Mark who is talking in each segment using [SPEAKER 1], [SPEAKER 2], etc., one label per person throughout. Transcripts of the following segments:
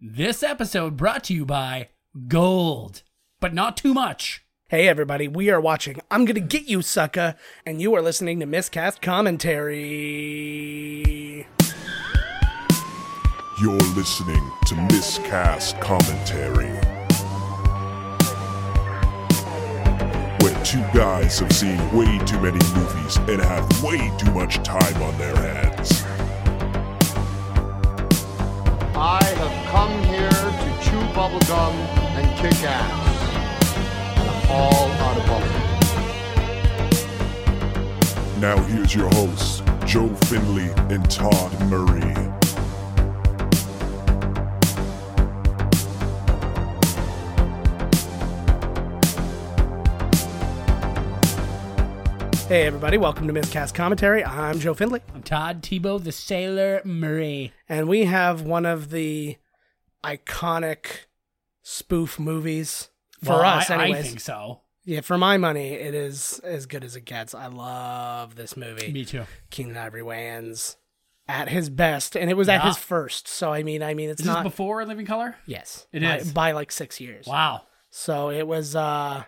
[SPEAKER 1] This episode brought to you by Gold, but not too much.
[SPEAKER 2] Hey everybody, we are watching I'm Gonna Get You Sucka, and you are listening to Miscast Commentary.
[SPEAKER 3] You're listening to Miscast Commentary. Where two guys have seen way too many movies and have way too much time on their hands.
[SPEAKER 4] I have come here to chew bubblegum and kick ass. And I'm all out of bubblegum.
[SPEAKER 3] Now here's your hosts, Joe Finley and Todd Murray.
[SPEAKER 2] Hey everybody, welcome to Miscast Commentary. I'm Joe Findlay,
[SPEAKER 1] I'm Todd Tebow, the Sailor Murray.
[SPEAKER 2] and we have one of the iconic spoof movies for
[SPEAKER 1] Well,
[SPEAKER 2] us,
[SPEAKER 1] I, I
[SPEAKER 2] anyways.
[SPEAKER 1] think so.
[SPEAKER 2] Yeah, for my money, it is as good as it gets. I love this movie.
[SPEAKER 1] Me too.
[SPEAKER 2] Keenan Ivory Wayans at his best, and it was at
[SPEAKER 1] Yeah.
[SPEAKER 2] his first. So I mean, I mean, it's
[SPEAKER 1] Is
[SPEAKER 2] not
[SPEAKER 1] this before Living Color?
[SPEAKER 2] yes,
[SPEAKER 1] It
[SPEAKER 2] by,
[SPEAKER 1] is.
[SPEAKER 2] by like six years.
[SPEAKER 1] Wow.
[SPEAKER 2] So it was, uh,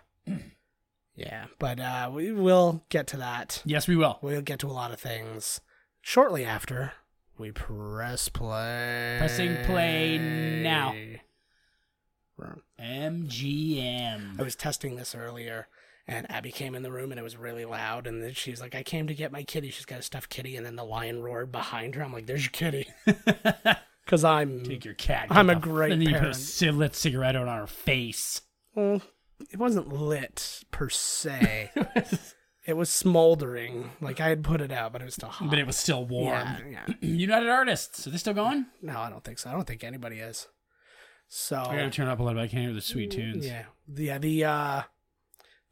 [SPEAKER 2] yeah, but uh, we will get to that.
[SPEAKER 1] Yes, we will.
[SPEAKER 2] We'll get to a lot of things shortly after we press play.
[SPEAKER 1] Pressing play now. MGM.
[SPEAKER 2] I was testing this earlier, and Abby came in the room, and it was really loud. And then she's like, "I came to get my kitty. She's got a stuffed kitty." And then the lion roared behind her. I'm like, "There's your kitty," because I'm.
[SPEAKER 1] Take your cat.
[SPEAKER 2] I'm
[SPEAKER 1] get
[SPEAKER 2] a
[SPEAKER 1] the-
[SPEAKER 2] great
[SPEAKER 1] And then you
[SPEAKER 2] parent.
[SPEAKER 1] put a ci- lit cigarette out on her face.
[SPEAKER 2] Well, it wasn't lit per se. it was smoldering. Like I had put it out, but it was still hot.
[SPEAKER 1] But it was still warm.
[SPEAKER 2] Yeah, yeah.
[SPEAKER 1] United Artists. Are they still going?
[SPEAKER 2] No, I don't think so. I don't think anybody is. So
[SPEAKER 1] I gotta turn up a little bit. I can't hear the sweet tunes.
[SPEAKER 2] Oh, yeah, yeah. The uh,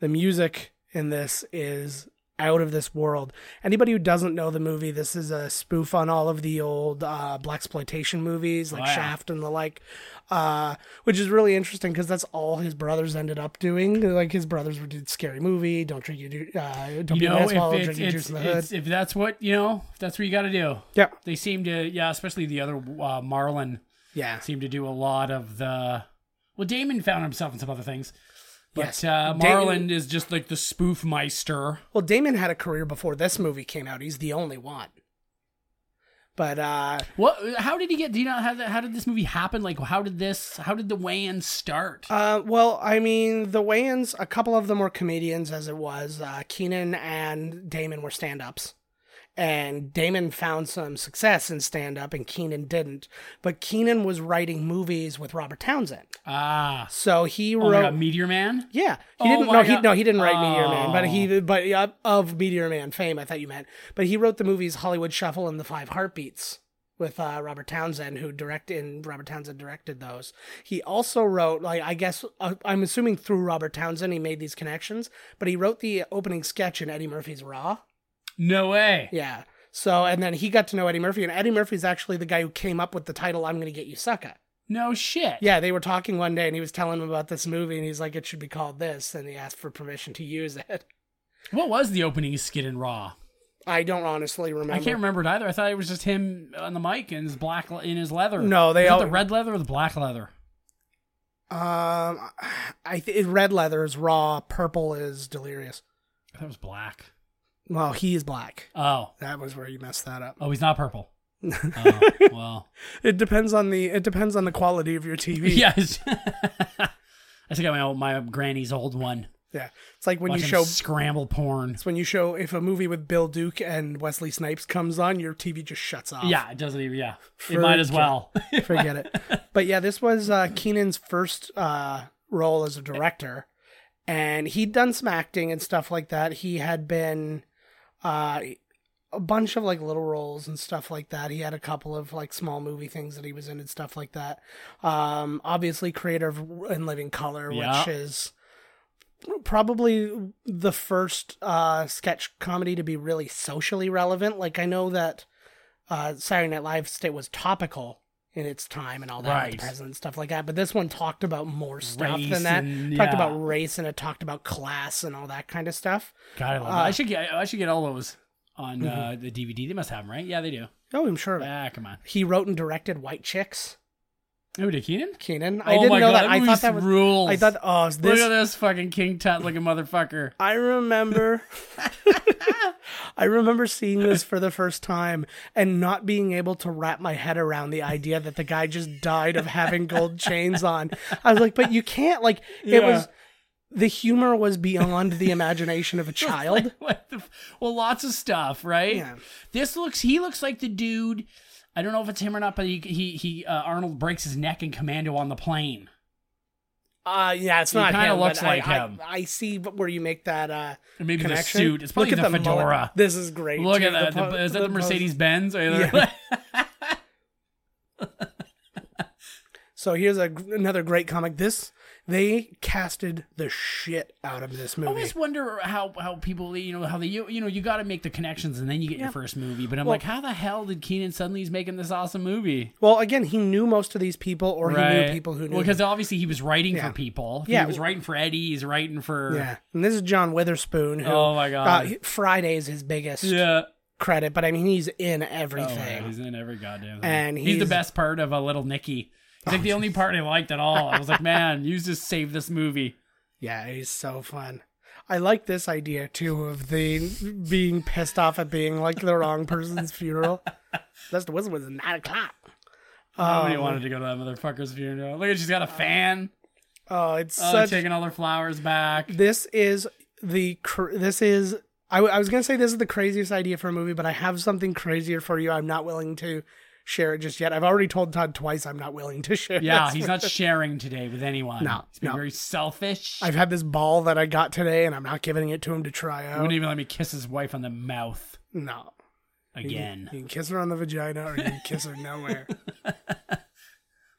[SPEAKER 2] the music in this is out of this world. Anybody who doesn't know the movie, this is a spoof on all of the old uh, black exploitation movies like
[SPEAKER 1] Oh, yeah.
[SPEAKER 2] Shaft and the like, uh, which is really interesting because that's all his brothers ended up doing. Like his brothers were did Scary Movie, Don't Drink Your Ju- uh, Don't
[SPEAKER 1] You
[SPEAKER 2] Be an
[SPEAKER 1] know,
[SPEAKER 2] Asshole,
[SPEAKER 1] if, it's,
[SPEAKER 2] Drink Your
[SPEAKER 1] it's,
[SPEAKER 2] Juice in the Hood.
[SPEAKER 1] it's- if that's what, you know, if that's what you gotta do.
[SPEAKER 2] Yeah,
[SPEAKER 1] They seem to, yeah, especially the other uh, Marlin
[SPEAKER 2] yeah.
[SPEAKER 1] seemed to do a lot of the. Well, Damon found himself in some other things, but
[SPEAKER 2] Yes.
[SPEAKER 1] uh,
[SPEAKER 2] Damon-
[SPEAKER 1] Marlin is just like the spoof meister.
[SPEAKER 2] Well, Damon had a career before this movie came out. He's the only one. But uh,
[SPEAKER 1] What? How did he get? Do you know how? The, how did this movie happen? Like, how did this? How did the Wayans start?
[SPEAKER 2] Uh, well, I mean, the Wayans, a couple of them were comedians, as it was. Uh, Keenan and Damon were stand ups. And Damon found some success in stand up, and Keenan didn't. But Keenan was writing movies with Robert Townsend.
[SPEAKER 1] ah,
[SPEAKER 2] So he
[SPEAKER 1] oh my
[SPEAKER 2] wrote.
[SPEAKER 1] God, Meteor Man.
[SPEAKER 2] yeah,
[SPEAKER 1] Oh
[SPEAKER 2] he didn't.
[SPEAKER 1] my
[SPEAKER 2] No, he
[SPEAKER 1] God.
[SPEAKER 2] no, he didn't write Meteor Man, but
[SPEAKER 1] Oh.
[SPEAKER 2] he but uh, of Meteor Man fame. I thought you meant, but he wrote the movies Hollywood Shuffle and The Five Heartbeats with uh, Robert Townsend, who directed and Robert Townsend directed those. He also wrote, like I guess uh, I'm assuming through Robert Townsend, he made these connections, but he wrote the opening sketch in Eddie Murphy's Raw.
[SPEAKER 1] No way.
[SPEAKER 2] Yeah. So and then he got to know Eddie Murphy, and Eddie Murphy's actually the guy who came up with the title "I'm Gonna Get You Sucker."
[SPEAKER 1] No shit.
[SPEAKER 2] Yeah, they were talking one day and he was telling him about this movie and he's like, it should be called this. And he asked for permission to use it.
[SPEAKER 1] What was the opening skit in Raw?
[SPEAKER 2] I don't honestly remember.
[SPEAKER 1] I can't remember it either. I thought it was just him on the mic in his black le- in his leather.
[SPEAKER 2] No, they
[SPEAKER 1] was it
[SPEAKER 2] all-
[SPEAKER 1] the red leather or the black leather.
[SPEAKER 2] Um, I th- red leather is raw, purple is delirious.
[SPEAKER 1] I thought it was black.
[SPEAKER 2] Well, he is black.
[SPEAKER 1] Oh,
[SPEAKER 2] That was where you messed that up.
[SPEAKER 1] oh, he's not purple. oh, well,
[SPEAKER 2] It depends on the it depends on the quality of your TV.
[SPEAKER 1] yes. I still got my old, my granny's old one.
[SPEAKER 2] yeah. It's like when
[SPEAKER 1] Watch
[SPEAKER 2] you
[SPEAKER 1] him
[SPEAKER 2] show
[SPEAKER 1] scramble porn.
[SPEAKER 2] it's when you show if a movie with Bill Duke and Wesley Snipes comes on, your TV just shuts off.
[SPEAKER 1] Yeah, it doesn't even. Yeah, it might as
[SPEAKER 2] Forget-
[SPEAKER 1] well.
[SPEAKER 2] Forget it. But yeah, this was uh, Keenan's first uh, role as a director, and he'd done some acting and stuff like that. He had been uh, a bunch of like little roles and stuff like that. He had a couple of like small movie things that he was in and stuff like that. Um, obviously, creator of In Living Color,
[SPEAKER 1] Yeah.
[SPEAKER 2] which is probably the first uh, sketch comedy to be really socially relevant. Like I know that uh, Saturday Night Live st- was topical in its time and all that, with
[SPEAKER 1] Right.
[SPEAKER 2] the president and stuff like that. But this one talked about more stuff
[SPEAKER 1] Race
[SPEAKER 2] than that.
[SPEAKER 1] and-
[SPEAKER 2] Talked
[SPEAKER 1] yeah.
[SPEAKER 2] about race and it talked about class and all that kind of stuff.
[SPEAKER 1] God, I, love that.
[SPEAKER 2] uh,
[SPEAKER 1] I should get. I should get all those on
[SPEAKER 2] Mm-hmm.
[SPEAKER 1] uh, the DVD. They must have them, right? Yeah, they do.
[SPEAKER 2] Oh, I'm sure of it.
[SPEAKER 1] Ah, come on.
[SPEAKER 2] He wrote and directed White Chicks.
[SPEAKER 1] Who did Keenan?
[SPEAKER 2] Keenan. I
[SPEAKER 1] Oh
[SPEAKER 2] didn't
[SPEAKER 1] my
[SPEAKER 2] know
[SPEAKER 1] God,
[SPEAKER 2] that. I
[SPEAKER 1] movie
[SPEAKER 2] thought that was.
[SPEAKER 1] rules.
[SPEAKER 2] I thought, oh, is
[SPEAKER 1] Look
[SPEAKER 2] this
[SPEAKER 1] at this fucking King Tut looking motherfucker.
[SPEAKER 2] I remember I remember seeing this for the first time and not being able to wrap my head around the idea that the guy just died of having gold chains on. I was like, but you can't like it
[SPEAKER 1] Yeah.
[SPEAKER 2] was the humor was beyond the imagination of a child.
[SPEAKER 1] What the f- well, lots of stuff, right?
[SPEAKER 2] Yeah.
[SPEAKER 1] This looks. He looks like the dude. I don't know if it's him or not, but he he, he uh, Arnold breaks his neck in Commando on the plane.
[SPEAKER 2] Uh yeah, it's
[SPEAKER 1] He
[SPEAKER 2] not
[SPEAKER 1] kinda
[SPEAKER 2] him, but
[SPEAKER 1] looks
[SPEAKER 2] I-
[SPEAKER 1] like
[SPEAKER 2] I,
[SPEAKER 1] him.
[SPEAKER 2] I, see where you make that uh
[SPEAKER 1] And maybe
[SPEAKER 2] connection.
[SPEAKER 1] the suit. It's probably
[SPEAKER 2] Look
[SPEAKER 1] the
[SPEAKER 2] at the mullet.
[SPEAKER 1] fedora.
[SPEAKER 2] This is great.
[SPEAKER 1] Look
[SPEAKER 2] too.
[SPEAKER 1] at that. The,
[SPEAKER 2] po-
[SPEAKER 1] is that the,
[SPEAKER 2] pose.
[SPEAKER 1] Mercedes Benz?
[SPEAKER 2] Yeah. So here's a, another great comic. This they casted the shit out of this
[SPEAKER 1] I
[SPEAKER 2] movie.
[SPEAKER 1] always wonder how, how people you know how they you, you know you got to make the connections and then you get your first movie. But I'm like, how the hell did Keenan suddenly he's making this awesome movie?
[SPEAKER 2] Well, again, he knew most of these people, or he knew people who knew.
[SPEAKER 1] Well,
[SPEAKER 2] them.
[SPEAKER 1] because obviously he was writing
[SPEAKER 2] Yeah.
[SPEAKER 1] for people.
[SPEAKER 2] Yeah.
[SPEAKER 1] he was writing for Eddie. He's writing for
[SPEAKER 2] yeah, and this is John Witherspoon. Who,
[SPEAKER 1] Oh, my God.
[SPEAKER 2] uh, he- Friday's his biggest
[SPEAKER 1] yeah.
[SPEAKER 2] credit, but I mean, he's in
[SPEAKER 1] Oh, yeah,
[SPEAKER 2] everything.
[SPEAKER 1] he's in every goddamn thing.
[SPEAKER 2] And
[SPEAKER 1] he's, the
[SPEAKER 2] he's- Oh,
[SPEAKER 1] best part of a little Nicky. He's like the only part I liked at all. I was like, man, you just saved this movie.
[SPEAKER 2] yeah, he's so fun. I like this idea too of the being pissed off at being like the wrong person's funeral. That's the wizard was nine o'clock. Oh,
[SPEAKER 1] Nobody wanted to go to that motherfucker's funeral. Look at she's got a fan.
[SPEAKER 2] Oh, it's
[SPEAKER 1] Oh,
[SPEAKER 2] such
[SPEAKER 1] taking all their flowers back.
[SPEAKER 2] this is the cr- this is I, w- I was gonna say this is the craziest idea for a movie, but I have something crazier for you. I'm not willing to share it just yet. I've already told Todd twice I'm not willing to share.
[SPEAKER 1] Yeah,
[SPEAKER 2] this.
[SPEAKER 1] he's not sharing today with anyone.
[SPEAKER 2] No,
[SPEAKER 1] he's been
[SPEAKER 2] no.
[SPEAKER 1] very selfish.
[SPEAKER 2] I've had this ball that I got today, and I'm not giving it to him to try
[SPEAKER 1] He
[SPEAKER 2] out.
[SPEAKER 1] wouldn't even let me kiss his wife on the mouth
[SPEAKER 2] no,
[SPEAKER 1] again.
[SPEAKER 2] you can kiss her on the vagina, or you can kiss her nowhere.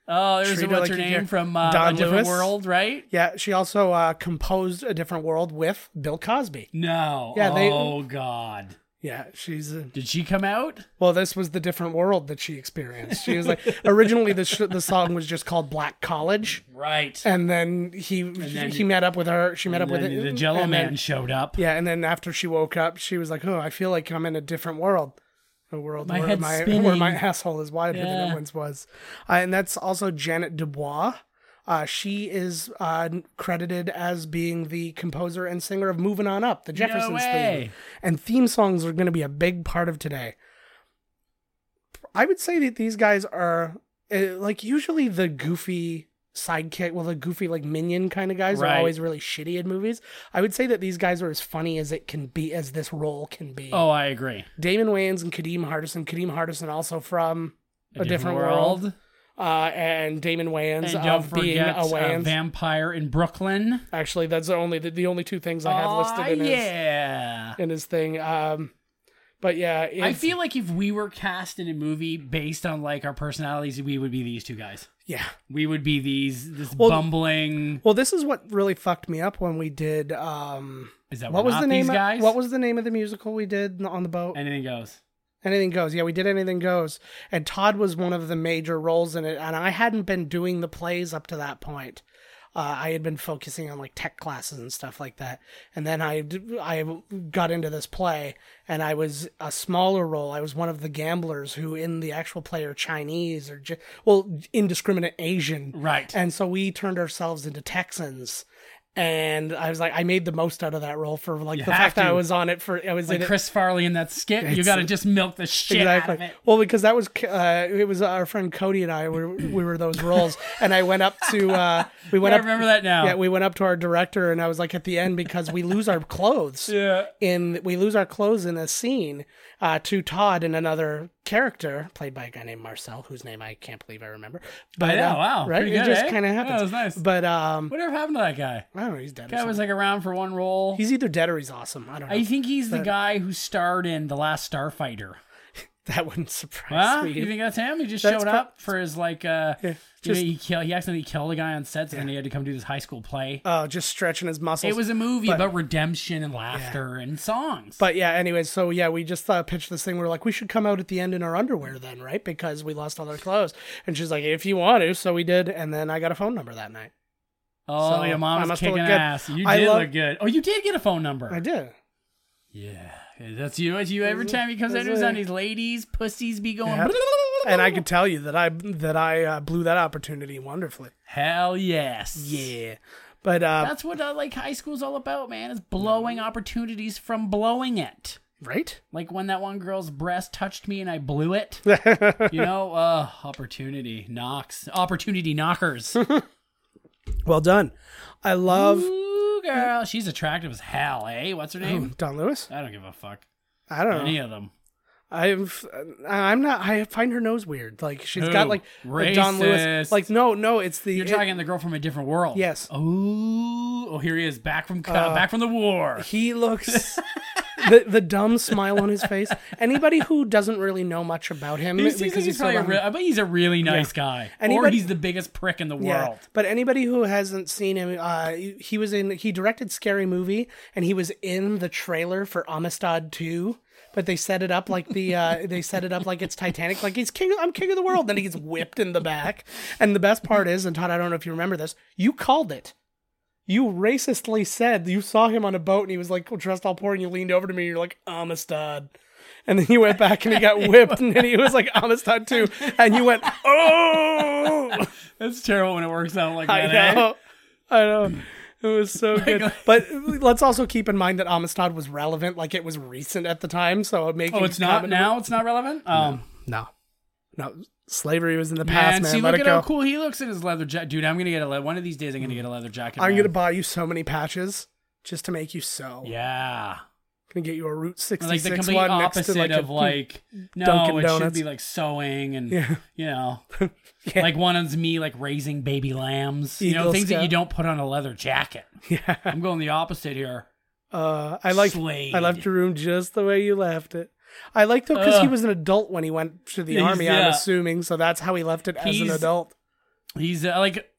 [SPEAKER 1] Oh, there's
[SPEAKER 2] Treat her
[SPEAKER 1] what's
[SPEAKER 2] like
[SPEAKER 1] her
[SPEAKER 2] you
[SPEAKER 1] name
[SPEAKER 2] care.
[SPEAKER 1] from uh,
[SPEAKER 2] Don
[SPEAKER 1] a different
[SPEAKER 2] Lewis?
[SPEAKER 1] world, right?
[SPEAKER 2] Yeah, she also uh, composed a different world with Bill Cosby.
[SPEAKER 1] No.
[SPEAKER 2] Yeah, they-
[SPEAKER 1] oh God.
[SPEAKER 2] Yeah, she's. Uh,
[SPEAKER 1] Did she come out?
[SPEAKER 2] Well, this was the different world that she experienced. She was like, originally the sh- the song was just called Black College.
[SPEAKER 1] Right.
[SPEAKER 2] and then he
[SPEAKER 1] then-
[SPEAKER 2] he met up with her. She met up
[SPEAKER 1] And
[SPEAKER 2] with
[SPEAKER 1] then
[SPEAKER 2] it-
[SPEAKER 1] the Jello
[SPEAKER 2] and
[SPEAKER 1] Man
[SPEAKER 2] then-
[SPEAKER 1] showed up.
[SPEAKER 2] yeah, and then after she woke up, she was like, "Oh, I feel like I'm in a different world, a world
[SPEAKER 1] My
[SPEAKER 2] where
[SPEAKER 1] head's
[SPEAKER 2] my
[SPEAKER 1] spinning."
[SPEAKER 2] where my asshole is wider than
[SPEAKER 1] Yeah.
[SPEAKER 2] it once was." Uh, and that's also Janet Dubois. Uh, she is uh, credited as being the composer and singer of "Moving On Up," the Jeffersons
[SPEAKER 1] way.
[SPEAKER 2] theme, and theme songs are going to be a big part of today. I would say that these guys are uh, like usually the goofy sidekick, well, the goofy like minion kind of guys
[SPEAKER 1] Right.
[SPEAKER 2] are always really shitty in movies. I would say that these guys are as funny as it can be, as this role can be.
[SPEAKER 1] Oh, I agree.
[SPEAKER 2] Damon Wayans and Kadeem Hardison. Kadeem Hardison also from A, Different, World. Uh, and Damon
[SPEAKER 1] And
[SPEAKER 2] Wayans
[SPEAKER 1] don't
[SPEAKER 2] of being a
[SPEAKER 1] forget uh,
[SPEAKER 2] Wayans.
[SPEAKER 1] Vampire in Brooklyn.
[SPEAKER 2] Actually, that's the only the, the only two things I have listed
[SPEAKER 1] Aw,
[SPEAKER 2] in his
[SPEAKER 1] yeah.
[SPEAKER 2] in his thing. Um, but yeah, it's,
[SPEAKER 1] I feel like if we were cast in a movie based on like our personalities, we would be these two guys.
[SPEAKER 2] yeah.
[SPEAKER 1] We would be these this
[SPEAKER 2] Well,
[SPEAKER 1] bumbling.
[SPEAKER 2] Well, this is what really fucked me up when we did. Um,
[SPEAKER 1] Is that
[SPEAKER 2] what was the name?
[SPEAKER 1] These guys?
[SPEAKER 2] Of, what was the name of the musical we did on the boat?
[SPEAKER 1] anything goes?
[SPEAKER 2] Anything goes. Yeah, we did Anything Goes, and Todd was one of the major roles in it. And I hadn't been doing the plays up to that point. Uh, I had been focusing on like tech classes and stuff like that. And then I d- I got into this play, and I was a smaller role. I was one of the gamblers who, in the actual play, are Chinese or Ja- well, indiscriminate Asian.
[SPEAKER 1] Right.
[SPEAKER 2] And so we turned ourselves into Texans. And I was like, I made the most out of that role for like
[SPEAKER 1] You
[SPEAKER 2] the
[SPEAKER 1] have
[SPEAKER 2] fact that I
[SPEAKER 1] to.
[SPEAKER 2] was on it for I was
[SPEAKER 1] Like
[SPEAKER 2] in it-
[SPEAKER 1] Chris Farley in that skit. You got to just milk the shit out of it.
[SPEAKER 2] Well, because that was uh, it was our friend Cody and I were we were those roles, and I went up to uh, we went
[SPEAKER 1] I
[SPEAKER 2] up.
[SPEAKER 1] remember that now.
[SPEAKER 2] Yeah, we went up to our director, and I was like, at the end, because we lose our clothes.
[SPEAKER 1] Yeah.
[SPEAKER 2] In we lose our clothes in a scene uh, to Todd and another character played by a guy named Marcel, whose name I can't believe I remember. But
[SPEAKER 1] I know,
[SPEAKER 2] uh,
[SPEAKER 1] wow,
[SPEAKER 2] right,
[SPEAKER 1] pretty
[SPEAKER 2] it
[SPEAKER 1] good,
[SPEAKER 2] just
[SPEAKER 1] eh?
[SPEAKER 2] kind of
[SPEAKER 1] Yeah,
[SPEAKER 2] happens.
[SPEAKER 1] that was nice.
[SPEAKER 2] But um,
[SPEAKER 1] Whatever happened to that guy?
[SPEAKER 2] I don't know. He's dead. Or
[SPEAKER 1] Guy was
[SPEAKER 2] something.
[SPEAKER 1] like around for one role.
[SPEAKER 2] He's either dead or he's awesome. I don't know.
[SPEAKER 1] I think he's the guy who starred in The Last Starfighter.
[SPEAKER 2] that wouldn't surprise
[SPEAKER 1] Huh?
[SPEAKER 2] me.
[SPEAKER 1] You think that's him? He just
[SPEAKER 2] That's
[SPEAKER 1] showed
[SPEAKER 2] pro-
[SPEAKER 1] up for his like uh you know,
[SPEAKER 2] just-
[SPEAKER 1] he kill, he accidentally killed a guy on set, so then he had to come do this high school play.
[SPEAKER 2] Oh, just stretching his muscles.
[SPEAKER 1] it was a movie about redemption and laughter and songs.
[SPEAKER 2] But yeah, anyways, so yeah, we just uh, pitched this thing. We are like, we should come out at the end in our underwear then, right? Because we lost all our clothes. And she's like, if you want to. So we did. And then I got a phone number that night.
[SPEAKER 1] oh,
[SPEAKER 2] so
[SPEAKER 1] your
[SPEAKER 2] I
[SPEAKER 1] mom was
[SPEAKER 2] must have
[SPEAKER 1] kicking
[SPEAKER 2] looked good.
[SPEAKER 1] ass. You
[SPEAKER 2] I
[SPEAKER 1] did
[SPEAKER 2] love-
[SPEAKER 1] look good. Oh, you did get a phone number.
[SPEAKER 2] I did.
[SPEAKER 1] Yeah, that's you. That's you. Every time he comes in,
[SPEAKER 2] that's
[SPEAKER 1] he's
[SPEAKER 2] it.
[SPEAKER 1] on these ladies, pussies be going.
[SPEAKER 2] Yep. and I could tell you that I that I uh, blew that opportunity wonderfully.
[SPEAKER 1] Hell yes.
[SPEAKER 2] Yeah, but uh,
[SPEAKER 1] That's what uh, like high school's all about, man. Is blowing opportunities from blowing it.
[SPEAKER 2] right?
[SPEAKER 1] Like when that one girl's breast touched me and I blew it. you know, uh, opportunity knocks. Opportunity knockers.
[SPEAKER 2] Well done. I love
[SPEAKER 1] Ooh, girl, she's attractive as hell. Eh? What's her name?
[SPEAKER 2] Don Lewis.
[SPEAKER 1] I don't give a fuck.
[SPEAKER 2] I don't
[SPEAKER 1] Any
[SPEAKER 2] know.
[SPEAKER 1] of them.
[SPEAKER 2] I've I'm not. I find her nose weird. Like she's
[SPEAKER 1] Who?
[SPEAKER 2] got like a Don Lewis.
[SPEAKER 1] Racist.
[SPEAKER 2] Like no, no. It's the
[SPEAKER 1] You're
[SPEAKER 2] it-
[SPEAKER 1] talking the girl from a different world.
[SPEAKER 2] Yes. Uh,
[SPEAKER 1] Oh, oh, here he is, back from co- back from the war.
[SPEAKER 2] he looks. The, the dumb smile on his face. Anybody who doesn't really know much about him
[SPEAKER 1] He seems like he's
[SPEAKER 2] so
[SPEAKER 1] probably a
[SPEAKER 2] young.
[SPEAKER 1] real, I bet he's a really nice guy, or
[SPEAKER 2] Anybody-
[SPEAKER 1] he's the biggest prick in the world.
[SPEAKER 2] Yeah, but anybody who hasn't seen him, uh, he was in. He directed Scary Movie, and he was in the trailer for Amistad Two. But they set it up like the uh, they set it up like it's Titanic, like he's king. I'm king of the world. Then he gets whipped in the back. And the best part is, and Todd, I don't know if you remember this. You called it. You racistly said you saw him on a boat, and he was like dressed all poor, and you leaned over to me, and you're like Amistad. And then he went back and he got whipped, and then he was like Amistad too. And you went, oh.
[SPEAKER 1] That's terrible when it works out like
[SPEAKER 2] I
[SPEAKER 1] that. eh? uh,
[SPEAKER 2] know. I know. It was so good.
[SPEAKER 1] God.
[SPEAKER 2] But let's also keep in mind that Amistad was relevant, like it was recent at the time, so it making
[SPEAKER 1] Oh, it's not
[SPEAKER 2] comment-
[SPEAKER 1] now. It's not relevant. Um,
[SPEAKER 2] No. No. Slavery was in the
[SPEAKER 1] man,
[SPEAKER 2] past, man.
[SPEAKER 1] see,
[SPEAKER 2] Let
[SPEAKER 1] look
[SPEAKER 2] it
[SPEAKER 1] at
[SPEAKER 2] go.
[SPEAKER 1] how cool he looks in his leather jacket, dude. I'm gonna get a le- one of these days. I'm gonna get a leather jacket.
[SPEAKER 2] I'm
[SPEAKER 1] man.
[SPEAKER 2] gonna buy you so many patches just to make you so.
[SPEAKER 1] Yeah,
[SPEAKER 2] Gonna get you a Route
[SPEAKER 1] like
[SPEAKER 2] 66
[SPEAKER 1] the complete
[SPEAKER 2] one next
[SPEAKER 1] opposite
[SPEAKER 2] to like
[SPEAKER 1] of
[SPEAKER 2] a,
[SPEAKER 1] like no,
[SPEAKER 2] Dunkin'
[SPEAKER 1] it should
[SPEAKER 2] Donuts.
[SPEAKER 1] be like sewing and
[SPEAKER 2] Yeah.
[SPEAKER 1] you know,
[SPEAKER 2] Yeah.
[SPEAKER 1] like one is me like raising baby lambs. You know,
[SPEAKER 2] Eagle
[SPEAKER 1] things that you
[SPEAKER 2] Scout.
[SPEAKER 1] don't put on a leather jacket.
[SPEAKER 2] Yeah.
[SPEAKER 1] I'm going the opposite here.
[SPEAKER 2] Uh, I like.
[SPEAKER 1] Slade.
[SPEAKER 2] I left your room just the way you left it. I like though because he
[SPEAKER 1] Ugh.
[SPEAKER 2] was an adult when he went to the
[SPEAKER 1] He's-
[SPEAKER 2] army.
[SPEAKER 1] yeah.
[SPEAKER 2] I'm assuming, so that's how he left it as an
[SPEAKER 1] He's-
[SPEAKER 2] adult.
[SPEAKER 1] He's uh, like,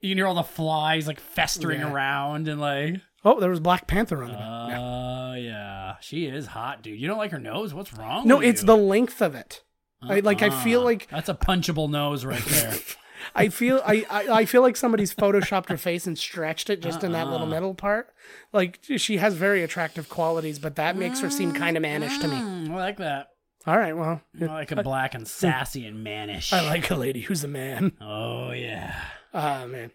[SPEAKER 1] you can hear all the flies like festering around and like.
[SPEAKER 2] Oh, there was Black Panther on the back.
[SPEAKER 1] Oh yeah, she is hot, dude. You don't like her nose? What's wrong?
[SPEAKER 2] No,
[SPEAKER 1] with
[SPEAKER 2] it's
[SPEAKER 1] you?
[SPEAKER 2] the length of it. I, like I
[SPEAKER 1] Ah,
[SPEAKER 2] feel like
[SPEAKER 1] that's a punchable nose right there.
[SPEAKER 2] I feel I, I, I feel like somebody's photoshopped her face and stretched it just in that little
[SPEAKER 1] Uh-uh.
[SPEAKER 2] middle part. Like she has very attractive qualities, but that makes her seem kind of mannish to me.
[SPEAKER 1] Mm, I like that.
[SPEAKER 2] All right, well,
[SPEAKER 1] I like a black and sassy and mannish.
[SPEAKER 2] I like a lady who's a man.
[SPEAKER 1] Oh yeah.
[SPEAKER 2] Oh man,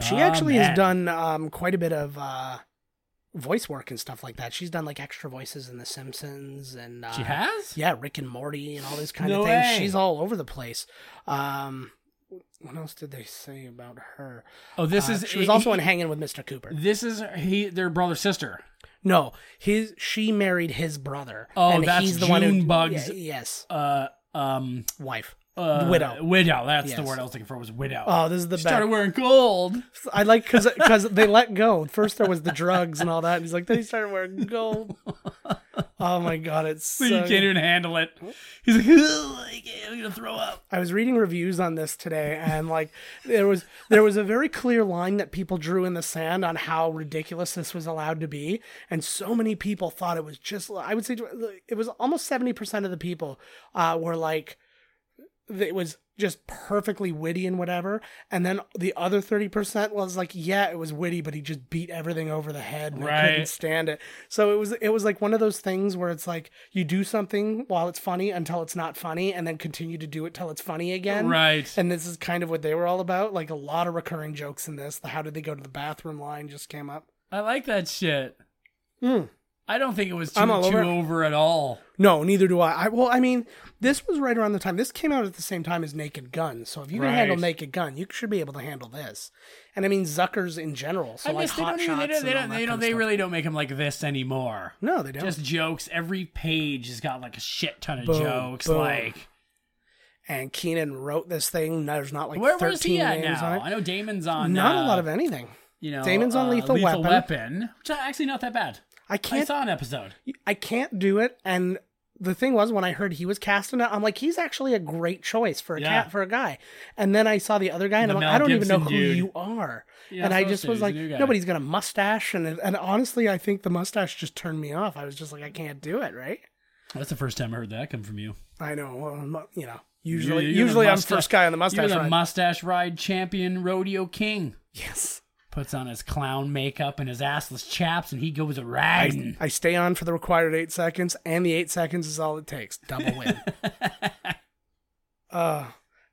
[SPEAKER 2] she
[SPEAKER 1] Oh,
[SPEAKER 2] actually
[SPEAKER 1] man.
[SPEAKER 2] has done um quite a bit of uh voice work and stuff like that. She's done like extra voices in The Simpsons and uh,
[SPEAKER 1] She has.
[SPEAKER 2] Yeah, Rick and Morty and all those kind
[SPEAKER 1] No
[SPEAKER 2] of things.
[SPEAKER 1] way.
[SPEAKER 2] She's all over the place. Um, what else did they say about her?
[SPEAKER 1] Oh, this
[SPEAKER 2] Uh,
[SPEAKER 1] is.
[SPEAKER 2] she was
[SPEAKER 1] he-
[SPEAKER 2] also in Hanging with Mr. Cooper.
[SPEAKER 1] This is he. Their brother sister.
[SPEAKER 2] No, his she married his brother.
[SPEAKER 1] Oh,
[SPEAKER 2] and
[SPEAKER 1] that's
[SPEAKER 2] he's the one who,
[SPEAKER 1] Junebug's-
[SPEAKER 2] Yeah, yes,
[SPEAKER 1] Uh, um,
[SPEAKER 2] wife.
[SPEAKER 1] uh,
[SPEAKER 2] Widow.
[SPEAKER 1] Widow. That's the
[SPEAKER 2] Yes.
[SPEAKER 1] word I was looking for. Was widow.
[SPEAKER 2] Oh, this is the
[SPEAKER 1] she started
[SPEAKER 2] best.
[SPEAKER 1] wearing gold.
[SPEAKER 2] I like because because they let go. First there was the drugs and all that. And he's like, then he started wearing gold. Oh my god, it's so.
[SPEAKER 1] you can't even handle it. He's like, "Ugh, I can't- I'm gonna throw up.
[SPEAKER 2] I was reading reviews on this today, and like there was there was a very clear line that people drew in the sand on how ridiculous this was allowed to be, and so many people thought it was just. I would say it was almost seventy percent of the people uh, were like, it was just perfectly witty and whatever, and then the other thirty percent was like, yeah, it was witty, but he just beat everything over the head, and I couldn't
[SPEAKER 1] Right.
[SPEAKER 2] stand it. So it was it was like one of those things where it's like you do something while it's funny until it's not funny, and then continue to do it till it's funny again.
[SPEAKER 1] Right.
[SPEAKER 2] And this is kind of what they were all about. Like a lot of recurring jokes in this. The how did they go to the bathroom line just came up.
[SPEAKER 1] I like that shit.
[SPEAKER 2] Mm.
[SPEAKER 1] I don't think it was too,
[SPEAKER 2] I'm
[SPEAKER 1] too
[SPEAKER 2] all
[SPEAKER 1] over.
[SPEAKER 2] over it.
[SPEAKER 1] at all.
[SPEAKER 2] No, neither do I. I. Well, I mean, this was right around the time. This came out at the same time as Naked Gun. So if you can
[SPEAKER 1] Right.
[SPEAKER 2] handle Naked Gun, you should be able to handle this. And I mean, Zucker's in general. So
[SPEAKER 1] I
[SPEAKER 2] like
[SPEAKER 1] guess they
[SPEAKER 2] hot
[SPEAKER 1] don't even. They
[SPEAKER 2] shots.
[SPEAKER 1] don't. They
[SPEAKER 2] and all
[SPEAKER 1] don't. They,
[SPEAKER 2] that kind
[SPEAKER 1] don't
[SPEAKER 2] of
[SPEAKER 1] they
[SPEAKER 2] stuff.
[SPEAKER 1] really don't make them like this anymore.
[SPEAKER 2] No, they don't.
[SPEAKER 1] Just jokes. Every page has got like a shit ton of
[SPEAKER 2] Boom,
[SPEAKER 1] jokes.
[SPEAKER 2] boom.
[SPEAKER 1] Like
[SPEAKER 2] and Keenan wrote this thing. There's not like
[SPEAKER 1] where was he
[SPEAKER 2] 13
[SPEAKER 1] at
[SPEAKER 2] names
[SPEAKER 1] now?
[SPEAKER 2] on it.
[SPEAKER 1] I know Damon's on.
[SPEAKER 2] Not
[SPEAKER 1] uh,
[SPEAKER 2] a lot of anything.
[SPEAKER 1] You know,
[SPEAKER 2] Damon's on
[SPEAKER 1] uh,
[SPEAKER 2] Lethal Weapon.
[SPEAKER 1] which is actually not that bad.
[SPEAKER 2] I
[SPEAKER 1] I
[SPEAKER 2] can't.
[SPEAKER 1] saw an episode.
[SPEAKER 2] I can't do it. And the thing was, when I heard he was casting it, I'm like, he's actually a great choice for a
[SPEAKER 1] Yeah.
[SPEAKER 2] cat for a guy. And then I saw the other guy, and
[SPEAKER 1] The
[SPEAKER 2] I'm like,
[SPEAKER 1] Mel
[SPEAKER 2] I don't even know
[SPEAKER 1] Gibson
[SPEAKER 2] who
[SPEAKER 1] dude.
[SPEAKER 2] you are.
[SPEAKER 1] Yeah,
[SPEAKER 2] and
[SPEAKER 1] I
[SPEAKER 2] I
[SPEAKER 1] saw
[SPEAKER 2] just
[SPEAKER 1] that.
[SPEAKER 2] was
[SPEAKER 1] He's a
[SPEAKER 2] like,
[SPEAKER 1] new guy.
[SPEAKER 2] nobody's got a mustache, and and honestly, I think the mustache just turned me off. I was just like, I can't do it. Right?
[SPEAKER 1] That's the first time I heard that come from you.
[SPEAKER 2] I know. Well, I'm not- you know,
[SPEAKER 1] You're-
[SPEAKER 2] usually,
[SPEAKER 1] you're the
[SPEAKER 2] usually I'm
[SPEAKER 1] musta-
[SPEAKER 2] first guy on the mustache.
[SPEAKER 1] You're the
[SPEAKER 2] ride.
[SPEAKER 1] mustache ride champion, rodeo king.
[SPEAKER 2] yes.
[SPEAKER 1] Puts on his clown makeup and his assless chaps, and he goes a riding.
[SPEAKER 2] I stay on for the required eight seconds, and the eight seconds is all it takes. Double win. Uh,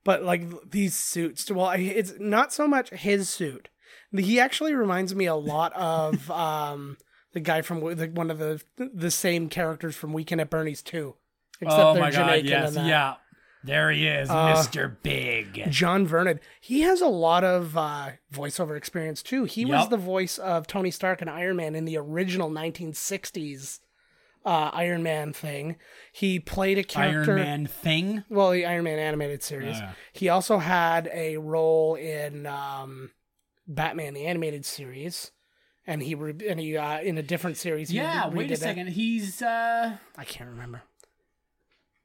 [SPEAKER 2] but like these suits. Well, I- it's not so much his suit. He actually reminds me a lot of um the guy from the, one of the the same characters from Weekend at Bernie's too.
[SPEAKER 1] oh my god, yes, yeah. There he is,
[SPEAKER 2] Uh,
[SPEAKER 1] Mr. Big.
[SPEAKER 2] John Vernon. He has a lot of uh, voiceover experience too. He was
[SPEAKER 1] Yup.
[SPEAKER 2] the voice of Tony Stark and Iron Man in the original 1960s uh, Iron Man thing. He played a character.
[SPEAKER 1] Iron Man thing.
[SPEAKER 2] Well, the Iron Man animated series.
[SPEAKER 1] Ah.
[SPEAKER 2] He also had a role in um, Batman the animated series, and he re- and he uh, in a different series. he
[SPEAKER 1] Yeah,
[SPEAKER 2] re-
[SPEAKER 1] wait
[SPEAKER 2] redid
[SPEAKER 1] a
[SPEAKER 2] it.
[SPEAKER 1] second. He's uh
[SPEAKER 2] I can't remember.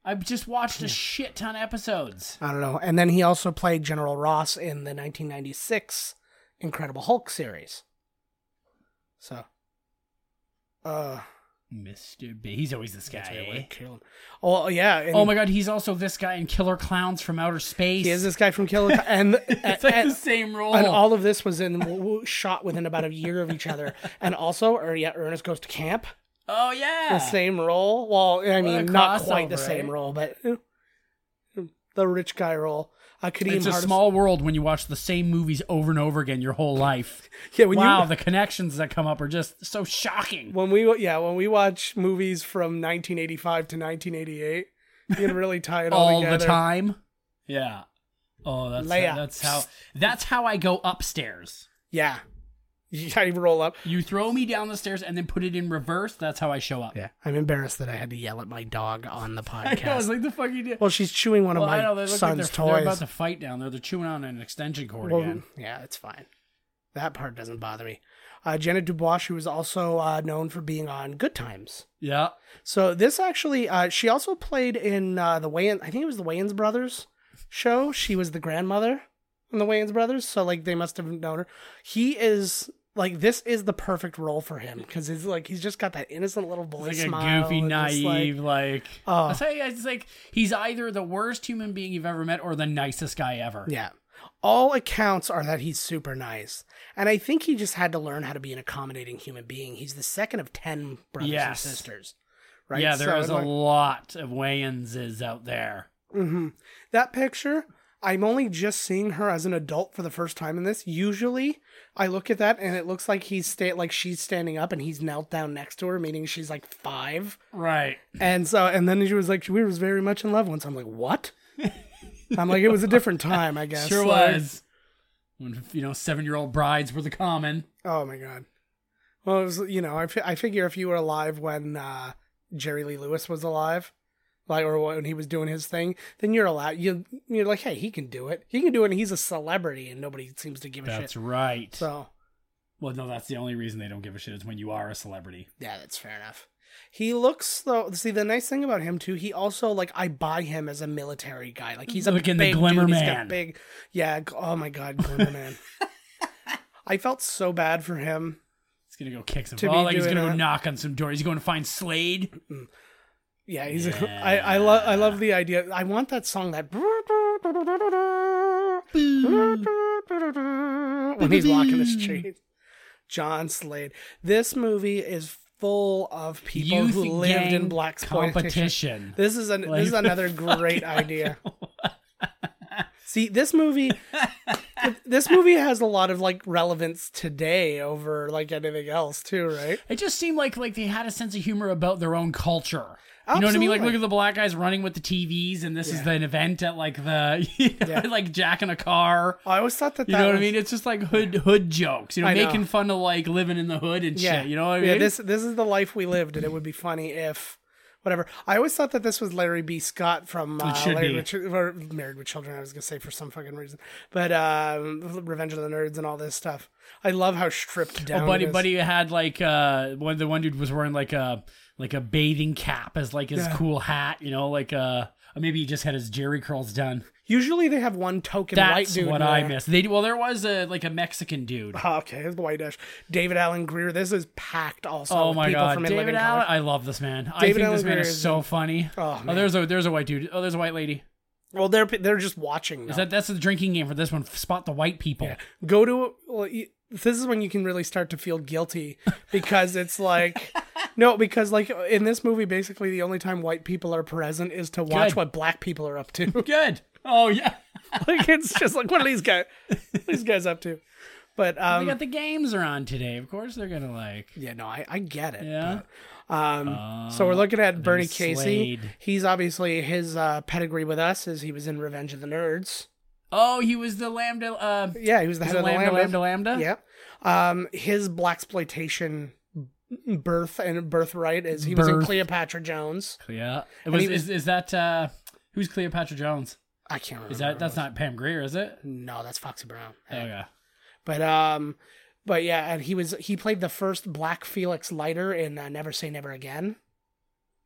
[SPEAKER 1] I've just watched a shit ton of episodes.
[SPEAKER 2] I don't know. And then he also played General Ross in the 1996 Incredible Hulk series. So, uh,
[SPEAKER 1] Mr. Big. He's always this
[SPEAKER 2] that's right,
[SPEAKER 1] guy.
[SPEAKER 2] like, kill him. Oh yeah. And
[SPEAKER 1] Oh my god, he's also this guy in Killer Clowns from Outer Space.
[SPEAKER 2] He is this guy from Killer Cl- and,
[SPEAKER 1] it's
[SPEAKER 2] and,
[SPEAKER 1] like
[SPEAKER 2] and,
[SPEAKER 1] the same role.
[SPEAKER 2] and all of this was in w- w- shot within about a year of each other. And also, or yeah, Ernest goes to camp.
[SPEAKER 1] oh yeah.
[SPEAKER 2] the same role. Well, I
[SPEAKER 1] What a
[SPEAKER 2] mean, not quite the
[SPEAKER 1] crossover,
[SPEAKER 2] same
[SPEAKER 1] eh?
[SPEAKER 2] role, but eh, the rich guy role. Uh, Kadeem
[SPEAKER 1] It's a
[SPEAKER 2] Hardis-
[SPEAKER 1] small world when you watch the same movies over and over again your whole life.
[SPEAKER 2] Yeah, when
[SPEAKER 1] wow,
[SPEAKER 2] you
[SPEAKER 1] the connections that come up are just so shocking.
[SPEAKER 2] when we yeah when we watch movies from 1985 to 1988, you can really tie it all,
[SPEAKER 1] all
[SPEAKER 2] together.
[SPEAKER 1] the time. Yeah. Oh, that's
[SPEAKER 2] Lay
[SPEAKER 1] how,
[SPEAKER 2] up.
[SPEAKER 1] that's how that's how I go upstairs.
[SPEAKER 2] Yeah, yeah, you roll up.
[SPEAKER 1] You throw me down the stairs and then put it in reverse. That's how I show up.
[SPEAKER 2] Yeah, I'm embarrassed that I had to yell at my dog on the
[SPEAKER 1] I know, it's
[SPEAKER 2] podcast.
[SPEAKER 1] like the fuck you did.
[SPEAKER 2] well, she's chewing one
[SPEAKER 1] Well,
[SPEAKER 2] of my
[SPEAKER 1] I know they look like
[SPEAKER 2] son's
[SPEAKER 1] they're,
[SPEAKER 2] toys.
[SPEAKER 1] they're about to fight down there. They're chewing on an extension cord
[SPEAKER 2] Well,
[SPEAKER 1] again.
[SPEAKER 2] yeah, it's fine. That part doesn't bother me. Uh, Janet Dubois, who is also uh, known for being on Good Times.
[SPEAKER 1] Yeah.
[SPEAKER 2] So this actually, uh, she also played in uh, the Wayans. I think it was the Wayans brothers show. She was the grandmother in the Wayans brothers, so like they must have known her. He is like this is the perfect role for him because it's like he's just got that innocent little boy
[SPEAKER 1] Like
[SPEAKER 2] smile.
[SPEAKER 1] a goofy,
[SPEAKER 2] and just, like-
[SPEAKER 1] naive, like,
[SPEAKER 2] Oh.
[SPEAKER 1] I say it's like he's either the worst human being you've ever met or the nicest guy ever.
[SPEAKER 2] yeah. All accounts are that he's super nice, and I think he just had to learn how to be an accommodating human being. He's the second of ten brothers
[SPEAKER 1] Yes.
[SPEAKER 2] and sisters. Right?
[SPEAKER 1] Yeah, there
[SPEAKER 2] So,
[SPEAKER 1] is a
[SPEAKER 2] like-
[SPEAKER 1] lot of Wayanses out there.
[SPEAKER 2] hmm That picture, I'm only just seeing her as an adult for the first time in this. Usually, I look at that and it looks like he's sta- like she's standing up and he's knelt down next to her, meaning she's like five.
[SPEAKER 1] Right.
[SPEAKER 2] And so, and then she was like, we was very much in love once. I'm like, what? I'm like, it was a different time, I guess.
[SPEAKER 1] sure
[SPEAKER 2] Like,
[SPEAKER 1] was. When you know, seven-year-old brides were the common.
[SPEAKER 2] Oh my god. Well, it was, you know, I, fi- I figure if you were alive when uh, Jerry Lee Lewis was alive, like or when he was doing his thing, then you're allowed. You you're like, hey, he can do it. He can do it. and He's a celebrity, and nobody seems to give a
[SPEAKER 1] That's
[SPEAKER 2] shit.
[SPEAKER 1] right.
[SPEAKER 2] So
[SPEAKER 1] Well, no, that's the only reason they don't give a shit is when you are a celebrity.
[SPEAKER 2] yeah, that's fair enough. He looks though. See, the nice thing about him too, he also like I buy him as a military guy. Like he's a
[SPEAKER 1] Look in the
[SPEAKER 2] big
[SPEAKER 1] Glimmer
[SPEAKER 2] dude. He's got
[SPEAKER 1] Man.
[SPEAKER 2] big, yeah. g- Oh my god, Glimmer Man. I felt so bad for him.
[SPEAKER 1] He's gonna go kick some.
[SPEAKER 2] To be
[SPEAKER 1] Oh, like he's
[SPEAKER 2] doing
[SPEAKER 1] gonna go
[SPEAKER 2] that.
[SPEAKER 1] knock on some doors. He's going to find Slade.
[SPEAKER 2] Yeah, he's. A, I I love I love the idea. I want that song that when he's walking the street. John Slade. This movie is full of people
[SPEAKER 1] Youth
[SPEAKER 2] who lived in
[SPEAKER 1] gang
[SPEAKER 2] black competition.
[SPEAKER 1] competition.
[SPEAKER 2] This is an this is
[SPEAKER 1] Like-
[SPEAKER 2] another great idea. See, this movie this movie has a lot of like relevance today over like anything else too, right?
[SPEAKER 1] It just seemed like like they had a sense of humor about their own culture. You know what I mean? Like
[SPEAKER 2] Absolutely.
[SPEAKER 1] look at the black guys running with the TVs, and this is
[SPEAKER 2] Yeah.
[SPEAKER 1] an event at like the you know,
[SPEAKER 2] Yeah.
[SPEAKER 1] like Jack in a car.
[SPEAKER 2] I always thought that
[SPEAKER 1] You
[SPEAKER 2] that
[SPEAKER 1] know what I
[SPEAKER 2] was-
[SPEAKER 1] mean? It's just like hood hood jokes. You know,
[SPEAKER 2] I know.
[SPEAKER 1] making fun of like living in the hood and shit. You know what I mean?
[SPEAKER 2] Yeah, this this is the life we lived, and it would be funny if whatever. I always thought that this was Larry B. Scott from uh,
[SPEAKER 1] should
[SPEAKER 2] Larry
[SPEAKER 1] be.
[SPEAKER 2] with Ch- or Married with Children. I was gonna say for some fucking reason, but um, Revenge of the Nerds and all this stuff. I love how stripped down.
[SPEAKER 1] Oh, buddy,
[SPEAKER 2] it is.
[SPEAKER 1] buddy had like uh, one the one dude was wearing like a like a bathing cap as like his
[SPEAKER 2] Yeah.
[SPEAKER 1] cool hat, you know, like uh, or maybe he just had his jerry curls done.
[SPEAKER 2] Usually they have one token white
[SPEAKER 1] That's
[SPEAKER 2] dude.
[SPEAKER 1] what
[SPEAKER 2] in
[SPEAKER 1] I
[SPEAKER 2] there.
[SPEAKER 1] missed. They well, there was a like a Mexican dude.
[SPEAKER 2] Ah, Okay, it's the white dash. David Allen Greer. This is packed. Also,
[SPEAKER 1] Oh
[SPEAKER 2] with
[SPEAKER 1] my
[SPEAKER 2] people
[SPEAKER 1] god,
[SPEAKER 2] from In
[SPEAKER 1] David
[SPEAKER 2] Living
[SPEAKER 1] Allen!
[SPEAKER 2] Color.
[SPEAKER 1] I love this man. I
[SPEAKER 2] David
[SPEAKER 1] think this
[SPEAKER 2] Allen
[SPEAKER 1] man
[SPEAKER 2] Greer
[SPEAKER 1] is
[SPEAKER 2] is-
[SPEAKER 1] so funny.
[SPEAKER 2] Oh,
[SPEAKER 1] oh,
[SPEAKER 2] man.
[SPEAKER 1] there's a there's a white dude. Oh, there's a white lady.
[SPEAKER 2] Well, they're they're just watching.
[SPEAKER 1] Is
[SPEAKER 2] though.
[SPEAKER 1] that that's the drinking game for this one? Spot the white people.
[SPEAKER 2] go to well, you, this is when you can really start to feel guilty because it's like no because like in this movie basically the only time white people are present is to watch
[SPEAKER 1] Good.
[SPEAKER 2] what black people are up to
[SPEAKER 1] Good. Oh yeah,
[SPEAKER 2] like it's just like what are these guys what are these guys up to? But
[SPEAKER 1] they
[SPEAKER 2] um
[SPEAKER 1] got the games are on today. Of course they're gonna like.
[SPEAKER 2] yeah, no, I, I get it.
[SPEAKER 1] Yeah. Oh,
[SPEAKER 2] Um so we're looking at Bernie Casey.
[SPEAKER 1] slayed.
[SPEAKER 2] He's obviously his uh, pedigree with us is he was in Revenge of the Nerds.
[SPEAKER 1] Oh, he was the lambda. Uh,
[SPEAKER 2] Yeah, he was the
[SPEAKER 1] he's
[SPEAKER 2] head
[SPEAKER 1] a
[SPEAKER 2] of the
[SPEAKER 1] lambda,
[SPEAKER 2] Lambda.
[SPEAKER 1] lambda, lambda.
[SPEAKER 2] Yeah. Um, his black exploitation birth and birthright is he was in
[SPEAKER 1] Birth.
[SPEAKER 2] Cleopatra Jones.
[SPEAKER 1] Yeah. It was,
[SPEAKER 2] he was-
[SPEAKER 1] is, is that uh, who's Cleopatra Jones?
[SPEAKER 2] I can't remember.
[SPEAKER 1] Is that that's not Pam Grier, is it?
[SPEAKER 2] no, that's Foxy Brown.
[SPEAKER 1] Oh yeah.
[SPEAKER 2] But um, but yeah, and he was he played the first Black Felix Leiter in uh, Never Say Never Again.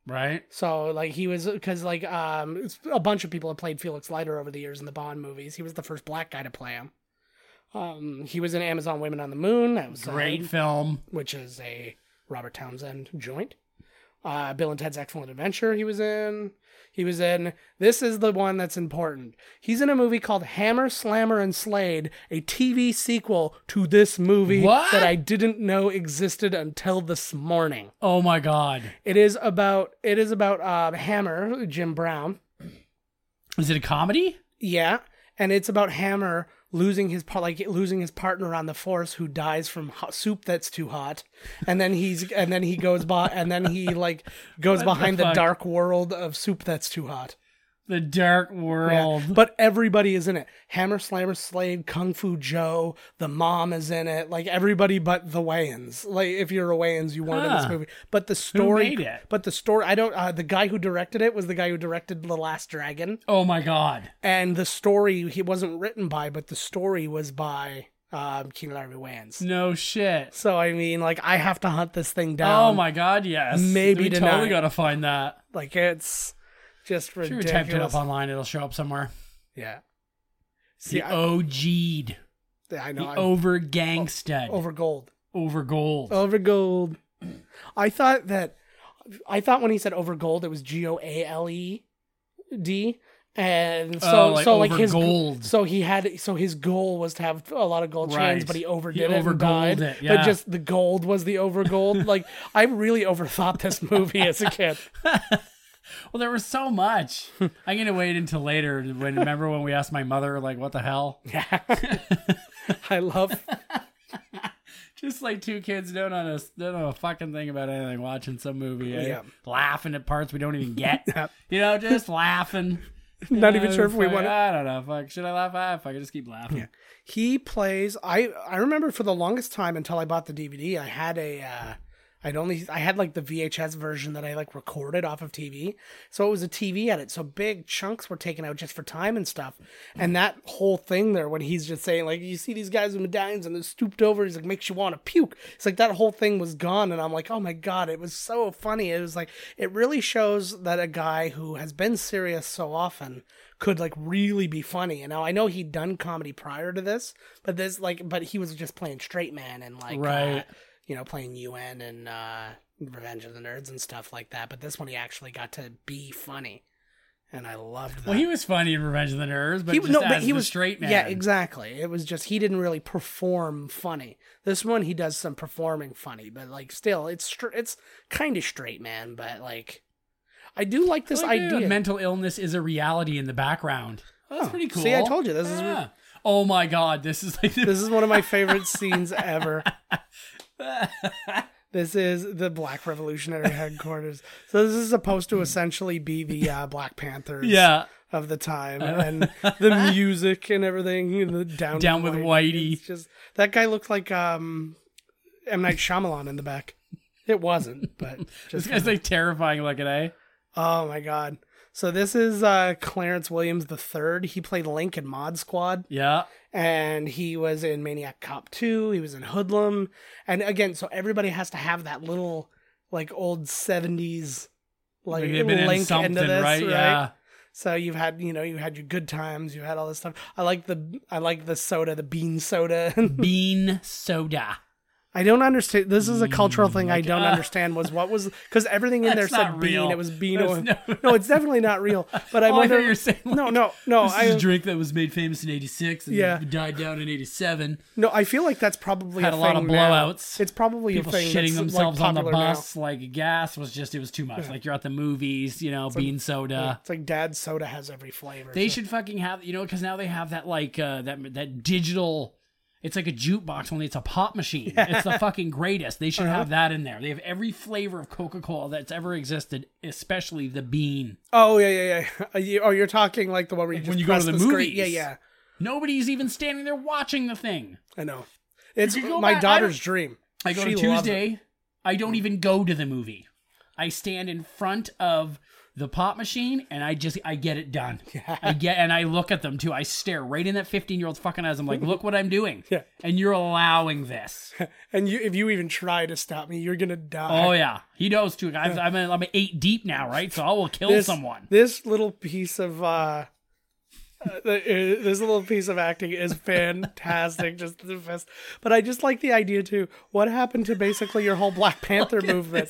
[SPEAKER 1] Right.
[SPEAKER 2] So like he was because like um it's- a bunch of people have played Felix Leiter over the years in the Bond movies. He was the first black guy to play him. Um, he was in Amazon Women on the Moon. That was uh,
[SPEAKER 1] Great film.
[SPEAKER 2] which is a Robert Townsend joint. Uh, Bill and Ted's Excellent Adventure, he was in. He was in. This is the one that's important. He's in a movie called Hammer, Slammer, and Slade, a TV sequel to this movie
[SPEAKER 1] What?
[SPEAKER 2] that I didn't know existed until this morning.
[SPEAKER 1] Oh my god.
[SPEAKER 2] It is about it is about uh, Hammer, Jim Brown.
[SPEAKER 1] Is it a comedy?
[SPEAKER 2] Yeah, and it's about Hammer losing his part, like losing his partner on the force, who dies from hot soup that's too hot, and then he's and then he goes by, and then he like goes
[SPEAKER 1] the
[SPEAKER 2] behind the,
[SPEAKER 1] fuck?
[SPEAKER 2] dark world of soup that's too hot.
[SPEAKER 1] The Dark World.
[SPEAKER 2] Yeah, But everybody is in it. Hammer Slammer Slade, Kung Fu Joe, the mom is in it. Like everybody but the Wayans. Like if you're a Wayans, you weren't in this
[SPEAKER 1] Huh.
[SPEAKER 2] movie. But the story,
[SPEAKER 1] made it?
[SPEAKER 2] but the story, I don't. Uh, the guy who directed it was the guy who directed The Last Dragon
[SPEAKER 1] oh my god.
[SPEAKER 2] and the story he wasn't written by, but the story was by um, King Larry Wans.
[SPEAKER 1] No shit.
[SPEAKER 2] So I mean, like I have to hunt this thing down.
[SPEAKER 1] Oh my god, yes.
[SPEAKER 2] maybe
[SPEAKER 1] we
[SPEAKER 2] tonight.
[SPEAKER 1] totally gotta find that.
[SPEAKER 2] Like it's just
[SPEAKER 1] Sure,
[SPEAKER 2] ridiculous.
[SPEAKER 1] typed it up online, it'll show up somewhere.
[SPEAKER 2] yeah.
[SPEAKER 1] The
[SPEAKER 2] See, I,
[SPEAKER 1] OG'd. The
[SPEAKER 2] I know. I'm
[SPEAKER 1] over gangsta.
[SPEAKER 2] over Oh. gold.
[SPEAKER 1] Over gold.
[SPEAKER 2] Over gold. I thought that. I thought when he said over gold, it was G O A L E D. And so,
[SPEAKER 1] Oh, like
[SPEAKER 2] so like
[SPEAKER 1] over
[SPEAKER 2] his
[SPEAKER 1] gold.
[SPEAKER 2] so he had so his goal was to have a lot of gold chains,
[SPEAKER 1] Right.
[SPEAKER 2] but he overdid
[SPEAKER 1] He
[SPEAKER 2] it and
[SPEAKER 1] overgold
[SPEAKER 2] died.
[SPEAKER 1] it,
[SPEAKER 2] But
[SPEAKER 1] yeah.
[SPEAKER 2] just the gold was the over gold. like I really overthought this movie as a kid.
[SPEAKER 1] Well, there was so much. I'm gonna wait until later. When remember when we asked my mother, like, what the hell?
[SPEAKER 2] Yeah, I love.
[SPEAKER 1] Just like two kids don't know a, don't know a fucking thing about anything. Watching some movie, eh?
[SPEAKER 2] Yeah.
[SPEAKER 1] laughing at parts we don't even get. You know, just laughing.
[SPEAKER 2] Not even
[SPEAKER 1] Uh,
[SPEAKER 2] sure if we
[SPEAKER 1] fuck,
[SPEAKER 2] want to.
[SPEAKER 1] I don't know. Fuck, should I laugh? Ah, fuck, I just keep laughing.
[SPEAKER 2] He plays. I I remember for the longest time until I bought the DVD. I had a. Uh, I'd only I had like the VHS version that I like recorded off of TV, so it was a TV edit. So big chunks were taken out just for time and stuff. And that whole thing there, when he's just saying like, you see these guys with medallions and they're stooped over, he's like makes you want to puke. It's like that whole thing was gone, and I'm like, oh my god, it was so funny. It was like it really shows that a guy who has been serious so often could like really be funny. And now I know he'd done comedy prior to this, but this like, but he was just playing straight man and like
[SPEAKER 1] Right.
[SPEAKER 2] uh, you know, playing UN and uh, Revenge of the Nerds and stuff like that. But this one, he actually got to be funny, and I loved that.
[SPEAKER 1] Well, he was funny in Revenge of the Nerds, but
[SPEAKER 2] He-
[SPEAKER 1] just as the straight man.
[SPEAKER 2] Yeah, exactly. It was just he didn't really perform funny. This one, he does some performing funny, but like still, it's str- it's kind of straight man. But like, I do like this
[SPEAKER 1] Like, dude,
[SPEAKER 2] idea.
[SPEAKER 1] mental illness is a reality in the background. That's
[SPEAKER 2] Oh,
[SPEAKER 1] pretty cool.
[SPEAKER 2] see, I told you, this is-
[SPEAKER 1] Yeah. Oh my god, this is like
[SPEAKER 2] this is one of my favorite scenes ever. This is the Black Revolutionary headquarters. So this is supposed to essentially be the uh, Black Panthers.
[SPEAKER 1] yeah.
[SPEAKER 2] of the time and the music and everything. and the down
[SPEAKER 1] Down with Whitey.
[SPEAKER 2] It's just that guy looked like um, M Night Shyamalan in the back. It wasn't, but
[SPEAKER 1] This
[SPEAKER 2] just
[SPEAKER 1] guy's like terrifying looking, eh?
[SPEAKER 2] oh my god. So this is uh, Clarence Williams the third. He played Link in Mod Squad,
[SPEAKER 1] Yeah.
[SPEAKER 2] and he was in Maniac Cop two. He was in Hoodlum, and again, so everybody has to have that little like old seventies like
[SPEAKER 1] Maybe they've been in
[SPEAKER 2] link
[SPEAKER 1] something,
[SPEAKER 2] into this,
[SPEAKER 1] right? Yeah.
[SPEAKER 2] So you've had, you know, you had your good times, you had all this stuff. I like the, I like the soda, the bean soda.
[SPEAKER 1] Bean soda.
[SPEAKER 2] I don't understand. This is a cultural thing I don't understand. Was what was because everything in there
[SPEAKER 1] Mm, uh, That's
[SPEAKER 2] said
[SPEAKER 1] not
[SPEAKER 2] bean.
[SPEAKER 1] real.
[SPEAKER 2] It was bean.
[SPEAKER 1] That's
[SPEAKER 2] oil. No,
[SPEAKER 1] no-
[SPEAKER 2] it's definitely not real. But I
[SPEAKER 1] Oh, I
[SPEAKER 2] wonder.
[SPEAKER 1] thought you were saying, like,
[SPEAKER 2] no, no, no.
[SPEAKER 1] This
[SPEAKER 2] I
[SPEAKER 1] is a drink that was made famous in '86 and
[SPEAKER 2] Yeah.
[SPEAKER 1] then died down in '87.
[SPEAKER 2] no. I feel like that's probably
[SPEAKER 1] Had a
[SPEAKER 2] a,
[SPEAKER 1] lot
[SPEAKER 2] thing
[SPEAKER 1] of
[SPEAKER 2] now.
[SPEAKER 1] blowouts.
[SPEAKER 2] It's probably
[SPEAKER 1] People
[SPEAKER 2] a thing
[SPEAKER 1] shitting
[SPEAKER 2] that's,
[SPEAKER 1] themselves
[SPEAKER 2] like,
[SPEAKER 1] on the
[SPEAKER 2] popular now.
[SPEAKER 1] bus, like gas was just it was too much. Like you're at the movies, you know, bean soda.
[SPEAKER 2] It's like dad's soda has every flavor.
[SPEAKER 1] They
[SPEAKER 2] so-
[SPEAKER 1] should fucking have you know because now they have that like uh, that that digital. It's like a jukebox only it's a pop machine. It's the fucking greatest. They should
[SPEAKER 2] Uh-huh.
[SPEAKER 1] have that in there. They have every flavor of Coca Cola that's ever existed, especially the bean.
[SPEAKER 2] Oh yeah, yeah, yeah. Are you- Oh, you're talking like the one where you just
[SPEAKER 1] when you go to
[SPEAKER 2] press
[SPEAKER 1] the
[SPEAKER 2] screen.
[SPEAKER 1] movies.
[SPEAKER 2] Yeah, yeah.
[SPEAKER 1] Nobody's even standing there watching the thing.
[SPEAKER 2] I know. It's
[SPEAKER 1] could go
[SPEAKER 2] my
[SPEAKER 1] back- I
[SPEAKER 2] daughter's
[SPEAKER 1] don't-
[SPEAKER 2] dream.
[SPEAKER 1] I go
[SPEAKER 2] She
[SPEAKER 1] to
[SPEAKER 2] loves it.
[SPEAKER 1] Tuesday. I don't even go to the movie. I stand in front of the pop machine and I just I get it done. I get and I look at them too. I stare right in that 15 year old fucking eyes. I'm like, look what I'm doing.
[SPEAKER 2] Yeah.
[SPEAKER 1] And you're allowing this.
[SPEAKER 2] And you, if you even try to stop me, you're gonna die.
[SPEAKER 1] Oh yeah, he knows too. I've, I'm a, I'm a eight deep now, right? So I will kill
[SPEAKER 2] this,
[SPEAKER 1] someone.
[SPEAKER 2] This little piece of uh, uh, this little piece of acting is fantastic, just the best. But I just like the idea too. What happened to basically your whole Black Panther movement?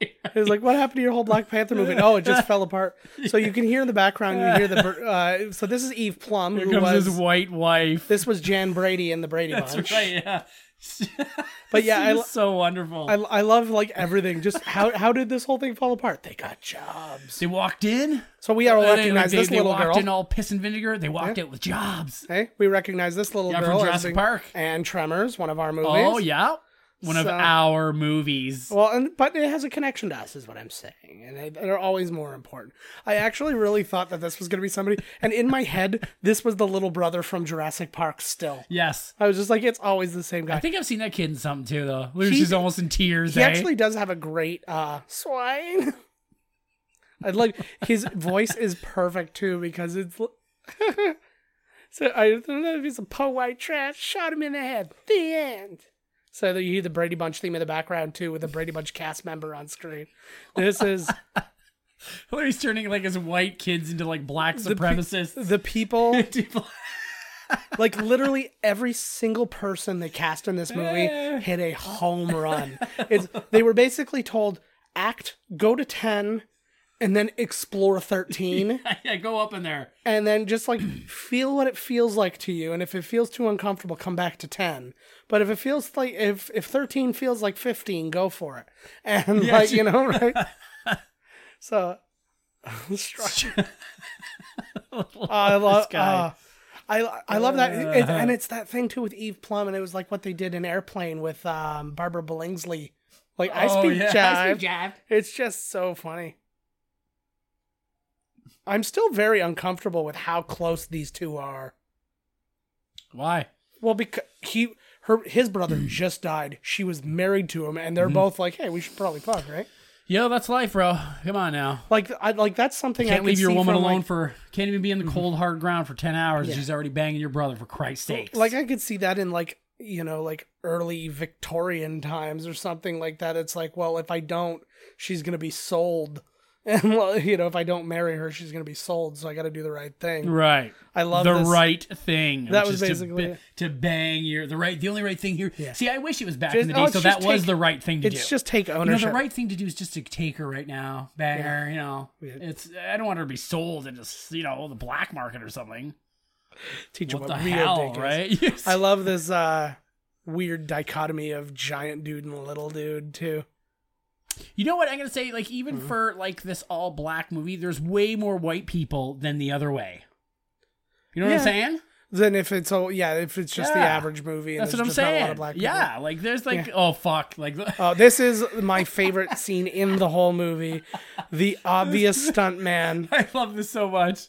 [SPEAKER 2] It was like, what happened to your whole Black Panther movement? Oh, it just fell apart. So you can hear in the background, you hear the. bir- Uh, so this is Eve Plum,
[SPEAKER 1] Here
[SPEAKER 2] who
[SPEAKER 1] comes
[SPEAKER 2] was
[SPEAKER 1] his white wife.
[SPEAKER 2] this was Jan Brady in the Brady Bunch.
[SPEAKER 1] Right, yeah.
[SPEAKER 2] But yeah,
[SPEAKER 1] She
[SPEAKER 2] I,
[SPEAKER 1] was so wonderful.
[SPEAKER 2] I, I love like everything. Just how how did this whole thing fall apart? They got jobs.
[SPEAKER 1] they walked in.
[SPEAKER 2] So we all
[SPEAKER 1] They-
[SPEAKER 2] recognize
[SPEAKER 1] they,
[SPEAKER 2] this
[SPEAKER 1] they
[SPEAKER 2] little
[SPEAKER 1] walked
[SPEAKER 2] girl.
[SPEAKER 1] in all piss and vinegar. They walked out with jobs.
[SPEAKER 2] Hey, we recognize this little
[SPEAKER 1] Yeah, from
[SPEAKER 2] girl as
[SPEAKER 1] Jurassic
[SPEAKER 2] being-
[SPEAKER 1] Park.
[SPEAKER 2] and Tremors, one of our movies.
[SPEAKER 1] Oh yeah, one of
[SPEAKER 2] So-
[SPEAKER 1] our movies.
[SPEAKER 2] Well, and but it has a connection to us, is what I'm saying, and they, they're always more important. I actually really thought that this was going to be somebody, and in my head, this was the little brother from Jurassic Park. Still,
[SPEAKER 1] Yes,
[SPEAKER 2] I was just like, it's always the same guy.
[SPEAKER 1] I think I've seen that kid in something too, though. Lucy's almost in tears.
[SPEAKER 2] He
[SPEAKER 1] eh?
[SPEAKER 2] actually does have a great uh swine. I'd like his voice is perfect too because it's l- so I don't know if he's a po white trash shot him in the head. The end. So that you hear the Brady Bunch theme in the background too with a Brady Bunch cast member on screen. This is
[SPEAKER 1] Larry's turning like his white kids into like black supremacists.
[SPEAKER 2] the people like literally every single person they cast in this movie hit a home run. It's they were basically told act, go to 10 and then explore 13
[SPEAKER 1] yeah, go up in there.
[SPEAKER 2] and then just like feel what it feels like to you and if it feels too uncomfortable come back to 10. But if it feels like if if 13 feels like 15 go for it. And like you know right? so I love uh,
[SPEAKER 1] guy.
[SPEAKER 2] I, I love that, It's- and it's that thing too with Eve Plum, and it was like what they did in Airplane with um, Barbara Billingsley. Like I
[SPEAKER 1] Oh,
[SPEAKER 2] speak
[SPEAKER 1] yeah.
[SPEAKER 2] jive.
[SPEAKER 1] I speak jive.
[SPEAKER 2] It's just so funny. I'm still very uncomfortable with how close these two are.
[SPEAKER 1] Why?
[SPEAKER 2] Well, because he, her, his brother
[SPEAKER 1] Mm.
[SPEAKER 2] just died. She was married to him, and
[SPEAKER 1] Mm-hmm.
[SPEAKER 2] they're both like, "Hey, we should probably fuck, right?"
[SPEAKER 1] Yo, that's life, bro. Come on now.
[SPEAKER 2] Like, I like that's something I
[SPEAKER 1] Can't
[SPEAKER 2] could
[SPEAKER 1] leave your
[SPEAKER 2] see
[SPEAKER 1] woman
[SPEAKER 2] from,
[SPEAKER 1] alone
[SPEAKER 2] like- Mm-hmm.
[SPEAKER 1] for. Can't even be in the cold hard ground for ten hours. She's already banging your brother for Christ's sakes.
[SPEAKER 2] like I could see that in like you know like early Victorian times or something like that. It's like, well, if I don't, she's gonna be sold, and well, you know, if I don't marry her, she's gonna be sold. So I got to do the right thing.
[SPEAKER 1] right.
[SPEAKER 2] I love
[SPEAKER 1] the
[SPEAKER 2] this.
[SPEAKER 1] right thing.
[SPEAKER 2] That
[SPEAKER 1] which
[SPEAKER 2] was
[SPEAKER 1] is
[SPEAKER 2] basically
[SPEAKER 1] to,
[SPEAKER 2] it.
[SPEAKER 1] ba- to bang your the right the only right thing here. See, I wish it was back
[SPEAKER 2] Just-
[SPEAKER 1] in the
[SPEAKER 2] oh,
[SPEAKER 1] day,
[SPEAKER 2] it's
[SPEAKER 1] so
[SPEAKER 2] just
[SPEAKER 1] that was
[SPEAKER 2] take-
[SPEAKER 1] the right thing to do.
[SPEAKER 2] It's just take
[SPEAKER 1] you know,
[SPEAKER 2] ownership.
[SPEAKER 1] the right thing to do is just to take her right now, bang her. You know, it's I don't want her to be sold into you know the black market or something.
[SPEAKER 2] Teach
[SPEAKER 1] What
[SPEAKER 2] them
[SPEAKER 1] the
[SPEAKER 2] real
[SPEAKER 1] hell,
[SPEAKER 2] dick is.
[SPEAKER 1] right?
[SPEAKER 2] I love this uh, weird dichotomy of giant dude and little dude too.
[SPEAKER 1] You know what I'm gonna say? Like even
[SPEAKER 2] Mm-hmm.
[SPEAKER 1] for like this all black movie, there's way more white people than the other way. You know what
[SPEAKER 2] Yeah.
[SPEAKER 1] I'm saying?
[SPEAKER 2] Then if it's all yeah, if it's just the
[SPEAKER 1] Yeah.
[SPEAKER 2] average movie, and
[SPEAKER 1] That's what
[SPEAKER 2] there's
[SPEAKER 1] I'm
[SPEAKER 2] just not A lot
[SPEAKER 1] saying.
[SPEAKER 2] of black people.
[SPEAKER 1] yeah, like there's like oh fuck, like
[SPEAKER 2] Oh, this is my favorite scene in the whole movie. The obvious stunt man.
[SPEAKER 1] I love this so much.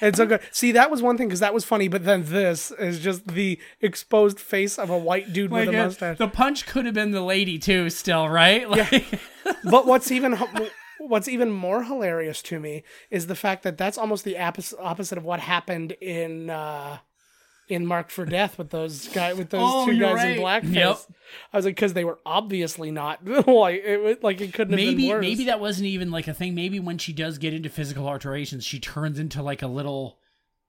[SPEAKER 2] It's so good. See, that was one thing because that was funny, but then this is just the exposed face of a white dude
[SPEAKER 1] like
[SPEAKER 2] with a
[SPEAKER 1] it-
[SPEAKER 2] mustache.
[SPEAKER 1] the punch could have been the lady too, still right? Like,
[SPEAKER 2] but what's even h- what's even more hilarious to me is the fact that that's almost the appos- opposite of what happened in uh, in Mark for Death with those guy with those
[SPEAKER 1] Oh,
[SPEAKER 2] two
[SPEAKER 1] you're
[SPEAKER 2] guys in
[SPEAKER 1] right.
[SPEAKER 2] blackface.
[SPEAKER 1] Yep.
[SPEAKER 2] I was like, because they were obviously not like it. was- Like it couldn't have been
[SPEAKER 1] maybe
[SPEAKER 2] worse.
[SPEAKER 1] maybe that wasn't even like a thing. Maybe when she does get into physical alterations, she turns into like a little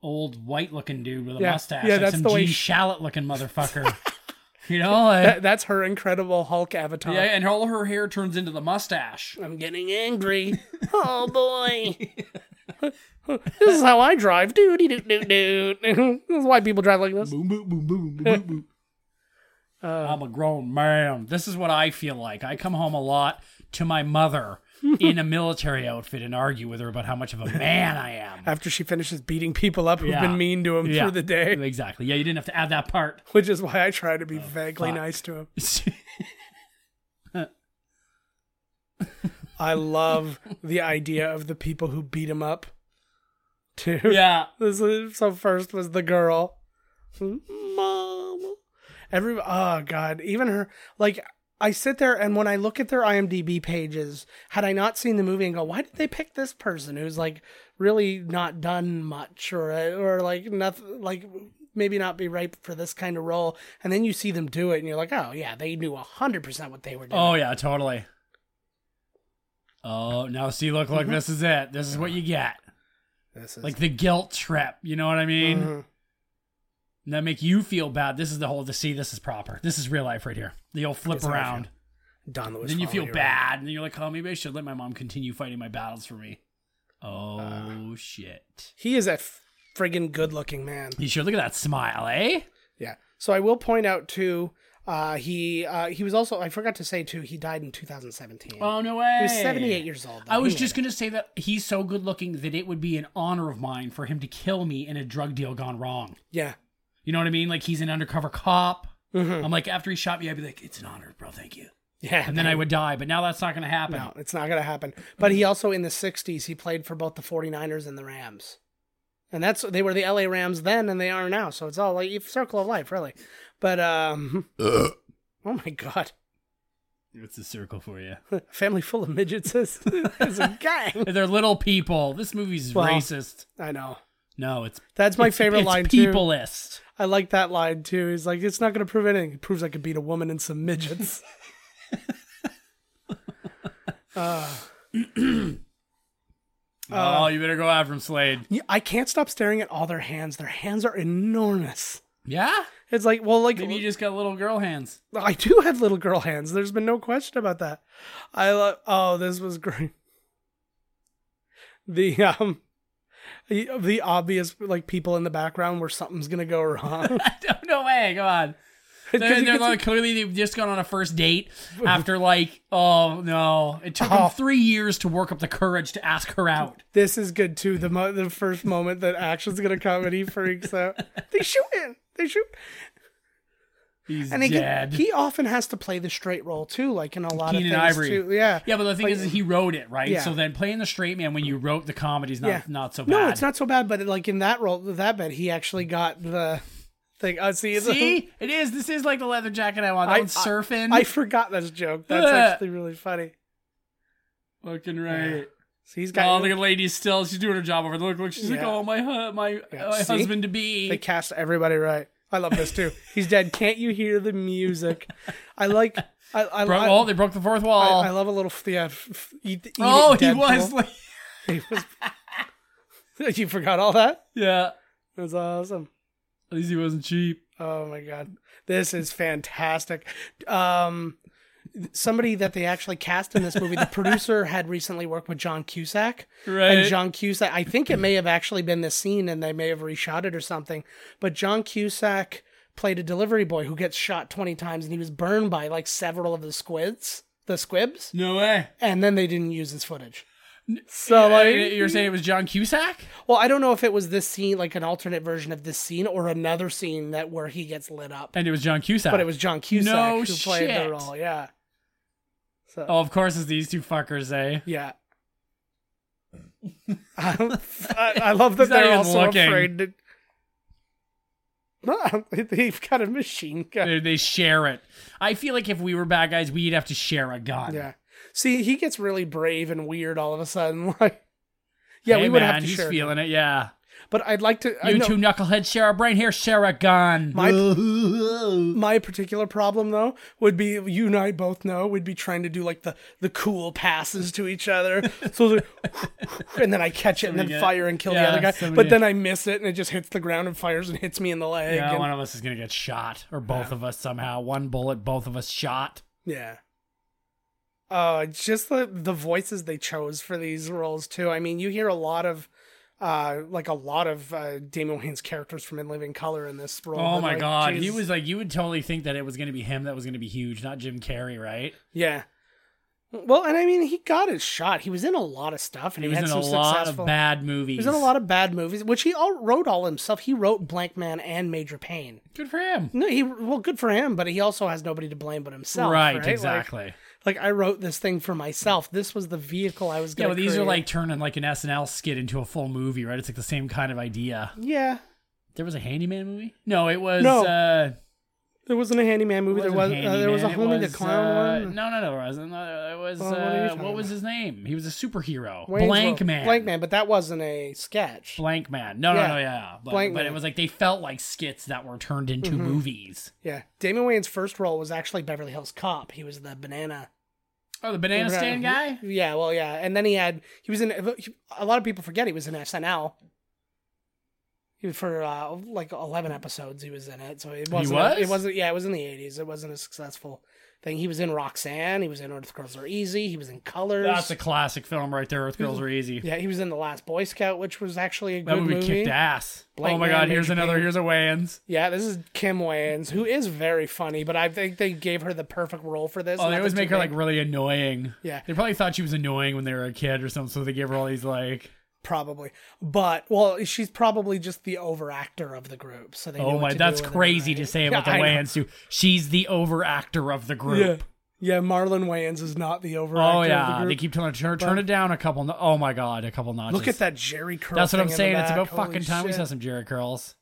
[SPEAKER 1] old white looking dude with a
[SPEAKER 2] Yeah.
[SPEAKER 1] mustache.
[SPEAKER 2] Yeah,
[SPEAKER 1] like
[SPEAKER 2] that's
[SPEAKER 1] some
[SPEAKER 2] the way
[SPEAKER 1] G
[SPEAKER 2] she-
[SPEAKER 1] Shalit looking motherfucker. You know, like-
[SPEAKER 2] That, that's her incredible Hulk avatar.
[SPEAKER 1] yeah, and all her hair turns into the mustache.
[SPEAKER 2] I'm getting angry. oh boy. this is how I drive. Doody doot doot doot. this is why people drive like this.
[SPEAKER 1] Boom, boom, boom, boom, boom, boom, boom.
[SPEAKER 2] Uh.
[SPEAKER 1] I'm a grown man. This is what I feel like. I come home a lot to my mother in a military outfit and argue with her about how much of a man I am.
[SPEAKER 2] After she finishes beating people up who've
[SPEAKER 1] Yeah.
[SPEAKER 2] been mean to him
[SPEAKER 1] Yeah.
[SPEAKER 2] through the day,
[SPEAKER 1] Exactly. Yeah, you didn't have to add that part.
[SPEAKER 2] which is why I try to be vaguely
[SPEAKER 1] Oh, fuck.
[SPEAKER 2] nice to him. I love the idea of the people who beat him up. Too.
[SPEAKER 1] yeah.
[SPEAKER 2] This is, so first was the girl, mom. Every oh god, even her. Like I sit there and when I look at their IMDb pages, had I not seen the movie and go, why did they pick this person who's like really not done much or or like nothing like maybe not be ripe for this kind of role and then you see them do it and you're like oh yeah they knew 100% what they were doing
[SPEAKER 1] Oh yeah, totally. Oh, now see, look, look, this is it. This is what you get.
[SPEAKER 2] this is
[SPEAKER 1] Like the guilt trip. You know what I mean?
[SPEAKER 2] Mhm.
[SPEAKER 1] And that make you feel bad. This is the whole. To see, this is proper. This is real life right here. The old flip
[SPEAKER 2] It's how I feel.
[SPEAKER 1] around.
[SPEAKER 2] Don Lewis
[SPEAKER 1] then you
[SPEAKER 2] following
[SPEAKER 1] feel
[SPEAKER 2] her around.
[SPEAKER 1] bad, and then you're like, "Oh, maybe I should let my mom continue fighting my battles for me." Oh shit!
[SPEAKER 2] he is a friggin good looking man
[SPEAKER 1] You sure look at that smile, eh?
[SPEAKER 2] Yeah. So I will point out too. Uh, he uh, he was also I forgot to say too. He died in 2017.
[SPEAKER 1] Oh no way!
[SPEAKER 2] he was 78 years old. though.
[SPEAKER 1] I was
[SPEAKER 2] He
[SPEAKER 1] just
[SPEAKER 2] made
[SPEAKER 1] gonna say that he's so good looking that it would be an honor of mine for him to kill me in a drug deal gone wrong.
[SPEAKER 2] it. Yeah.
[SPEAKER 1] You know what I mean? Like he's an undercover cop. I'm like, after he shot me, I'd be like, "It's an honor, bro. Thank you."
[SPEAKER 2] Yeah.
[SPEAKER 1] And then I would die, but now that's not gonna happen.
[SPEAKER 2] No, it's not gonna happen. But he also in the 60s he played for both the 49ers and the Rams. And that's they were the LA Rams then and they are now. So it's all like you- circle of life, really. But um Oh my god.
[SPEAKER 1] It's a circle for you.
[SPEAKER 2] A family full of midgets is, is a gang.
[SPEAKER 1] They're little people. This movie's
[SPEAKER 2] Well-
[SPEAKER 1] racist.
[SPEAKER 2] I know.
[SPEAKER 1] No, it's
[SPEAKER 2] That's my
[SPEAKER 1] it's-
[SPEAKER 2] favorite
[SPEAKER 1] it's
[SPEAKER 2] line too.
[SPEAKER 1] Peopleist.
[SPEAKER 2] I like that line too. He's like, it's not going to prove anything. It proves I could beat a woman and some midgets.
[SPEAKER 1] oh, you better go after him, Slade.
[SPEAKER 2] Yeah, I can't stop staring at all their hands. Their hands are enormous.
[SPEAKER 1] Yeah?
[SPEAKER 2] It's like, well, like
[SPEAKER 1] Maybe you just got little girl hands.
[SPEAKER 2] I do have little girl hands. There's been no question about that. I love. Oh, this was great. The um, the, the obvious like people in the background where something's gonna go wrong.
[SPEAKER 1] no way, come on.
[SPEAKER 2] 'Cause
[SPEAKER 1] They're,
[SPEAKER 2] you
[SPEAKER 1] they're
[SPEAKER 2] can see-
[SPEAKER 1] like, clearly they've just gone on a first date after like, oh no. It took them three years to work up the courage to ask her out.
[SPEAKER 2] this is good too. The mo- the first moment that action's gonna come and he freaks out. They shoot him. They shoot.
[SPEAKER 1] He's
[SPEAKER 2] And he, can-
[SPEAKER 1] dead.
[SPEAKER 2] he often has to play the straight role too, like in a lot
[SPEAKER 1] Keenan
[SPEAKER 2] of things
[SPEAKER 1] Ivory.
[SPEAKER 2] too. Yeah.
[SPEAKER 1] yeah, but the thing
[SPEAKER 2] Like-
[SPEAKER 1] is, he wrote it, right?
[SPEAKER 2] Yeah.
[SPEAKER 1] So then playing the straight man when you wrote the comedy's not,
[SPEAKER 2] yeah.
[SPEAKER 1] not so bad.
[SPEAKER 2] No, it's not so bad, but like in that role, that bit, he actually got the thing. Uh, see, the-
[SPEAKER 1] See? It is. This is like the leather jacket I want. That
[SPEAKER 2] I-
[SPEAKER 1] one's surfing.
[SPEAKER 2] I forgot this joke. That's
[SPEAKER 1] Ugh.
[SPEAKER 2] actually really funny.
[SPEAKER 1] Fucking right.
[SPEAKER 2] So he's
[SPEAKER 1] Oh,
[SPEAKER 2] got.
[SPEAKER 1] look at lady's still. She's doing her job over there. Look, look. She's like,
[SPEAKER 2] Yeah.
[SPEAKER 1] oh my, hu- my,
[SPEAKER 2] Yeah,
[SPEAKER 1] my
[SPEAKER 2] see?
[SPEAKER 1] husband to be.
[SPEAKER 2] they cast everybody right. I love this too. he's dead. Can't you hear the music? I like. I I,
[SPEAKER 1] broke,
[SPEAKER 2] I,
[SPEAKER 1] oh, they broke the fourth
[SPEAKER 2] I,
[SPEAKER 1] wall.
[SPEAKER 2] I love a little. f- Yeah, f- f- eat, eat
[SPEAKER 1] oh,
[SPEAKER 2] it,
[SPEAKER 1] he
[SPEAKER 2] Deadpool.
[SPEAKER 1] was. Like,
[SPEAKER 2] He was- you forgot all that?
[SPEAKER 1] yeah,
[SPEAKER 2] That's awesome.
[SPEAKER 1] at least he wasn't cheap.
[SPEAKER 2] Oh my god, this is fantastic. Um, somebody that they actually cast in this movie, the producer had recently worked with John Cusack,
[SPEAKER 1] Right.
[SPEAKER 2] and John Cusack. I think it may have actually been this scene, and they may have reshot it or something. But John Cusack played a delivery boy who gets shot twenty times, and he was burned by like several of the squids, the squibs,
[SPEAKER 1] No way.
[SPEAKER 2] and then they didn't use his footage. So like,
[SPEAKER 1] You're saying it was John Cusack?
[SPEAKER 2] well, I don't know if it was this scene, like an alternate version of this scene, or another scene that where he gets lit up
[SPEAKER 1] And it was John Cusack.
[SPEAKER 2] but it was John Cusack
[SPEAKER 1] No
[SPEAKER 2] who played
[SPEAKER 1] shit.
[SPEAKER 2] the role. Yeah. So
[SPEAKER 1] Oh, of course, it's these two fuckers, eh?
[SPEAKER 2] yeah. I, I I love that
[SPEAKER 1] He's not
[SPEAKER 2] they're
[SPEAKER 1] even
[SPEAKER 2] also
[SPEAKER 1] looking.
[SPEAKER 2] afraid to. No, they've got a machine gun.
[SPEAKER 1] They, they share it. I feel like if we were bad guys, we'd have to share a gun.
[SPEAKER 2] Yeah. See, he gets really brave and weird all of a sudden. Like, yeah,
[SPEAKER 1] Hey,
[SPEAKER 2] we would
[SPEAKER 1] man,
[SPEAKER 2] have to
[SPEAKER 1] he's
[SPEAKER 2] share.
[SPEAKER 1] feeling it. Yeah.
[SPEAKER 2] But I'd like to. I
[SPEAKER 1] You
[SPEAKER 2] know-
[SPEAKER 1] two knuckleheads share a brain. Here's Sarah Gunn.
[SPEAKER 2] My, my particular problem though would be you and I both know we'd be trying to do like the the cool passes to each other. So it's like, and then I catch it and then
[SPEAKER 1] get-
[SPEAKER 2] fire and kill
[SPEAKER 1] yeah,
[SPEAKER 2] the other guy.
[SPEAKER 1] somebody-
[SPEAKER 2] But then I miss it and it just hits the ground and fires and hits me in the leg.
[SPEAKER 1] Yeah,
[SPEAKER 2] and-
[SPEAKER 1] one of us is gonna get shot, or both of us somehow. One bullet, both of us shot.
[SPEAKER 2] Yeah. Uh, just the the voices they chose for these roles too. I mean, you hear a lot of, uh, like a lot of uh, Damon Wayne's characters from In Living Color in this role.
[SPEAKER 1] Oh
[SPEAKER 2] but,
[SPEAKER 1] my
[SPEAKER 2] like,
[SPEAKER 1] god, he
[SPEAKER 2] geez.
[SPEAKER 1] was like, you would totally think that it was gonna be him that was gonna be huge, not Jim Carrey, right?
[SPEAKER 2] yeah. Well, and I mean, he got his shot. He was in a lot of stuff, and
[SPEAKER 1] He
[SPEAKER 2] he,
[SPEAKER 1] was in
[SPEAKER 2] had
[SPEAKER 1] a
[SPEAKER 2] some
[SPEAKER 1] lot
[SPEAKER 2] successful.
[SPEAKER 1] of bad movies.
[SPEAKER 2] he was in a lot of bad movies, which he all wrote all himself. He wrote Blank Man and Major Pain.
[SPEAKER 1] good for him.
[SPEAKER 2] No, he well, good for him, but he also has nobody to blame but himself.
[SPEAKER 1] right,
[SPEAKER 2] Right, Like-
[SPEAKER 1] exactly.
[SPEAKER 2] Like, I wrote this thing for myself. This was the vehicle I was
[SPEAKER 1] yeah,
[SPEAKER 2] going.
[SPEAKER 1] well, these are
[SPEAKER 2] create.
[SPEAKER 1] like turning like an SNL skit into a full movie, right? It's like the same kind of idea.
[SPEAKER 2] yeah.
[SPEAKER 1] There was a handyman movie. No, it was.
[SPEAKER 2] No.
[SPEAKER 1] Uh,
[SPEAKER 2] There wasn't a handyman movie. There
[SPEAKER 1] wasn't
[SPEAKER 2] was uh,
[SPEAKER 1] Handyman,
[SPEAKER 2] there was a
[SPEAKER 1] it
[SPEAKER 2] Homie
[SPEAKER 1] was,
[SPEAKER 2] the Clown
[SPEAKER 1] uh,
[SPEAKER 2] one.
[SPEAKER 1] No, no, no, there wasn't. Uh, It was
[SPEAKER 2] Well, what are you
[SPEAKER 1] uh,
[SPEAKER 2] talking
[SPEAKER 1] what was
[SPEAKER 2] about?
[SPEAKER 1] his name? He was a superhero.
[SPEAKER 2] Wayne's
[SPEAKER 1] Blank
[SPEAKER 2] World.
[SPEAKER 1] man.
[SPEAKER 2] Blank man, but that wasn't a sketch.
[SPEAKER 1] Blank man. No,
[SPEAKER 2] Yeah.
[SPEAKER 1] no, no, yeah. But,
[SPEAKER 2] Blank
[SPEAKER 1] but it
[SPEAKER 2] Man. Mm-hmm.
[SPEAKER 1] was like they felt like skits that were turned into movies.
[SPEAKER 2] Yeah, Damon Wayne's first role was actually Beverly Hills Cop. He was the banana.
[SPEAKER 1] Oh, the banana stand guy.
[SPEAKER 2] Yeah, well, yeah, and then he had he was in a lot of people forget he was in SNL. He was for uh, like eleven episodes. He was in it, so it wasn't.
[SPEAKER 1] was?
[SPEAKER 2] It wasn't. Yeah, it was in the eighties. It wasn't a successful thing. He was in Roxanne. He was in Earth Girls Are Easy. He was in Colors.
[SPEAKER 1] That's a classic film right there. Earth Girls Are Easy.
[SPEAKER 2] yeah, he was in The Last Boy Scout, which was actually a
[SPEAKER 1] That
[SPEAKER 2] good
[SPEAKER 1] movie, kicked ass.
[SPEAKER 2] Blank
[SPEAKER 1] oh my
[SPEAKER 2] Man,
[SPEAKER 1] god, here's
[SPEAKER 2] Major
[SPEAKER 1] another.
[SPEAKER 2] Payne.
[SPEAKER 1] Here's a Wayans.
[SPEAKER 2] Yeah, this is Kim Wayans, who is very funny, but I think they gave her the perfect role for this.
[SPEAKER 1] Oh,
[SPEAKER 2] and
[SPEAKER 1] they
[SPEAKER 2] that
[SPEAKER 1] always
[SPEAKER 2] was
[SPEAKER 1] make
[SPEAKER 2] to
[SPEAKER 1] her like really annoying.
[SPEAKER 2] Yeah.
[SPEAKER 1] They probably thought she was annoying when they were a kid or something, so they gave her all these like
[SPEAKER 2] probably, but well, she's probably just the overactor of the group. So they. knew
[SPEAKER 1] Oh
[SPEAKER 2] what
[SPEAKER 1] my
[SPEAKER 2] to
[SPEAKER 1] that's
[SPEAKER 2] do with
[SPEAKER 1] crazy
[SPEAKER 2] her,
[SPEAKER 1] to
[SPEAKER 2] right?
[SPEAKER 1] say about
[SPEAKER 2] Yeah,
[SPEAKER 1] the
[SPEAKER 2] I know.
[SPEAKER 1] Wayans too. She's the overactor of the group.
[SPEAKER 2] Yeah, yeah, Marlon Wayans is not the overactor.
[SPEAKER 1] Oh
[SPEAKER 2] of the
[SPEAKER 1] yeah. They
[SPEAKER 2] group.
[SPEAKER 1] keep telling her turn, turn it down a couple no- oh my god, a couple notches.
[SPEAKER 2] Look at that Jerry curl.
[SPEAKER 1] That's what I'm
[SPEAKER 2] thing in the
[SPEAKER 1] saying. It's
[SPEAKER 2] back.
[SPEAKER 1] about
[SPEAKER 2] Holy
[SPEAKER 1] fucking time we
[SPEAKER 2] shit.
[SPEAKER 1] saw some Jerry curls.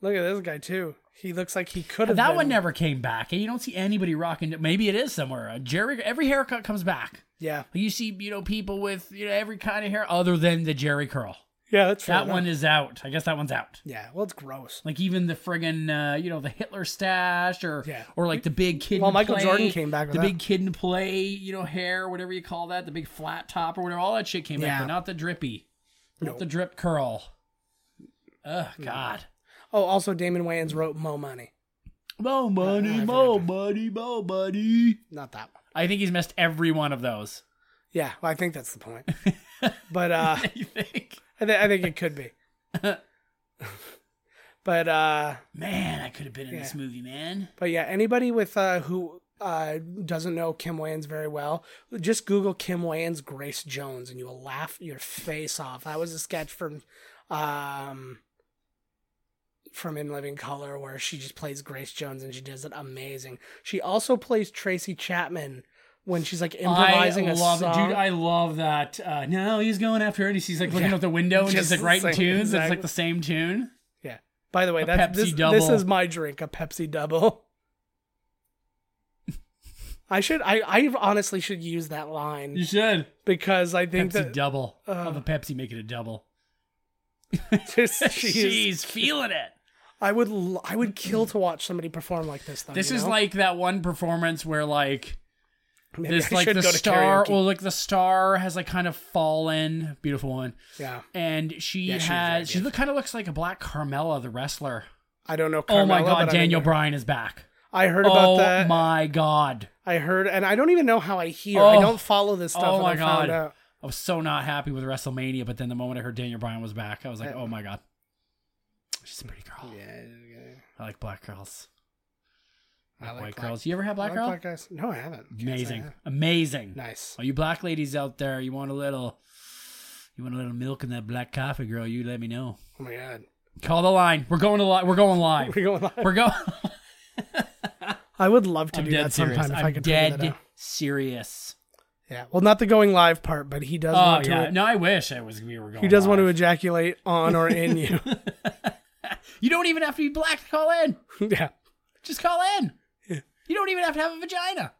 [SPEAKER 2] Look at this guy too. He looks like he could have.
[SPEAKER 1] That
[SPEAKER 2] been.
[SPEAKER 1] one never came back. You don't see anybody rocking. Maybe it is somewhere. A Jerry, every haircut comes back.
[SPEAKER 2] Yeah,
[SPEAKER 1] You see, you know, people with you know every kind of hair other than the Jerry curl.
[SPEAKER 2] yeah, that's fair
[SPEAKER 1] That
[SPEAKER 2] enough.
[SPEAKER 1] one is out. I guess that one's out.
[SPEAKER 2] Yeah, well, it's gross.
[SPEAKER 1] Like even the friggin' uh, you know the Hitler stash or
[SPEAKER 2] Yeah.
[SPEAKER 1] or like the big kid.
[SPEAKER 2] Well,
[SPEAKER 1] in
[SPEAKER 2] Michael
[SPEAKER 1] play,
[SPEAKER 2] Jordan came back with
[SPEAKER 1] the
[SPEAKER 2] that.
[SPEAKER 1] big kid in play you know hair whatever you call that the big flat top or whatever all that shit came back
[SPEAKER 2] Yeah.
[SPEAKER 1] but not the drippy, not
[SPEAKER 2] Nope.
[SPEAKER 1] the drip curl. Oh God.
[SPEAKER 2] Oh, also Damon Wayans wrote Mo Money.
[SPEAKER 1] Mo money, mo money, mo money.
[SPEAKER 2] Not that one.
[SPEAKER 1] I think he's missed every one of those.
[SPEAKER 2] Yeah, well, I think that's the point. but uh,
[SPEAKER 1] You think?
[SPEAKER 2] I, th- I think it could be. but uh,
[SPEAKER 1] Man, I could have been in this
[SPEAKER 2] Yeah.
[SPEAKER 1] movie, man.
[SPEAKER 2] but yeah, anybody with uh, who uh, doesn't know Kim Wayans very well, just Google Kim Wayans Grace Jones, and you will laugh your face off. That was a sketch from um, from In Living Color where she just plays Grace Jones, and she does it amazing. She also plays Tracy Chapman when she's like improvising
[SPEAKER 1] I
[SPEAKER 2] a
[SPEAKER 1] love,
[SPEAKER 2] song.
[SPEAKER 1] dude. I love that. Uh, no, he's going after her, and she's like looking
[SPEAKER 2] Yeah.
[SPEAKER 1] out the window, and
[SPEAKER 2] Just
[SPEAKER 1] she's like writing
[SPEAKER 2] the same-
[SPEAKER 1] tunes. It's like
[SPEAKER 2] exactly.
[SPEAKER 1] the same tune.
[SPEAKER 2] yeah. By the way,
[SPEAKER 1] A
[SPEAKER 2] that's
[SPEAKER 1] Pepsi
[SPEAKER 2] this, this
[SPEAKER 1] double.
[SPEAKER 2] is my drink, a Pepsi double. I should I, I honestly should use that line
[SPEAKER 1] You should
[SPEAKER 2] because I think
[SPEAKER 1] Pepsi
[SPEAKER 2] that
[SPEAKER 1] double.
[SPEAKER 2] uh,
[SPEAKER 1] oh, the Pepsi make it a double.
[SPEAKER 2] Just- jeez.
[SPEAKER 1] She's feeling it.
[SPEAKER 2] I would l- I would kill to watch somebody perform like this. Though,
[SPEAKER 1] This
[SPEAKER 2] you
[SPEAKER 1] is
[SPEAKER 2] know?
[SPEAKER 1] like that one performance where like
[SPEAKER 2] Maybe
[SPEAKER 1] this
[SPEAKER 2] I
[SPEAKER 1] like
[SPEAKER 2] should
[SPEAKER 1] the
[SPEAKER 2] go to
[SPEAKER 1] star
[SPEAKER 2] karaoke.
[SPEAKER 1] well like the star has like kind of fallen beautiful woman
[SPEAKER 2] yeah,
[SPEAKER 1] and she
[SPEAKER 2] Yeah, she was very
[SPEAKER 1] has she look, kind of looks like a black Carmella the wrestler
[SPEAKER 2] I don't know.
[SPEAKER 1] oh my
[SPEAKER 2] Carmella,
[SPEAKER 1] god
[SPEAKER 2] but I
[SPEAKER 1] Daniel
[SPEAKER 2] mean,
[SPEAKER 1] Bryan is back
[SPEAKER 2] I heard about
[SPEAKER 1] oh
[SPEAKER 2] that.
[SPEAKER 1] my god
[SPEAKER 2] I heard, and I don't even know how I hear.
[SPEAKER 1] Oh.
[SPEAKER 2] I don't follow this stuff.
[SPEAKER 1] oh
[SPEAKER 2] and
[SPEAKER 1] my
[SPEAKER 2] I found
[SPEAKER 1] god
[SPEAKER 2] out.
[SPEAKER 1] I was so not happy with WrestleMania but then the moment I heard Daniel Bryan was back I was like
[SPEAKER 2] Yeah.
[SPEAKER 1] oh my god she's a pretty girl
[SPEAKER 2] Yeah, yeah.
[SPEAKER 1] I like black girls I like
[SPEAKER 2] like
[SPEAKER 1] white
[SPEAKER 2] black-
[SPEAKER 1] girls you ever had black
[SPEAKER 2] I like
[SPEAKER 1] girl
[SPEAKER 2] black guys. No, I haven't. Can't say I
[SPEAKER 1] amazing
[SPEAKER 2] have.
[SPEAKER 1] amazing
[SPEAKER 2] Nice.
[SPEAKER 1] All you black ladies out there, you want a little, you want a little milk in that black coffee, girl? You let me know.
[SPEAKER 2] Oh my god.
[SPEAKER 1] Call the line. We're going to li- We're going live.
[SPEAKER 2] We're going live.
[SPEAKER 1] We're going.
[SPEAKER 2] I would love to
[SPEAKER 1] I'm
[SPEAKER 2] do
[SPEAKER 1] dead
[SPEAKER 2] that sometime
[SPEAKER 1] serious.
[SPEAKER 2] if
[SPEAKER 1] I'm
[SPEAKER 2] could figure that
[SPEAKER 1] dead
[SPEAKER 2] out.
[SPEAKER 1] serious.
[SPEAKER 2] Yeah. Well, not the going live part, but he does
[SPEAKER 1] Oh
[SPEAKER 2] want to.
[SPEAKER 1] yeah. No, I wish I was. We were going.
[SPEAKER 2] He does want to
[SPEAKER 1] live.
[SPEAKER 2] ejaculate on or in you.
[SPEAKER 1] You don't even have to be black to call in.
[SPEAKER 2] yeah.
[SPEAKER 1] Just call in. You don't even have to have a vagina.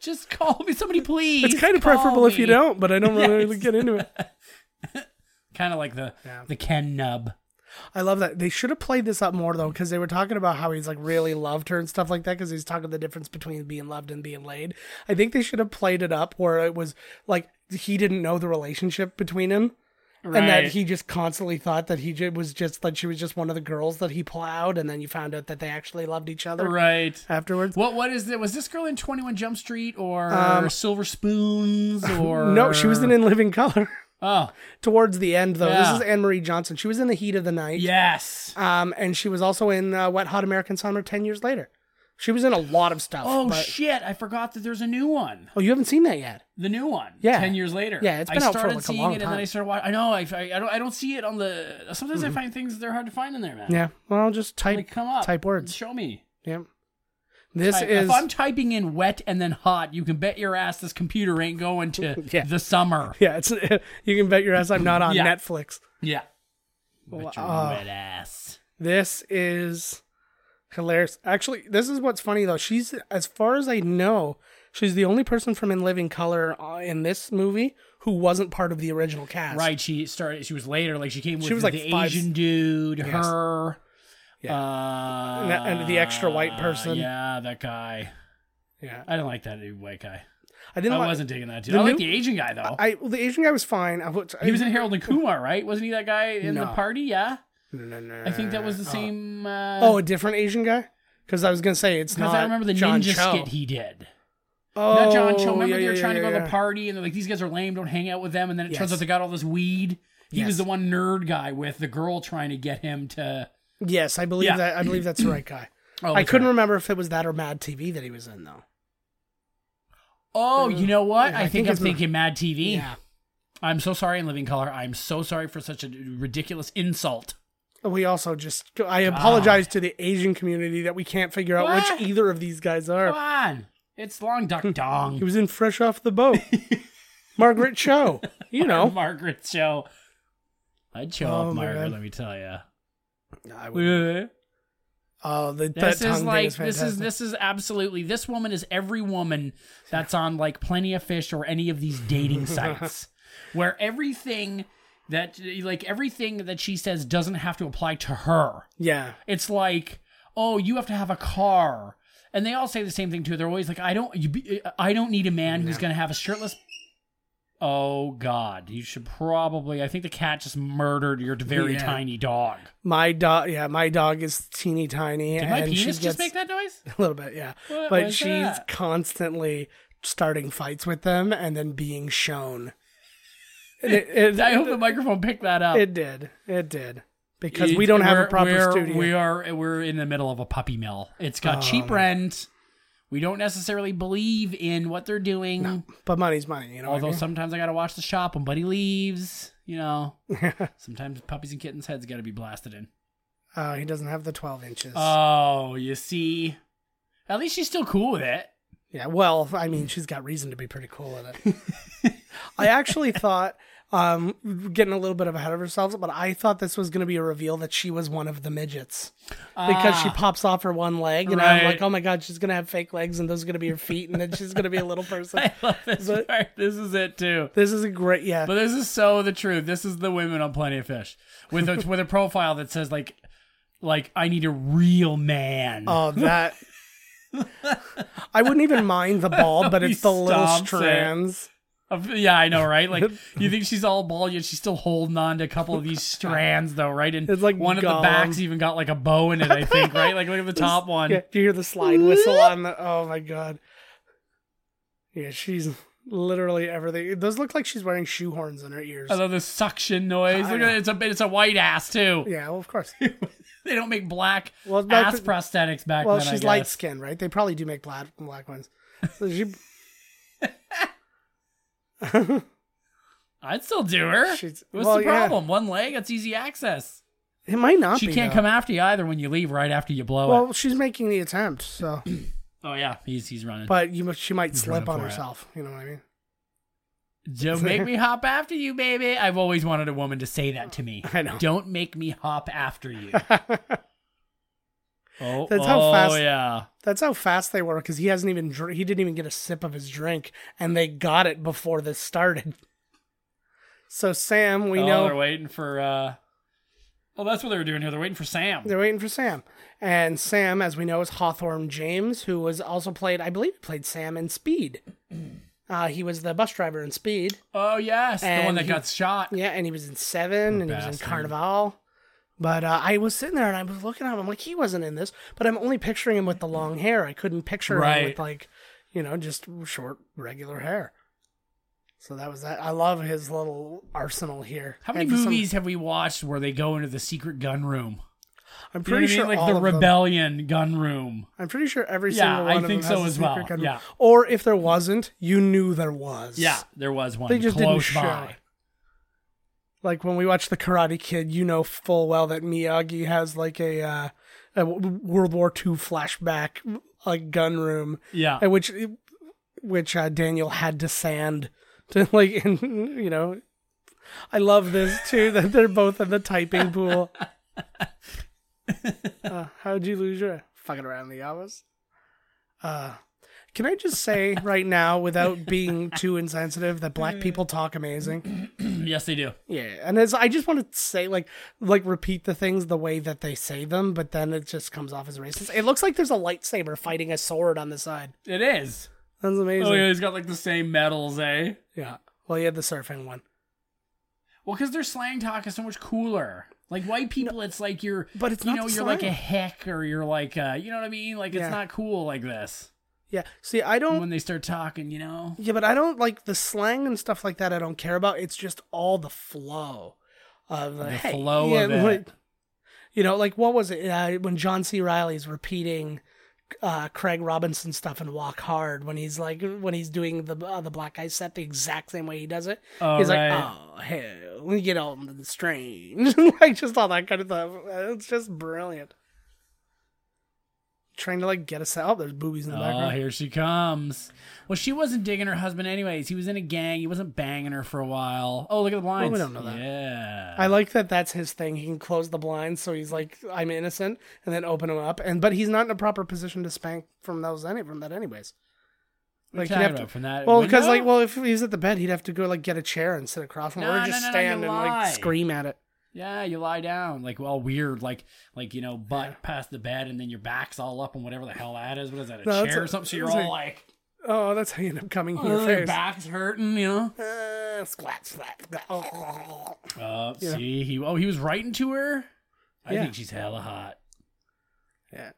[SPEAKER 1] Just call me, somebody, please.
[SPEAKER 2] It's kind of
[SPEAKER 1] Call
[SPEAKER 2] preferable if you
[SPEAKER 1] me.
[SPEAKER 2] don't, but I don't
[SPEAKER 1] Yes.
[SPEAKER 2] really get into it.
[SPEAKER 1] Kind of like the
[SPEAKER 2] Yeah.
[SPEAKER 1] the Ken nub.
[SPEAKER 2] I love that. They should have played this up more though, because they were talking about how he's like really loved her and stuff like that. Because he's talking the difference between being loved and being laid. I think they should have played it up where it was like he didn't know the relationship between him, and that
[SPEAKER 1] Right.
[SPEAKER 2] he just constantly thought that he ju- was just like she was just one of the girls that he plowed, and then you found out that they actually loved each other
[SPEAKER 1] Right.
[SPEAKER 2] afterwards.
[SPEAKER 1] What what is it? Was this girl in Twenty One Jump Street or Silver Spoons or
[SPEAKER 2] Um, No, she was in In Living Color.
[SPEAKER 1] Oh
[SPEAKER 2] Towards the end though,
[SPEAKER 1] Yeah.
[SPEAKER 2] this is Anne Marie Johnson. She was in The Heat of the Night.
[SPEAKER 1] yes.
[SPEAKER 2] Um, and she was also in uh, Wet Hot American Summer ten years later. She was in a lot of stuff.
[SPEAKER 1] Oh
[SPEAKER 2] but-
[SPEAKER 1] shit! I forgot that there's a new one.
[SPEAKER 2] Oh, you haven't seen that yet.
[SPEAKER 1] The new one.
[SPEAKER 2] Yeah.
[SPEAKER 1] Ten years later.
[SPEAKER 2] Yeah, it's been
[SPEAKER 1] I
[SPEAKER 2] out for,
[SPEAKER 1] started
[SPEAKER 2] like, a
[SPEAKER 1] seeing
[SPEAKER 2] long
[SPEAKER 1] it and then I
[SPEAKER 2] time. Mm-hmm.
[SPEAKER 1] started watching. I know. I, I, I don't. I don't see it on the. Sometimes I find things that are hard to find in there, man.
[SPEAKER 2] Yeah. Well, just type
[SPEAKER 1] Like, come up.
[SPEAKER 2] type words.
[SPEAKER 1] Show me.
[SPEAKER 2] Yeah. This
[SPEAKER 1] Type-
[SPEAKER 2] is
[SPEAKER 1] If I'm typing in wet and then hot, you can bet your ass this computer ain't going to
[SPEAKER 2] Yeah.
[SPEAKER 1] the summer.
[SPEAKER 2] yeah. It's you can bet your ass I'm not on
[SPEAKER 1] Yeah.
[SPEAKER 2] Netflix.
[SPEAKER 1] Yeah.
[SPEAKER 2] Wow.
[SPEAKER 1] Bet your wet ass.
[SPEAKER 2] This is hilarious. Actually, this is what's funny though. She's as far as I know, she's the only person from In Living Color uh, in this movie who wasn't part of the original cast.
[SPEAKER 1] Right, she started. She was later. Like she came with
[SPEAKER 2] was,
[SPEAKER 1] the,
[SPEAKER 2] like, five-
[SPEAKER 1] Asian dude, her,
[SPEAKER 2] Yeah.
[SPEAKER 1] uh,
[SPEAKER 2] And that- and the extra white person.
[SPEAKER 1] Yeah, that guy.
[SPEAKER 2] Yeah.
[SPEAKER 1] I don't like that new white guy.
[SPEAKER 2] I didn't.
[SPEAKER 1] I
[SPEAKER 2] like-
[SPEAKER 1] wasn't digging that dude.
[SPEAKER 2] the
[SPEAKER 1] I like
[SPEAKER 2] new-
[SPEAKER 1] the Asian guy though.
[SPEAKER 2] I well, the Asian guy was fine. I, was-
[SPEAKER 1] he was in Harold and Kumar, right? Wasn't he that guy in the
[SPEAKER 2] No.
[SPEAKER 1] party? Yeah,
[SPEAKER 2] No, no, no,
[SPEAKER 1] I think that was the
[SPEAKER 2] no.
[SPEAKER 1] same. Uh,
[SPEAKER 2] Oh, a different Asian guy. Because I was gonna say it's
[SPEAKER 1] because
[SPEAKER 2] not.
[SPEAKER 1] I remember the
[SPEAKER 2] John
[SPEAKER 1] ninja
[SPEAKER 2] Cho.
[SPEAKER 1] skit he did.
[SPEAKER 2] Oh,
[SPEAKER 1] Not John Cho. Remember
[SPEAKER 2] yeah,
[SPEAKER 1] they were
[SPEAKER 2] yeah,
[SPEAKER 1] trying
[SPEAKER 2] yeah,
[SPEAKER 1] to go to
[SPEAKER 2] yeah.
[SPEAKER 1] the party, and they're like, "These guys are lame. Don't hang out with them." And then it turns
[SPEAKER 2] Yes.
[SPEAKER 1] out they got all this weed. He was
[SPEAKER 2] Yes.
[SPEAKER 1] the one nerd guy with the girl trying to get him to.
[SPEAKER 2] Yes, I believe
[SPEAKER 1] Yeah.
[SPEAKER 2] that. I believe that's the right guy.
[SPEAKER 1] Oh,
[SPEAKER 2] I
[SPEAKER 1] that's
[SPEAKER 2] couldn't
[SPEAKER 1] right.
[SPEAKER 2] remember if it was that or Mad TV that he was in though.
[SPEAKER 1] Oh, you know what?
[SPEAKER 2] Yeah,
[SPEAKER 1] I,
[SPEAKER 2] I
[SPEAKER 1] think,
[SPEAKER 2] think
[SPEAKER 1] I'm
[SPEAKER 2] it's m-
[SPEAKER 1] thinking Mad TV. I'm so sorry in Living Color. I'm so sorry for such a ridiculous insult.
[SPEAKER 2] We also just. I apologize to the Asian community that we can't figure out
[SPEAKER 1] What?
[SPEAKER 2] which either of these guys
[SPEAKER 1] Come
[SPEAKER 2] are.
[SPEAKER 1] on. It's Long
[SPEAKER 2] Hmm.
[SPEAKER 1] Duck Dong.
[SPEAKER 2] He was in Fresh Off the Boat. Margaret Cho. You know.
[SPEAKER 1] Margaret's show. I'd show
[SPEAKER 2] Oh,
[SPEAKER 1] up,
[SPEAKER 2] my
[SPEAKER 1] Margaret,
[SPEAKER 2] God.
[SPEAKER 1] let me tell you.
[SPEAKER 2] I would- Oh, the, that
[SPEAKER 1] This
[SPEAKER 2] tongue
[SPEAKER 1] is
[SPEAKER 2] thing
[SPEAKER 1] like
[SPEAKER 2] is
[SPEAKER 1] this is
[SPEAKER 2] fantastic.
[SPEAKER 1] this is absolutely this woman is every woman that's on like Plenty of Fish or any of these dating sites where everything that like everything that she says doesn't have to apply to her.
[SPEAKER 2] Yeah.
[SPEAKER 1] It's like, oh, you have to have a car, and they all say the same thing too. They're always like, I don't, you be, I don't need a man who's going to have a shirtless. Oh God, you should probably. I think the cat just murdered your very
[SPEAKER 2] Yeah.
[SPEAKER 1] tiny dog.
[SPEAKER 2] My dog. Yeah, my dog is teeny tiny.
[SPEAKER 1] Did
[SPEAKER 2] and
[SPEAKER 1] my penis
[SPEAKER 2] she
[SPEAKER 1] just
[SPEAKER 2] gets,
[SPEAKER 1] make that noise?
[SPEAKER 2] a little bit, yeah.
[SPEAKER 1] What
[SPEAKER 2] but
[SPEAKER 1] was
[SPEAKER 2] she's
[SPEAKER 1] that?
[SPEAKER 2] constantly starting fights with them and then being shown. And It, it-
[SPEAKER 1] I hope the microphone picked that up.
[SPEAKER 2] it did. It did. Because
[SPEAKER 1] It-
[SPEAKER 2] we don't have a
[SPEAKER 1] we're-
[SPEAKER 2] proper
[SPEAKER 1] we're-
[SPEAKER 2] studio. Oh,
[SPEAKER 1] We are we're in the middle of a puppy mill. It's got cheap rent. We don't necessarily believe in what they're doing.
[SPEAKER 2] but money's money, you know. what I
[SPEAKER 1] Although
[SPEAKER 2] mean?
[SPEAKER 1] sometimes I gotta watch the shop when Buddy leaves. You know, sometimes puppies and kittens' heads gotta be blasted in.
[SPEAKER 2] Uh, he doesn't have the 12 inches.
[SPEAKER 1] Oh, you see. At least she's still cool with it.
[SPEAKER 2] yeah, well, I mean, she's got reason to be pretty cool with it. I actually thought, um, getting a little bit ahead of ourselves, but I thought this was going to be a reveal that she was one of the midgets. because she
[SPEAKER 1] Ah,
[SPEAKER 2] pops off her one leg, and I'm
[SPEAKER 1] Right.
[SPEAKER 2] like, oh my god, she's gonna have fake legs, and those are gonna be her feet, and then she's gonna be a little person.
[SPEAKER 1] I love this
[SPEAKER 2] But-
[SPEAKER 1] part. This is it too.
[SPEAKER 2] This is a great, yeah,
[SPEAKER 1] But this is so the truth. This is the women on Plenty of Fish with a, with a profile that says like, like I need a real man.
[SPEAKER 2] oh that. I wouldn't even mind the ball, but it's the little
[SPEAKER 1] Stomps it.
[SPEAKER 2] strands.
[SPEAKER 1] Of- yeah, I know, right? Like you think she's all bald, yet she's still holding on to a couple of these strands, though, right? And
[SPEAKER 2] It's like
[SPEAKER 1] one of
[SPEAKER 2] Gollum.
[SPEAKER 1] the backs even got like a bow in it, I think, right? Like look at the top one.
[SPEAKER 2] Yeah, do you hear the slide whistle on the? Oh my god. Yeah, she's literally everything. It does look like she's wearing shoehorns in her ears.
[SPEAKER 1] I love the suction noise.
[SPEAKER 2] I
[SPEAKER 1] Look
[SPEAKER 2] know.
[SPEAKER 1] at it. It's a it's a white ass too.
[SPEAKER 2] Yeah, well, of course.
[SPEAKER 1] They don't make black
[SPEAKER 2] Well, it's back
[SPEAKER 1] ass
[SPEAKER 2] to-
[SPEAKER 1] prosthetics back
[SPEAKER 2] Well,
[SPEAKER 1] then.
[SPEAKER 2] she's
[SPEAKER 1] I
[SPEAKER 2] light
[SPEAKER 1] guess.
[SPEAKER 2] skinned, right? They probably do make black black ones. So she,
[SPEAKER 1] I'd still do her.
[SPEAKER 2] She's-
[SPEAKER 1] What's
[SPEAKER 2] well,
[SPEAKER 1] the
[SPEAKER 2] yeah.
[SPEAKER 1] problem? One leg. That's easy access.
[SPEAKER 2] it might not.
[SPEAKER 1] She
[SPEAKER 2] be,
[SPEAKER 1] can't
[SPEAKER 2] though.
[SPEAKER 1] come after you either when you leave. Right after you blow
[SPEAKER 2] Well, she's making the attempt, so
[SPEAKER 1] it. Oh yeah, he's he's running.
[SPEAKER 2] but you must- she might slip
[SPEAKER 1] running for
[SPEAKER 2] on
[SPEAKER 1] it.
[SPEAKER 2] herself. You know what I mean?
[SPEAKER 1] Don't make me hop after you, baby. I've always wanted a woman to say that to me.
[SPEAKER 2] I know.
[SPEAKER 1] Don't make me hop after you. oh,
[SPEAKER 2] That's how
[SPEAKER 1] oh,
[SPEAKER 2] fast-
[SPEAKER 1] yeah.
[SPEAKER 2] That's how fast they were because he hasn't even dr- he didn't even get a sip of his drink, and they got it before this started. So Sam, we
[SPEAKER 1] oh,
[SPEAKER 2] know
[SPEAKER 1] they're waiting for. uh Oh, that's what they were doing here. They're waiting for Sam.
[SPEAKER 2] They're waiting for Sam. And Sam, as we know, is Hawthorne James, who was also played, I believe, he played Sam in Speed. Uh, he was the bus driver in Speed.
[SPEAKER 1] oh yes, the one
[SPEAKER 2] And
[SPEAKER 1] that
[SPEAKER 2] he-
[SPEAKER 1] got shot.
[SPEAKER 2] Yeah, and he was in Seven, and he was in
[SPEAKER 1] bastard.
[SPEAKER 2] Carnival. But uh, I was sitting there and I was looking at him. I'm like, he wasn't in this, but I'm only picturing him with the long hair. I couldn't picture him
[SPEAKER 1] Right.
[SPEAKER 2] with like, you know, just short, regular hair. So that was that. I love his little arsenal here.
[SPEAKER 1] How many
[SPEAKER 2] And some-
[SPEAKER 1] movies have we watched where they go into the secret gun room? You
[SPEAKER 2] I'm
[SPEAKER 1] know
[SPEAKER 2] pretty
[SPEAKER 1] what I mean?
[SPEAKER 2] sure
[SPEAKER 1] like
[SPEAKER 2] all
[SPEAKER 1] the
[SPEAKER 2] of them-
[SPEAKER 1] rebellion gun room.
[SPEAKER 2] I'm pretty sure every
[SPEAKER 1] Yeah,
[SPEAKER 2] single one
[SPEAKER 1] I
[SPEAKER 2] of
[SPEAKER 1] think
[SPEAKER 2] them has
[SPEAKER 1] so
[SPEAKER 2] a
[SPEAKER 1] as
[SPEAKER 2] secret
[SPEAKER 1] well.
[SPEAKER 2] gun.
[SPEAKER 1] Yeah.
[SPEAKER 2] Or if there wasn't, you knew there was.
[SPEAKER 1] Yeah, there was one.
[SPEAKER 2] They just didn't
[SPEAKER 1] close
[SPEAKER 2] show
[SPEAKER 1] by.
[SPEAKER 2] it. Like when we watch The Karate Kid, you know full well that Miyagi has like a, uh, a W- World War II flashback, a gun room,
[SPEAKER 1] Yeah,
[SPEAKER 2] uh, which which uh, Daniel had to sand to like, and, you know. I love this too that they're both in the typing pool. Uh, how'd you lose your fucking around in the office? Uh, can I just say right now, without being too insensitive, that black people talk amazing.
[SPEAKER 1] yes they do.
[SPEAKER 2] Yeah, and as I just want to say, like, like repeat the things the way that they say them, but then it just comes off as racist. It looks like there's a lightsaber fighting a sword on the side.
[SPEAKER 1] It is.
[SPEAKER 2] That's amazing.
[SPEAKER 1] Oh yeah, he's got like the same medals, eh?
[SPEAKER 2] yeah. Well, you had the surfing one.
[SPEAKER 1] Well, because their slang talk is so much cooler. Like white people, it's like you're,
[SPEAKER 2] But it's
[SPEAKER 1] you
[SPEAKER 2] not
[SPEAKER 1] know,
[SPEAKER 2] the
[SPEAKER 1] you're like a
[SPEAKER 2] slang.
[SPEAKER 1] heck or you're like, uh, you know what I mean? Like
[SPEAKER 2] Yeah.
[SPEAKER 1] it's not cool like this.
[SPEAKER 2] Yeah. See, I don't.
[SPEAKER 1] When they start talking, you know,
[SPEAKER 2] Yeah, but I don't like the slang and stuff like that. I don't care about. It's just all the flow of the hey,
[SPEAKER 1] flow
[SPEAKER 2] yeah,
[SPEAKER 1] of it.
[SPEAKER 2] like- you know, like what was it uh, when John C. Riley's repeating uh, Craig Robinson stuff in Walk Hard when he's like when he's doing the uh, the black guy set the exact same way he does it.
[SPEAKER 1] Oh,
[SPEAKER 2] he's
[SPEAKER 1] right.
[SPEAKER 2] like, oh hell, get on the strange, like just all that kind of stuff. It's just brilliant. Trying to like get us out. There's boobies in the
[SPEAKER 1] oh,
[SPEAKER 2] background.
[SPEAKER 1] here she comes. Well, she wasn't digging her husband anyways. He was in a gang. He wasn't banging her for a while. Oh, look at the blinds.
[SPEAKER 2] we don't know that.
[SPEAKER 1] Yeah.
[SPEAKER 2] I like that that's his thing. He can close the blinds, so he's like, "I'm innocent," and then open them up. And but he's not in a proper position to spank from those any from that anyways.
[SPEAKER 1] What are you
[SPEAKER 2] you'd
[SPEAKER 1] talking about? From that
[SPEAKER 2] well, because
[SPEAKER 1] window?
[SPEAKER 2] like, well, if he's at the bed, he'd have to go like get a chair and sit across from him,
[SPEAKER 1] No,
[SPEAKER 2] or
[SPEAKER 1] no, no,
[SPEAKER 2] just
[SPEAKER 1] no, you
[SPEAKER 2] stand and
[SPEAKER 1] lie.
[SPEAKER 2] like scream at it.
[SPEAKER 1] yeah, you lie down like well weird like like you know butt past the bed and then your back's all up and whatever the hell that is. What is that? A
[SPEAKER 2] No, that's
[SPEAKER 1] chair
[SPEAKER 2] a-
[SPEAKER 1] or something? So you're
[SPEAKER 2] that's
[SPEAKER 1] all
[SPEAKER 2] a-
[SPEAKER 1] like,
[SPEAKER 2] Oh, that's how you end up coming
[SPEAKER 1] oh,
[SPEAKER 2] here.
[SPEAKER 1] your
[SPEAKER 2] first.
[SPEAKER 1] back's hurting, you know.
[SPEAKER 2] Uh, splat, splat, splat. Oh.
[SPEAKER 1] Uh,
[SPEAKER 2] Yeah.
[SPEAKER 1] see, he oh he was writing to her. I
[SPEAKER 2] Yeah.
[SPEAKER 1] think she's hella hot.
[SPEAKER 2] Yeah.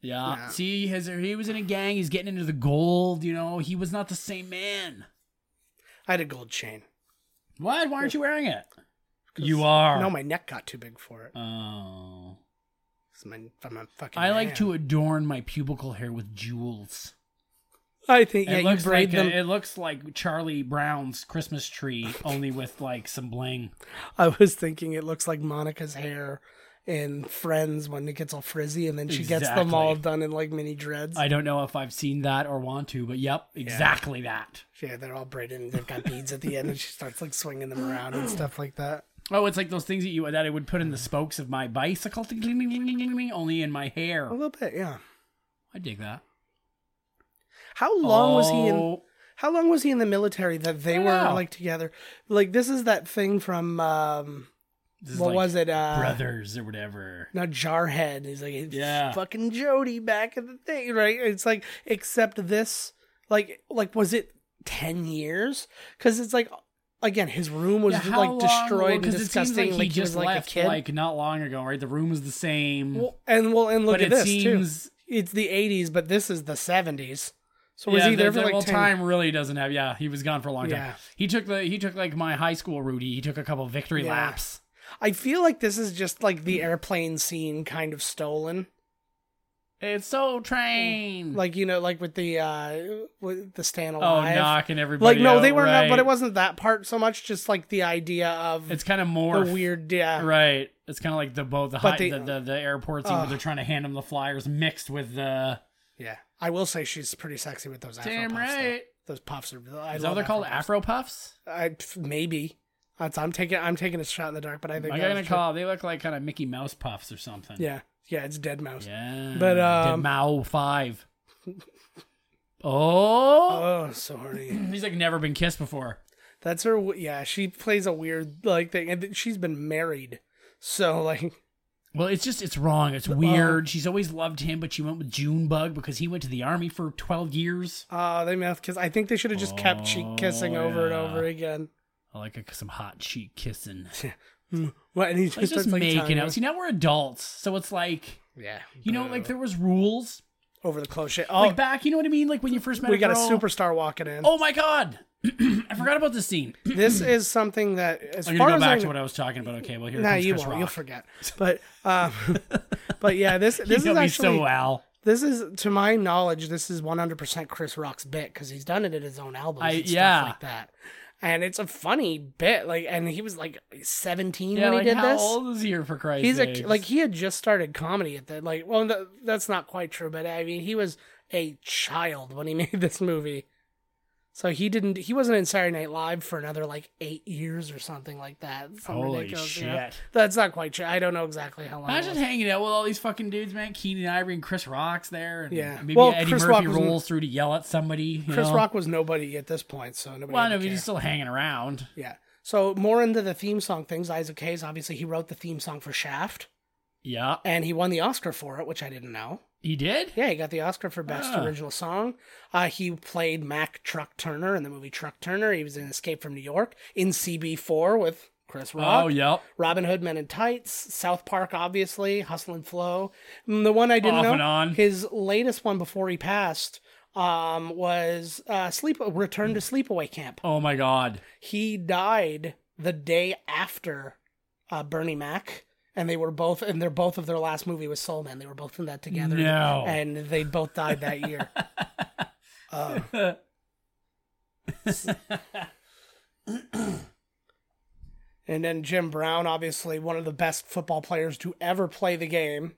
[SPEAKER 1] Yeah.
[SPEAKER 2] Yeah.
[SPEAKER 1] See, his he was in a gang. He's getting into the gold. You know, he was not the same man.
[SPEAKER 2] I had a gold chain.
[SPEAKER 1] What? Why aren't you wearing it? You are.
[SPEAKER 2] No, my neck got too big for it.
[SPEAKER 1] Oh.
[SPEAKER 2] It's my, I'm a fucking.
[SPEAKER 1] I like
[SPEAKER 2] man.
[SPEAKER 1] to adorn my pubical hair with jewels.
[SPEAKER 2] I think yeah,
[SPEAKER 1] it
[SPEAKER 2] you
[SPEAKER 1] looks
[SPEAKER 2] braid
[SPEAKER 1] like
[SPEAKER 2] them.
[SPEAKER 1] it looks like Charlie Brown's Christmas tree, only with like some bling.
[SPEAKER 2] I was thinking it looks like Monica's hair in Friends when it gets all frizzy and then she gets them all
[SPEAKER 1] Exactly.
[SPEAKER 2] done in like mini dreads.
[SPEAKER 1] I don't know if I've seen that or want to, but yep, exactly that.
[SPEAKER 2] yeah, they're all braided and they've got beads at the end and she starts like swinging them around and stuff like that.
[SPEAKER 1] Oh, it's like those things that you that I would put in the spokes of my bicycle, ding, ding, ding, ding, ding, ding, ding, only in my hair.
[SPEAKER 2] A little bit, yeah.
[SPEAKER 1] I dig that.
[SPEAKER 2] How long was he in
[SPEAKER 1] Oh,
[SPEAKER 2] how long was he in the military that they
[SPEAKER 1] don't
[SPEAKER 2] were
[SPEAKER 1] know.
[SPEAKER 2] like together? Like this is that thing from um
[SPEAKER 1] this is
[SPEAKER 2] what
[SPEAKER 1] like
[SPEAKER 2] was it? Uh
[SPEAKER 1] brothers or whatever.
[SPEAKER 2] Now Jarhead is like, yeah,
[SPEAKER 1] Yeah.
[SPEAKER 2] fucking Jody back in the thing, right? It's like, except this, like, like was it ten years? Because it's like, again, his room was
[SPEAKER 1] Yeah, how
[SPEAKER 2] like
[SPEAKER 1] long-
[SPEAKER 2] destroyed
[SPEAKER 1] well,
[SPEAKER 2] and
[SPEAKER 1] 'cause it seems
[SPEAKER 2] disgusting, like, he,
[SPEAKER 1] just
[SPEAKER 2] was like
[SPEAKER 1] left,
[SPEAKER 2] a kid.
[SPEAKER 1] like not long ago, right? The room was the same,
[SPEAKER 2] Well, and well, and look
[SPEAKER 1] but
[SPEAKER 2] at
[SPEAKER 1] it
[SPEAKER 2] this too.
[SPEAKER 1] seems
[SPEAKER 2] It's the '80s, but this is the '70s. So was
[SPEAKER 1] yeah,
[SPEAKER 2] he there
[SPEAKER 1] the,
[SPEAKER 2] for
[SPEAKER 1] the- well,
[SPEAKER 2] like 10
[SPEAKER 1] time really doesn't have. Yeah, he was gone for a long
[SPEAKER 2] Yeah.
[SPEAKER 1] time. He took the he took like my high school route. He took a couple victory
[SPEAKER 2] Yeah.
[SPEAKER 1] laps.
[SPEAKER 2] I feel like this is just like the airplane scene, kind of stolen.
[SPEAKER 1] It's so train.
[SPEAKER 2] Like you know, like with the uh with the stand
[SPEAKER 1] oh,
[SPEAKER 2] alive.
[SPEAKER 1] knocking everybody.
[SPEAKER 2] like no
[SPEAKER 1] out,
[SPEAKER 2] they were not but it
[SPEAKER 1] right.
[SPEAKER 2] wasn't that part so much just like the idea of
[SPEAKER 1] It's kind of more
[SPEAKER 2] the weird yeah
[SPEAKER 1] Right. It's kind of like the both the,
[SPEAKER 2] But
[SPEAKER 1] high,
[SPEAKER 2] they-
[SPEAKER 1] the, the the airport scene where
[SPEAKER 2] Ugh.
[SPEAKER 1] they're trying to hand them the flyers mixed with the.
[SPEAKER 2] yeah i will say she's pretty sexy with those afro
[SPEAKER 1] Damn
[SPEAKER 2] puffs though.
[SPEAKER 1] right.
[SPEAKER 2] those puffs are I
[SPEAKER 1] Is that what
[SPEAKER 2] love
[SPEAKER 1] they're called?
[SPEAKER 2] puffs.
[SPEAKER 1] Afro puffs.
[SPEAKER 2] I, pff, maybe that's i'm taking i'm taking a shot in the dark but i think
[SPEAKER 1] I'm
[SPEAKER 2] that
[SPEAKER 1] gonna
[SPEAKER 2] was
[SPEAKER 1] call. They look like kind of Mickey Mouse puffs or something.
[SPEAKER 2] true. yeah yeah it's dead mouse
[SPEAKER 1] Yeah.
[SPEAKER 2] But,
[SPEAKER 1] Did
[SPEAKER 2] um,
[SPEAKER 1] Mao five. Oh.
[SPEAKER 2] oh sorry
[SPEAKER 1] Mm, He's like never been kissed before.
[SPEAKER 2] Oh, That's her. w- Yeah, she plays a weird like thing, and th- she's been married, so like
[SPEAKER 1] Well, it's just it's wrong. It's weird. She's always loved him, but she went with Junebug because he went to the army for twelve years.
[SPEAKER 2] uh they mouth kiss. I think they should have just kept cheek kissing
[SPEAKER 1] Oh,
[SPEAKER 2] over and
[SPEAKER 1] yeah.
[SPEAKER 2] over again.
[SPEAKER 1] I like a, some hot cheek kissing.
[SPEAKER 2] What? And he
[SPEAKER 1] Like
[SPEAKER 2] just,
[SPEAKER 1] just
[SPEAKER 2] starts, like,
[SPEAKER 1] making
[SPEAKER 2] tongue-
[SPEAKER 1] out. See, now we're adults, so it's like
[SPEAKER 2] Yeah,
[SPEAKER 1] you know, like there was rules.
[SPEAKER 2] over the close shit. Uh. Oh,
[SPEAKER 1] Like back, you know what I mean? Like when you first met
[SPEAKER 2] we got a
[SPEAKER 1] girl.
[SPEAKER 2] superstar walking in.
[SPEAKER 1] Oh my god, I forgot about this scene.
[SPEAKER 2] This is something that, as
[SPEAKER 1] I'm
[SPEAKER 2] far
[SPEAKER 1] gonna go
[SPEAKER 2] as
[SPEAKER 1] back
[SPEAKER 2] I
[SPEAKER 1] to
[SPEAKER 2] know,
[SPEAKER 1] what I was talking about. Okay, well here
[SPEAKER 2] nah,
[SPEAKER 1] comes
[SPEAKER 2] you
[SPEAKER 1] Chris
[SPEAKER 2] won't.
[SPEAKER 1] Rock.
[SPEAKER 2] You'll forget. But um, but yeah, this
[SPEAKER 1] He
[SPEAKER 2] this
[SPEAKER 1] know
[SPEAKER 2] is
[SPEAKER 1] me
[SPEAKER 2] actually
[SPEAKER 1] so well.
[SPEAKER 2] this is to my knowledge this is 100% Chris Rock's bit because he's done it in his own albums
[SPEAKER 1] I-
[SPEAKER 2] and
[SPEAKER 1] yeah.
[SPEAKER 2] stuff like that. And it's a funny bit, like, and he was like 17
[SPEAKER 1] Yeah,
[SPEAKER 2] when
[SPEAKER 1] like
[SPEAKER 2] he did
[SPEAKER 1] how
[SPEAKER 2] this.
[SPEAKER 1] old is he for Christ's
[SPEAKER 2] he's
[SPEAKER 1] sakes?
[SPEAKER 2] a like he had just started comedy at that, like, well, th- that's not quite true, but I mean, he was a child when he made this movie. So he didn't, he wasn't in Saturday Night Live for another like eight years or something like that. Some
[SPEAKER 1] Holy
[SPEAKER 2] ridiculous, you know?
[SPEAKER 1] shit.
[SPEAKER 2] That's not quite true. I don't know exactly how long. it
[SPEAKER 1] Imagine
[SPEAKER 2] was.
[SPEAKER 1] hanging out with all these fucking dudes, man. Keenan Ivory and Chris Rock's there. And
[SPEAKER 2] Yeah.
[SPEAKER 1] Maybe
[SPEAKER 2] Well,
[SPEAKER 1] Eddie
[SPEAKER 2] Chris
[SPEAKER 1] Murphy
[SPEAKER 2] Rock was-
[SPEAKER 1] rolls through to yell at somebody. you
[SPEAKER 2] Chris
[SPEAKER 1] know?
[SPEAKER 2] Rock was nobody at this point, so nobody.
[SPEAKER 1] Well,
[SPEAKER 2] had to
[SPEAKER 1] no, but
[SPEAKER 2] care.
[SPEAKER 1] he's still hanging around.
[SPEAKER 2] Yeah. So more into the theme song things. Isaac Hayes, obviously, he wrote the theme song for Shaft,
[SPEAKER 1] Yeah.
[SPEAKER 2] and he won the Oscar for it, which I didn't know.
[SPEAKER 1] He did?
[SPEAKER 2] Yeah, he got the Oscar for Best
[SPEAKER 1] Ah.
[SPEAKER 2] Original Song. Uh, he played Mac Truck Turner in the movie Truck Turner. He was in Escape from New York, in CB4 with Chris Rock,
[SPEAKER 1] Oh, yep.
[SPEAKER 2] Robin Hood, Men in Tights, South Park, obviously, Hustle and Flow. Mm, The one I didn't
[SPEAKER 1] Off
[SPEAKER 2] know,
[SPEAKER 1] and on.
[SPEAKER 2] his latest one before he passed um, was uh, Sleep Return to Sleepaway Camp.
[SPEAKER 1] Oh, my God.
[SPEAKER 2] he died the day after uh, Bernie Mac, and they were both, and they're both of their last movie was Soul Man. They were both in that together,
[SPEAKER 1] No.
[SPEAKER 2] and they both died that year. uh, and then Jim Brown, obviously one of the best football players to ever play the game.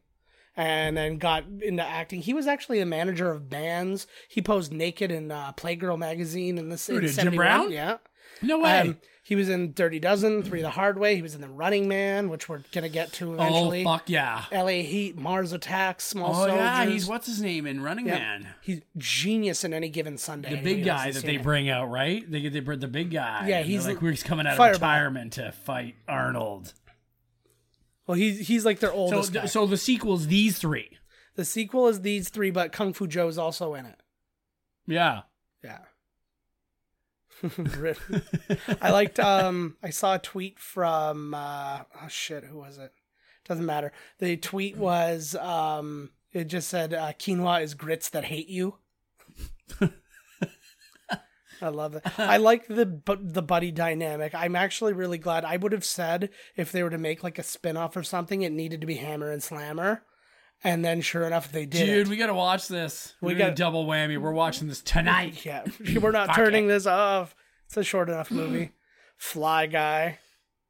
[SPEAKER 2] And then got into acting. He was actually the manager of bands. He posed naked in uh, Playgirl magazine in the
[SPEAKER 1] Who
[SPEAKER 2] in
[SPEAKER 1] did, Jim
[SPEAKER 2] 71.
[SPEAKER 1] Brown?
[SPEAKER 2] Yeah.
[SPEAKER 1] No way.
[SPEAKER 2] Um, he was in Dirty Dozen, Three the Hard Way. He was in The Running Man, which we're gonna get to
[SPEAKER 1] oh,
[SPEAKER 2] eventually.
[SPEAKER 1] fuck yeah.
[SPEAKER 2] L.A. Heat, Mars Attacks, Small
[SPEAKER 1] Oh,
[SPEAKER 2] Soldiers.
[SPEAKER 1] yeah. He's what's his name in Running
[SPEAKER 2] Yep.
[SPEAKER 1] Man?
[SPEAKER 2] He's genius in any given Sunday.
[SPEAKER 1] The
[SPEAKER 2] Anybody
[SPEAKER 1] big guy
[SPEAKER 2] hasn't
[SPEAKER 1] that
[SPEAKER 2] seen
[SPEAKER 1] they
[SPEAKER 2] it.
[SPEAKER 1] bring out, right? They get they bring the big guy.
[SPEAKER 2] Yeah,
[SPEAKER 1] and they're
[SPEAKER 2] he's
[SPEAKER 1] like
[SPEAKER 2] the-
[SPEAKER 1] we're just coming out
[SPEAKER 2] Fireball.
[SPEAKER 1] of retirement to fight Arnold.
[SPEAKER 2] Well, he's he's like their
[SPEAKER 1] So,
[SPEAKER 2] oldest. guy.
[SPEAKER 1] th- so the sequel's these three.
[SPEAKER 2] the sequel is these three, but Kung Fu Joe's also in it.
[SPEAKER 1] Yeah.
[SPEAKER 2] Yeah. Rip. I liked um I saw a tweet from uh oh shit, who was it? Doesn't matter. The tweet was um it just said uh, quinoa is grits that hate you. I love that. I like the bu- the buddy dynamic. I'm actually really glad. I would have said if they were to make like a spin-off or something, it needed to be Hammer and Slammer. And then sure enough they did.
[SPEAKER 1] Dude,
[SPEAKER 2] it.
[SPEAKER 1] we gotta watch this.
[SPEAKER 2] We
[SPEAKER 1] We got a
[SPEAKER 2] got-
[SPEAKER 1] double whammy. We're watching this tonight.
[SPEAKER 2] Yeah, we're not
[SPEAKER 1] Fuck
[SPEAKER 2] turning
[SPEAKER 1] it.
[SPEAKER 2] this off. It's a short enough movie. Fly Guy.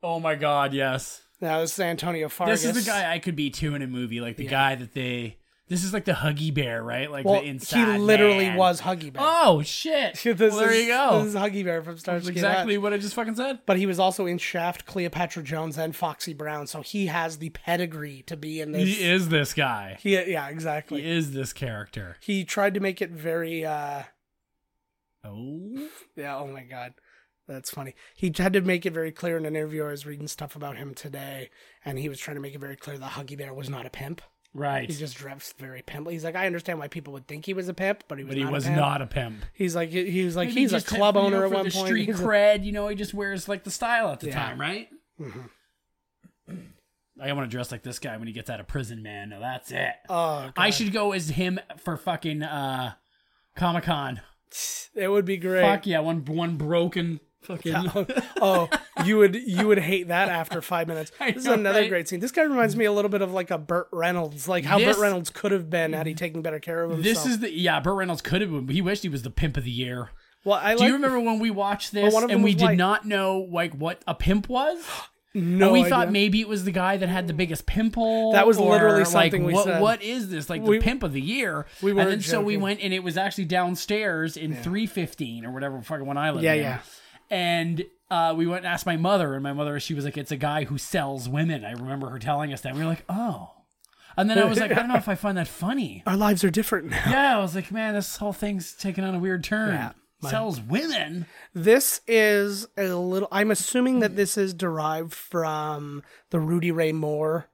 [SPEAKER 1] Oh my god, yes.
[SPEAKER 2] Now this is Antonio Fargas.
[SPEAKER 1] This is the guy I could be too in a movie, like the guy that they. This is like the Huggy Bear, right? Like
[SPEAKER 2] Well,
[SPEAKER 1] the inside.
[SPEAKER 2] he literally
[SPEAKER 1] man.
[SPEAKER 2] was Huggy Bear.
[SPEAKER 1] Oh shit!
[SPEAKER 2] This
[SPEAKER 1] well, there
[SPEAKER 2] is-
[SPEAKER 1] you go.
[SPEAKER 2] This is Huggy Bear from Star
[SPEAKER 1] That's exactly what I just fucking said.
[SPEAKER 2] But he was also in Shaft, Cleopatra Jones, and Foxy Brown, so he has the pedigree to be in this.
[SPEAKER 1] He is this guy.
[SPEAKER 2] He- yeah, exactly.
[SPEAKER 1] He is this character.
[SPEAKER 2] He tried to make it very. uh
[SPEAKER 1] Oh,
[SPEAKER 2] Yeah. Oh my god. That's funny. He had to make it very clear in an interview. I was reading stuff about him today, and he was trying to make it very clear that Huggy Bear was not a pimp.
[SPEAKER 1] right.
[SPEAKER 2] He just dressed very pimply. He's like, I understand why people would think he was a pimp, but he was
[SPEAKER 1] but he
[SPEAKER 2] not.
[SPEAKER 1] was
[SPEAKER 2] a pimp.
[SPEAKER 1] not a pimp.
[SPEAKER 2] He's like, he was like,
[SPEAKER 1] Maybe
[SPEAKER 2] he's a
[SPEAKER 1] just
[SPEAKER 2] club
[SPEAKER 1] you know,
[SPEAKER 2] owner at
[SPEAKER 1] for
[SPEAKER 2] one
[SPEAKER 1] the
[SPEAKER 2] point.
[SPEAKER 1] Street
[SPEAKER 2] He's a-
[SPEAKER 1] cred, you know, he just wears like the style at the
[SPEAKER 2] Yeah.
[SPEAKER 1] time, right? Mm-hmm. I want to dress like this guy when he gets out of prison, man. Now that's it.
[SPEAKER 2] oh,
[SPEAKER 1] I
[SPEAKER 2] God.
[SPEAKER 1] should go as him for fucking uh, Comic Con.
[SPEAKER 2] it would be great.
[SPEAKER 1] Fuck yeah, one one broken fucking.
[SPEAKER 2] oh, you would you would hate that after five minutes.
[SPEAKER 1] I
[SPEAKER 2] This is
[SPEAKER 1] know,
[SPEAKER 2] another
[SPEAKER 1] right?
[SPEAKER 2] great scene. This guy reminds me a little bit of like a Burt Reynolds, like how
[SPEAKER 1] This- Mm-hmm.
[SPEAKER 2] Burt Reynolds could have been had he taken better care of himself.
[SPEAKER 1] This is the yeah. Burt Reynolds could have been. He wished he was the pimp of the year.
[SPEAKER 2] well, I
[SPEAKER 1] Do
[SPEAKER 2] like,
[SPEAKER 1] you remember when we watched this
[SPEAKER 2] one of them
[SPEAKER 1] and we
[SPEAKER 2] was
[SPEAKER 1] did
[SPEAKER 2] white.
[SPEAKER 1] not know like what a pimp was?
[SPEAKER 2] No,
[SPEAKER 1] and we
[SPEAKER 2] idea.
[SPEAKER 1] thought maybe it was the guy that had the biggest pimple.
[SPEAKER 2] That was
[SPEAKER 1] or,
[SPEAKER 2] literally
[SPEAKER 1] like,
[SPEAKER 2] something we
[SPEAKER 1] what,
[SPEAKER 2] said.
[SPEAKER 1] What is this? Like
[SPEAKER 2] We-
[SPEAKER 1] the pimp of the year.
[SPEAKER 2] we
[SPEAKER 1] and
[SPEAKER 2] weren't
[SPEAKER 1] then so we
[SPEAKER 2] joking.
[SPEAKER 1] went and it was actually downstairs in three fifteen or whatever fucking one I live
[SPEAKER 2] Yeah,
[SPEAKER 1] in.
[SPEAKER 2] yeah.
[SPEAKER 1] And uh, we went and asked my mother, and my mother she was like, "It's a guy who sells women." I remember her telling us that. We were like, "Oh," and then I was like, "I don't know if I find that funny."
[SPEAKER 2] our lives are different now.
[SPEAKER 1] Yeah, I was like, "Man, this whole thing's taking on a weird turn."
[SPEAKER 2] Yeah. My-
[SPEAKER 1] sells women.
[SPEAKER 2] This is a little. I'm assuming that this is derived from the Rudy Ray Moore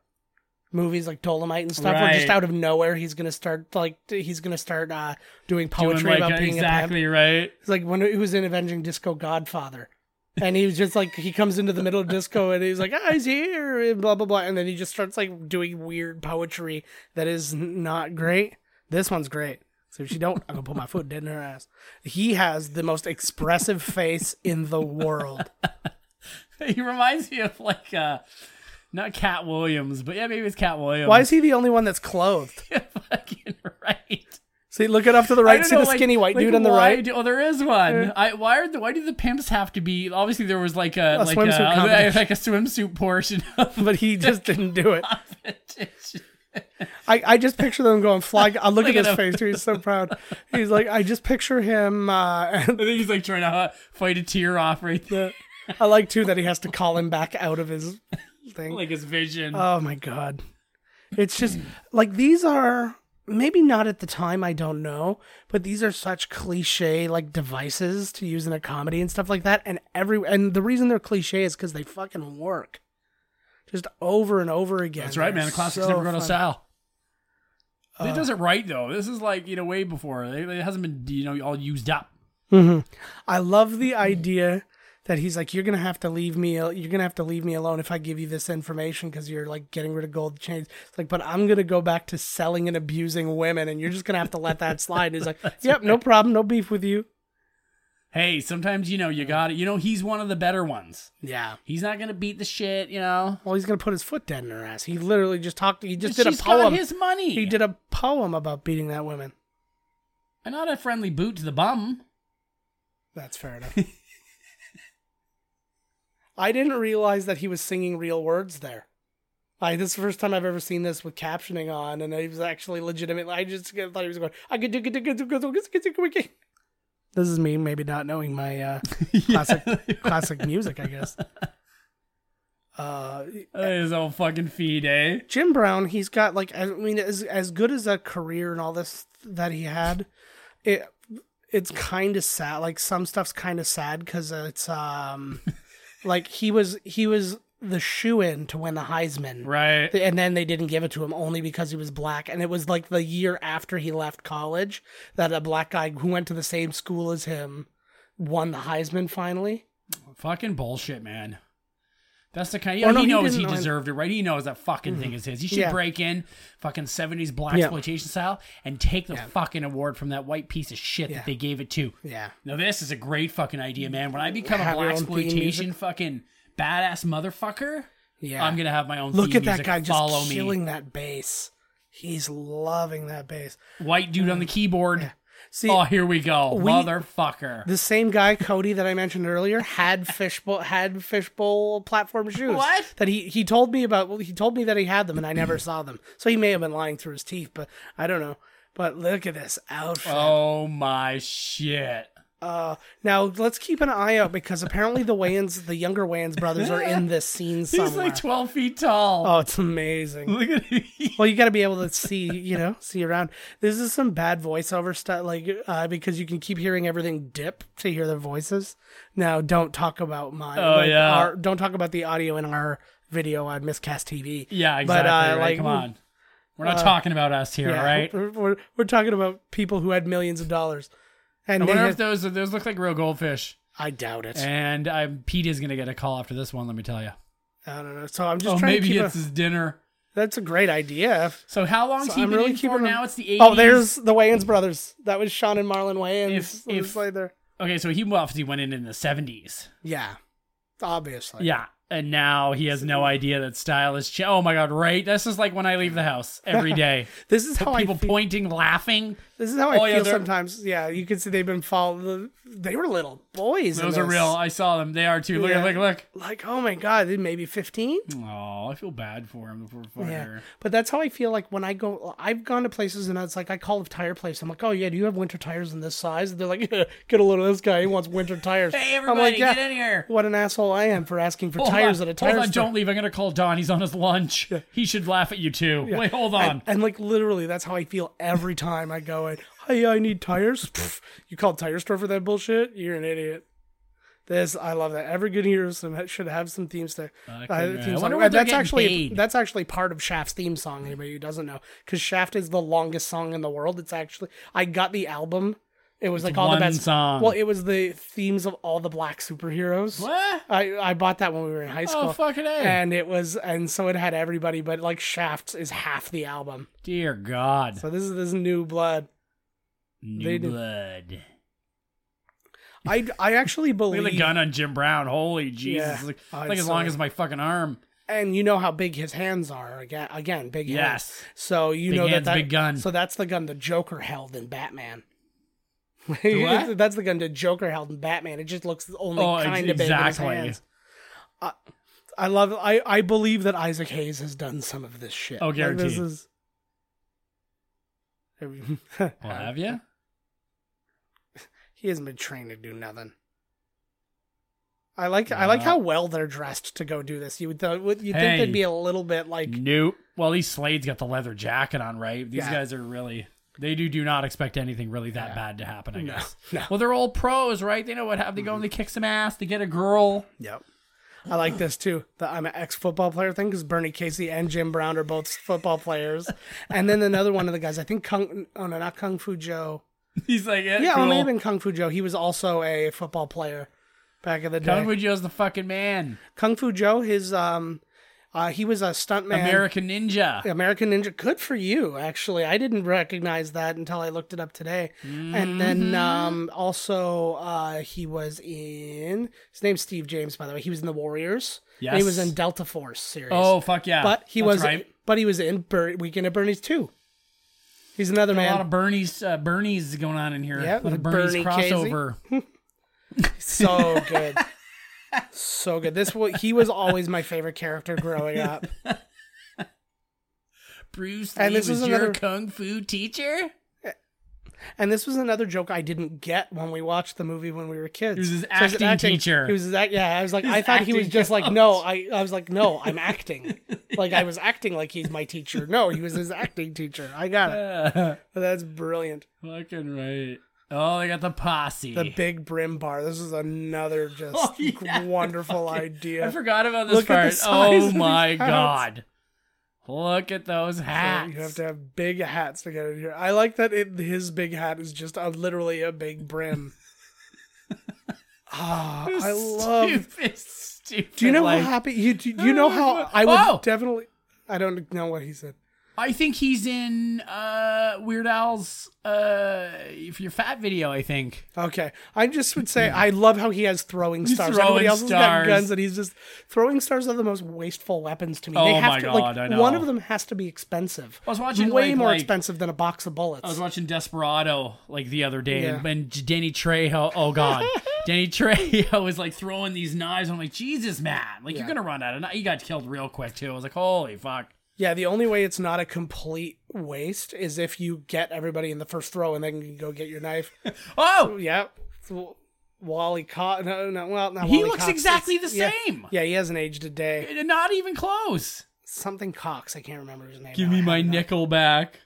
[SPEAKER 2] movies, like Dolomite and stuff. Where just
[SPEAKER 1] Right.
[SPEAKER 2] out of nowhere, he's gonna start like he's gonna start uh, doing
[SPEAKER 1] Doing
[SPEAKER 2] poetry
[SPEAKER 1] like
[SPEAKER 2] about
[SPEAKER 1] a-
[SPEAKER 2] being a pimp.
[SPEAKER 1] exactly right.
[SPEAKER 2] It's like when he was in Avenging Disco Godfather, and he was just like he comes into the middle of disco and he's like, "Ah, he's here," and blah blah blah, and then he just starts like doing weird poetry that is n- not great. This one's great. So if she don't, I'm gonna put my foot dead in her ass. He has the most expressive face in the world.
[SPEAKER 1] He reminds me of like uh not Cat Williams, but yeah, maybe it's Cat Williams.
[SPEAKER 2] Why is he the only one that's clothed?
[SPEAKER 1] fucking right?
[SPEAKER 2] See, look it up to the
[SPEAKER 1] I
[SPEAKER 2] right.
[SPEAKER 1] don't
[SPEAKER 2] See
[SPEAKER 1] know,
[SPEAKER 2] the
[SPEAKER 1] like-
[SPEAKER 2] skinny white
[SPEAKER 1] like,
[SPEAKER 2] dude on the
[SPEAKER 1] why
[SPEAKER 2] right.
[SPEAKER 1] do- oh, there is one. I why are the why do the pimps have to be? Obviously, there was like a,
[SPEAKER 2] A
[SPEAKER 1] like
[SPEAKER 2] swimsuit
[SPEAKER 1] a
[SPEAKER 2] competition.
[SPEAKER 1] like a swimsuit portion of
[SPEAKER 2] But he just didn't do it.
[SPEAKER 1] competition.
[SPEAKER 2] I, I just picture them going fly. I look,
[SPEAKER 1] Look at
[SPEAKER 2] at his
[SPEAKER 1] him.
[SPEAKER 2] face too. He's so proud. He's like, I just picture him. Uh,
[SPEAKER 1] I think he's like trying to uh, fight a tear off right there,
[SPEAKER 2] the, I like too that he has to call him back out of his thing.
[SPEAKER 1] like his vision.
[SPEAKER 2] oh my god, it's just like these are maybe not at the time. I don't know, but these are such cliche like devices to use in a comedy and stuff like that. And every and the reason they're cliche is because they fucking work. Just over and over again.
[SPEAKER 1] That's right, man.
[SPEAKER 2] They're
[SPEAKER 1] The classics
[SPEAKER 2] so Oh.
[SPEAKER 1] never go to
[SPEAKER 2] fun.
[SPEAKER 1] style. it does it right though. This is like you know way before. It it hasn't been you know all used up.
[SPEAKER 2] I love the idea that he's like, you're gonna have to leave me. al- You're gonna have to leave me alone if I give you this information because you're like getting rid of gold chains. It's like, but I'm gonna go back to selling and abusing women, and you're just gonna have to let that slide. He's like, yep, no problem, no beef with you.
[SPEAKER 1] Hey, sometimes you know
[SPEAKER 2] Mm.
[SPEAKER 1] you got it. You know he's one of the better ones.
[SPEAKER 2] Yeah.
[SPEAKER 1] He's not gonna beat the shit. You know.
[SPEAKER 2] Well, he's gonna put his foot dead in her ass. He literally just talked. He just
[SPEAKER 1] She's
[SPEAKER 2] did a poem.
[SPEAKER 1] got his money.
[SPEAKER 2] he did a poem about beating that woman.
[SPEAKER 1] And not a friendly boot to the bum.
[SPEAKER 2] That's fair enough. I didn't realize that he was singing real words there. Like this is the first time I've ever seen this with captioning on, and he was actually legitimate. I just thought he was going. I could do good, good, good, good, good, This is me maybe not knowing my uh, classic classic music, I guess. Uh,
[SPEAKER 1] His old fucking feed, eh?
[SPEAKER 2] Jim Brown, he's got like I mean, as as good as a career and all this that he had, it it's kind of sad. Like some stuff's kind of sad because it's um, like he was he was the shoe in to win the Heisman,
[SPEAKER 1] Right.
[SPEAKER 2] and then they didn't give it to him only because he was black, and it was like the year after he left college that a black guy who went to the same school as him won the Heisman finally.
[SPEAKER 1] Fucking bullshit, man. That's the kind.
[SPEAKER 2] Or
[SPEAKER 1] Yeah,
[SPEAKER 2] no,
[SPEAKER 1] he
[SPEAKER 2] he
[SPEAKER 1] knows he
[SPEAKER 2] didn't know. Mm-hmm.
[SPEAKER 1] deserved it, right? He knows that fucking thing is his. He should
[SPEAKER 2] Yeah.
[SPEAKER 1] break in, fucking seventies black
[SPEAKER 2] Yeah.
[SPEAKER 1] exploitation style, and take the fucking award from that white piece of shit
[SPEAKER 2] Yeah.
[SPEAKER 1] that they gave it to.
[SPEAKER 2] Yeah,
[SPEAKER 1] Now this is a great fucking idea, man. When I become
[SPEAKER 2] Have
[SPEAKER 1] a
[SPEAKER 2] your
[SPEAKER 1] black
[SPEAKER 2] own theme
[SPEAKER 1] exploitation fucking badass motherfucker,
[SPEAKER 2] yeah.
[SPEAKER 1] I'm gonna have my own.
[SPEAKER 2] Look
[SPEAKER 1] theme
[SPEAKER 2] at that
[SPEAKER 1] music.
[SPEAKER 2] guy just
[SPEAKER 1] Follow me.
[SPEAKER 2] killing that bass. He's loving that bass.
[SPEAKER 1] White dude on the keyboard.
[SPEAKER 2] Mm. See,
[SPEAKER 1] Oh, here we go,
[SPEAKER 2] We-
[SPEAKER 1] motherfucker.
[SPEAKER 2] the same guy Cody that I mentioned earlier had fishbowl had fishbowl platform shoes.
[SPEAKER 1] What?
[SPEAKER 2] That he he told me about. Well, he told me that he had them, and I never saw them. So he may have been lying through his teeth, but I don't know. But look at this outfit.
[SPEAKER 1] oh my shit.
[SPEAKER 2] Uh, now let's keep an eye out because apparently the Wayans, the younger Wayans brothers, are in this scene somewhere.
[SPEAKER 1] He's like 12 feet tall.
[SPEAKER 2] oh, it's amazing.
[SPEAKER 1] Look at him.
[SPEAKER 2] Well, you got to be able to see, you know, see around. This is some bad voiceover stuff, like uh, because you can keep hearing everything dip to hear their voices. Now, don't talk about my,
[SPEAKER 1] Oh,
[SPEAKER 2] like,
[SPEAKER 1] yeah.
[SPEAKER 2] our, don't talk about the audio in our video on Miscast TV.
[SPEAKER 1] Yeah, exactly.
[SPEAKER 2] But,
[SPEAKER 1] right?
[SPEAKER 2] uh, like, uh,
[SPEAKER 1] Come on. We're not talking about us here, all right?
[SPEAKER 2] We're, we're, we're talking about people who had millions of dollars, and
[SPEAKER 1] I
[SPEAKER 2] they
[SPEAKER 1] wonder
[SPEAKER 2] had-
[SPEAKER 1] if Eh. those those look like real goldfish.
[SPEAKER 2] I doubt it.
[SPEAKER 1] And I'm, Pete is going to get a call after this one, let me tell you.
[SPEAKER 2] I don't know. So I'm just
[SPEAKER 1] Oh,
[SPEAKER 2] trying to
[SPEAKER 1] maybe
[SPEAKER 2] keep.
[SPEAKER 1] it's
[SPEAKER 2] a,
[SPEAKER 1] his dinner.
[SPEAKER 2] that's a great idea.
[SPEAKER 1] So how long's
[SPEAKER 2] So
[SPEAKER 1] he
[SPEAKER 2] I'm
[SPEAKER 1] been
[SPEAKER 2] really
[SPEAKER 1] in for
[SPEAKER 2] keeping
[SPEAKER 1] now?
[SPEAKER 2] him-
[SPEAKER 1] It's the 80s.
[SPEAKER 2] Oh, there's the Wayans brothers. That was Sean and Marlon Wayans.
[SPEAKER 1] If-
[SPEAKER 2] on the
[SPEAKER 1] if-
[SPEAKER 2] slide there.
[SPEAKER 1] Okay, so he well, obviously went in in the 70s.
[SPEAKER 2] yeah, obviously,
[SPEAKER 1] Yeah. And now he has no idea that style is. Ch- oh my God, right? This is like when I leave the house every day.
[SPEAKER 2] This is how
[SPEAKER 1] People
[SPEAKER 2] I feel.
[SPEAKER 1] pointing, laughing.
[SPEAKER 2] This is how
[SPEAKER 1] Oh,
[SPEAKER 2] I
[SPEAKER 1] yeah,
[SPEAKER 2] feel
[SPEAKER 1] they're-
[SPEAKER 2] sometimes. Yeah, you can see they've been followed. They were little boys. in
[SPEAKER 1] Those are
[SPEAKER 2] this.
[SPEAKER 1] real. I saw them. They are too. Look,
[SPEAKER 2] Yeah.
[SPEAKER 1] look, look.
[SPEAKER 2] Like, oh my god, they maybe fifteen.
[SPEAKER 1] Oh, I feel bad for him. Poor
[SPEAKER 2] Yeah,
[SPEAKER 1] fucker.
[SPEAKER 2] but that's how I feel. Like when I go, I've gone to places and it's like I call a tire place. I'm like, oh yeah, do you have winter tires in this size? And they're like, get a load of this guy. He wants winter tires.
[SPEAKER 1] Hey,
[SPEAKER 2] I'm
[SPEAKER 1] everybody,
[SPEAKER 2] like, yeah,
[SPEAKER 1] get in here.
[SPEAKER 2] What an asshole I am for asking for
[SPEAKER 1] Hold
[SPEAKER 2] tires
[SPEAKER 1] on,
[SPEAKER 2] at a tire
[SPEAKER 1] Hold on,
[SPEAKER 2] store.
[SPEAKER 1] don't leave. I'm gonna call Don. He's on his lunch. He should laugh at you too. Wait, hold on.
[SPEAKER 2] And, and, like literally, that's how I feel every time I go going, "Hey, I need tires." Pff, you called tire store for that bullshit? You're an idiot. This I love that. Every good hero some, should have some theme sta-
[SPEAKER 1] Fucking
[SPEAKER 2] uh,
[SPEAKER 1] right. I
[SPEAKER 2] theme song.
[SPEAKER 1] wonder
[SPEAKER 2] Uh,
[SPEAKER 1] what they're
[SPEAKER 2] that's
[SPEAKER 1] getting
[SPEAKER 2] actually
[SPEAKER 1] paid.
[SPEAKER 2] that's actually part of Shaft's theme song. Anybody who doesn't know, because Shaft is the longest song in the world. It's actually I got the album. It was like all
[SPEAKER 1] one
[SPEAKER 2] the best
[SPEAKER 1] song.
[SPEAKER 2] Well, it was the themes of all the black superheroes.
[SPEAKER 1] What?
[SPEAKER 2] I, I bought that when we were in high school.
[SPEAKER 1] Oh, fucking A.
[SPEAKER 2] And it was and so it had everybody, but like Shaft is half the album.
[SPEAKER 1] Dear God.
[SPEAKER 2] So this is this new blood.
[SPEAKER 1] New
[SPEAKER 2] they do-
[SPEAKER 1] blood.
[SPEAKER 2] I I actually
[SPEAKER 1] Look
[SPEAKER 2] believe
[SPEAKER 1] at the gun on Jim Brown. Holy Jesus.
[SPEAKER 2] Yeah.
[SPEAKER 1] It's like, it's
[SPEAKER 2] Oh, it's
[SPEAKER 1] like as
[SPEAKER 2] so-
[SPEAKER 1] long as my fucking arm.
[SPEAKER 2] and you know how big his hands are again again, big hands.
[SPEAKER 1] Yes.
[SPEAKER 2] So you
[SPEAKER 1] Big
[SPEAKER 2] know
[SPEAKER 1] hands,
[SPEAKER 2] that, that
[SPEAKER 1] big gun.
[SPEAKER 2] So that's the gun the Joker held in Batman.
[SPEAKER 1] what?
[SPEAKER 2] that's the gun the Joker held in Batman. It just looks only
[SPEAKER 1] Oh, ex-
[SPEAKER 2] kind of big
[SPEAKER 1] exactly.
[SPEAKER 2] in his hands. I love. I I believe that Isaac Hayes has done some of this shit.
[SPEAKER 1] Oh,
[SPEAKER 2] Like, this
[SPEAKER 1] guaranteed.
[SPEAKER 2] is.
[SPEAKER 1] Well, have you?
[SPEAKER 2] he hasn't been trained to do nothing. I like I like
[SPEAKER 1] No.
[SPEAKER 2] how well they're dressed to go do this. You would th- would you
[SPEAKER 1] Hey.
[SPEAKER 2] think they'd be a little bit like
[SPEAKER 1] Nope. Well, at least Slade's got the leather jacket on, right? These
[SPEAKER 2] Yeah.
[SPEAKER 1] guys are really. They do do not expect anything really that
[SPEAKER 2] Yeah.
[SPEAKER 1] bad to happen, I
[SPEAKER 2] No, Mm-hmm.
[SPEAKER 1] guess.
[SPEAKER 2] no.
[SPEAKER 1] Well, they're all pros, right? They know what happened. They go and they kick some ass. They get a girl.
[SPEAKER 2] Yep. I like this too. The I'm an ex football player thing because Bernie Casey and Jim Brown are both football players, and then another one of the guys I think Kung oh no not Kung Fu Joe
[SPEAKER 1] He's like, yeah,
[SPEAKER 2] yeah
[SPEAKER 1] cool.
[SPEAKER 2] well maybe in Kung Fu Joe he was also a football player back in the day
[SPEAKER 1] Kung Fu Joe's the fucking man.
[SPEAKER 2] Kung Fu Joe his um uh he was a stuntman
[SPEAKER 1] American Ninja.
[SPEAKER 2] American Ninja. Good for you, actually. I didn't recognize that until I looked it up today. And
[SPEAKER 1] Mm-hmm.
[SPEAKER 2] then um, also uh, he was in his name's Steve James, by the way. He was in the Warriors. And he was
[SPEAKER 1] Yes.
[SPEAKER 2] in Delta Force series.
[SPEAKER 1] Oh, fuck yeah.
[SPEAKER 2] but he
[SPEAKER 1] That's
[SPEAKER 2] was
[SPEAKER 1] right.
[SPEAKER 2] but he was in Bur- Weekend at Bernie's too. He's another
[SPEAKER 1] A lot
[SPEAKER 2] man.
[SPEAKER 1] of Bernie's uh, Bernie's going on in here. a
[SPEAKER 2] Yeah,
[SPEAKER 1] lot of
[SPEAKER 2] with
[SPEAKER 1] Bernie's
[SPEAKER 2] Bernie Casey.
[SPEAKER 1] crossover.
[SPEAKER 2] so good. So good. This wa- he was always my favorite character growing up.
[SPEAKER 1] Bruce Lee
[SPEAKER 2] And this
[SPEAKER 1] was
[SPEAKER 2] is
[SPEAKER 1] your
[SPEAKER 2] another-
[SPEAKER 1] kung fu teacher.
[SPEAKER 2] And this was another joke I didn't get when we watched the movie when we were kids.
[SPEAKER 1] He was his
[SPEAKER 2] So
[SPEAKER 1] acting teacher.
[SPEAKER 2] He was his, act- yeah. I was like, I thought he was
[SPEAKER 1] acting
[SPEAKER 2] just like, no. I, I was like, no, I'm acting. like I was acting like he's my teacher. No, he was his acting teacher. I got it. That's brilliant.
[SPEAKER 1] Fucking right. Oh, they got the posse.
[SPEAKER 2] The big brim bar. This is another just
[SPEAKER 1] Oh, yeah.
[SPEAKER 2] wonderful
[SPEAKER 1] Fucking-
[SPEAKER 2] idea.
[SPEAKER 1] I forgot about this
[SPEAKER 2] Look at the
[SPEAKER 1] part.
[SPEAKER 2] size of
[SPEAKER 1] Oh
[SPEAKER 2] these
[SPEAKER 1] my
[SPEAKER 2] hats.
[SPEAKER 1] god. Look at those
[SPEAKER 2] So
[SPEAKER 1] hats.
[SPEAKER 2] You have to have big hats to get in here. I like that it, his big hat is just a, literally a big brim. Ah, I love
[SPEAKER 1] stupid, stupid.
[SPEAKER 2] Do you know
[SPEAKER 1] like-
[SPEAKER 2] how happy you do, you know how I would
[SPEAKER 1] Oh!
[SPEAKER 2] definitely I don't know what he said.
[SPEAKER 1] I think he's in uh, Weird Al's uh, if you're fat video. I think.
[SPEAKER 2] Okay. I just would say I love how he has throwing
[SPEAKER 1] He's
[SPEAKER 2] stars.
[SPEAKER 1] throwing
[SPEAKER 2] Everybody else has
[SPEAKER 1] stars.
[SPEAKER 2] got guns and he's just throwing stars are the most wasteful weapons to me.
[SPEAKER 1] Oh
[SPEAKER 2] they have
[SPEAKER 1] my
[SPEAKER 2] to
[SPEAKER 1] God,
[SPEAKER 2] like
[SPEAKER 1] I know.
[SPEAKER 2] one of them has to be expensive.
[SPEAKER 1] I was watching,
[SPEAKER 2] way
[SPEAKER 1] like-
[SPEAKER 2] more
[SPEAKER 1] like-
[SPEAKER 2] expensive than a box of bullets.
[SPEAKER 1] I was watching Desperado like the other day, and,
[SPEAKER 2] Yeah.
[SPEAKER 1] and Danny Trejo. Oh God, Danny Trejo was like throwing these knives. I'm like, Jesus, man! Like you're
[SPEAKER 2] Yeah.
[SPEAKER 1] gonna run out of knives. He got killed real quick too. I was like, Holy fuck!
[SPEAKER 2] yeah, the only way it's not a complete waste is if you get everybody in the first throw and then you go get your knife.
[SPEAKER 1] Oh,
[SPEAKER 2] yeah. So Wally caught no no well not
[SPEAKER 1] He
[SPEAKER 2] Wally
[SPEAKER 1] looks
[SPEAKER 2] Cox, it's-
[SPEAKER 1] exactly the
[SPEAKER 2] yeah.
[SPEAKER 1] same.
[SPEAKER 2] Yeah, he hasn't aged a day.
[SPEAKER 1] not even close.
[SPEAKER 2] something Cox. I can't remember his name.
[SPEAKER 1] Give
[SPEAKER 2] now.
[SPEAKER 1] me my nickel back.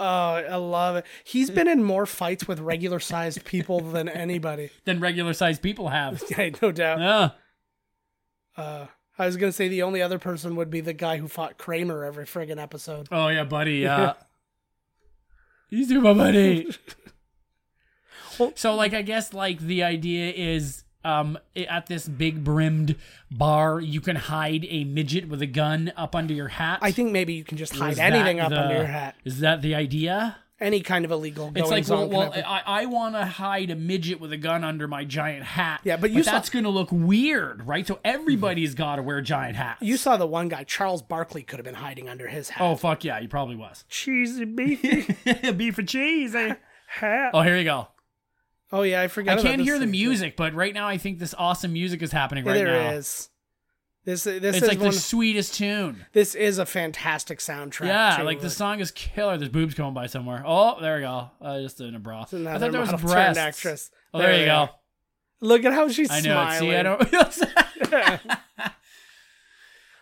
[SPEAKER 2] Oh, I love it. He's been in more fights with regular sized people than anybody.
[SPEAKER 1] Than regular sized people have.
[SPEAKER 2] Yeah, no doubt.
[SPEAKER 1] Uh,
[SPEAKER 2] Uh, I was gonna say the only other person would be the guy who fought Kramer every friggin' episode.
[SPEAKER 1] oh yeah, buddy.
[SPEAKER 2] uh,
[SPEAKER 1] Yeah. You too, my buddy.
[SPEAKER 2] Well-
[SPEAKER 1] so like I guess like the idea is um i- at this big brimmed bar you can hide a midget with a gun up under your hat.
[SPEAKER 2] I think maybe you can just
[SPEAKER 1] Or
[SPEAKER 2] hide
[SPEAKER 1] is that
[SPEAKER 2] anything up
[SPEAKER 1] the-
[SPEAKER 2] under your hat.
[SPEAKER 1] Is that the idea?
[SPEAKER 2] Any kind of illegal
[SPEAKER 1] It's
[SPEAKER 2] goings
[SPEAKER 1] like, well,
[SPEAKER 2] on. can
[SPEAKER 1] well
[SPEAKER 2] happen.
[SPEAKER 1] I, I want to hide a midget with a gun under my giant hat.
[SPEAKER 2] Yeah, but you saw-
[SPEAKER 1] that's going to look weird, right? So everybody's got to wear giant hats.
[SPEAKER 2] you saw the one guy, Charles Barkley, could have been hiding under his hat.
[SPEAKER 1] Oh fuck yeah, he probably was.
[SPEAKER 2] cheesy beefy
[SPEAKER 1] Oh, Beef and cheese. eh?
[SPEAKER 2] hat.
[SPEAKER 1] Oh, here you go.
[SPEAKER 2] Oh yeah, I
[SPEAKER 1] I
[SPEAKER 2] forgot. about
[SPEAKER 1] can't
[SPEAKER 2] this
[SPEAKER 1] hear the
[SPEAKER 2] thing.
[SPEAKER 1] music, but right now I think this awesome music is happening
[SPEAKER 2] Yeah,
[SPEAKER 1] right
[SPEAKER 2] there
[SPEAKER 1] now.
[SPEAKER 2] it is. This this
[SPEAKER 1] It's
[SPEAKER 2] is
[SPEAKER 1] like
[SPEAKER 2] one.
[SPEAKER 1] the sweetest tune.
[SPEAKER 2] This is a fantastic soundtrack.
[SPEAKER 1] Yeah,
[SPEAKER 2] too.
[SPEAKER 1] like the song is killer. There's boobs coming by somewhere. Oh, there we go. Uh, just in a bra.
[SPEAKER 2] It's another
[SPEAKER 1] I thought there was
[SPEAKER 2] model turned
[SPEAKER 1] breasts.
[SPEAKER 2] actress.
[SPEAKER 1] Oh, there, you
[SPEAKER 2] they
[SPEAKER 1] go.
[SPEAKER 2] are. Look at how she's
[SPEAKER 1] I know.
[SPEAKER 2] smiling. Oh.
[SPEAKER 1] See, I don't.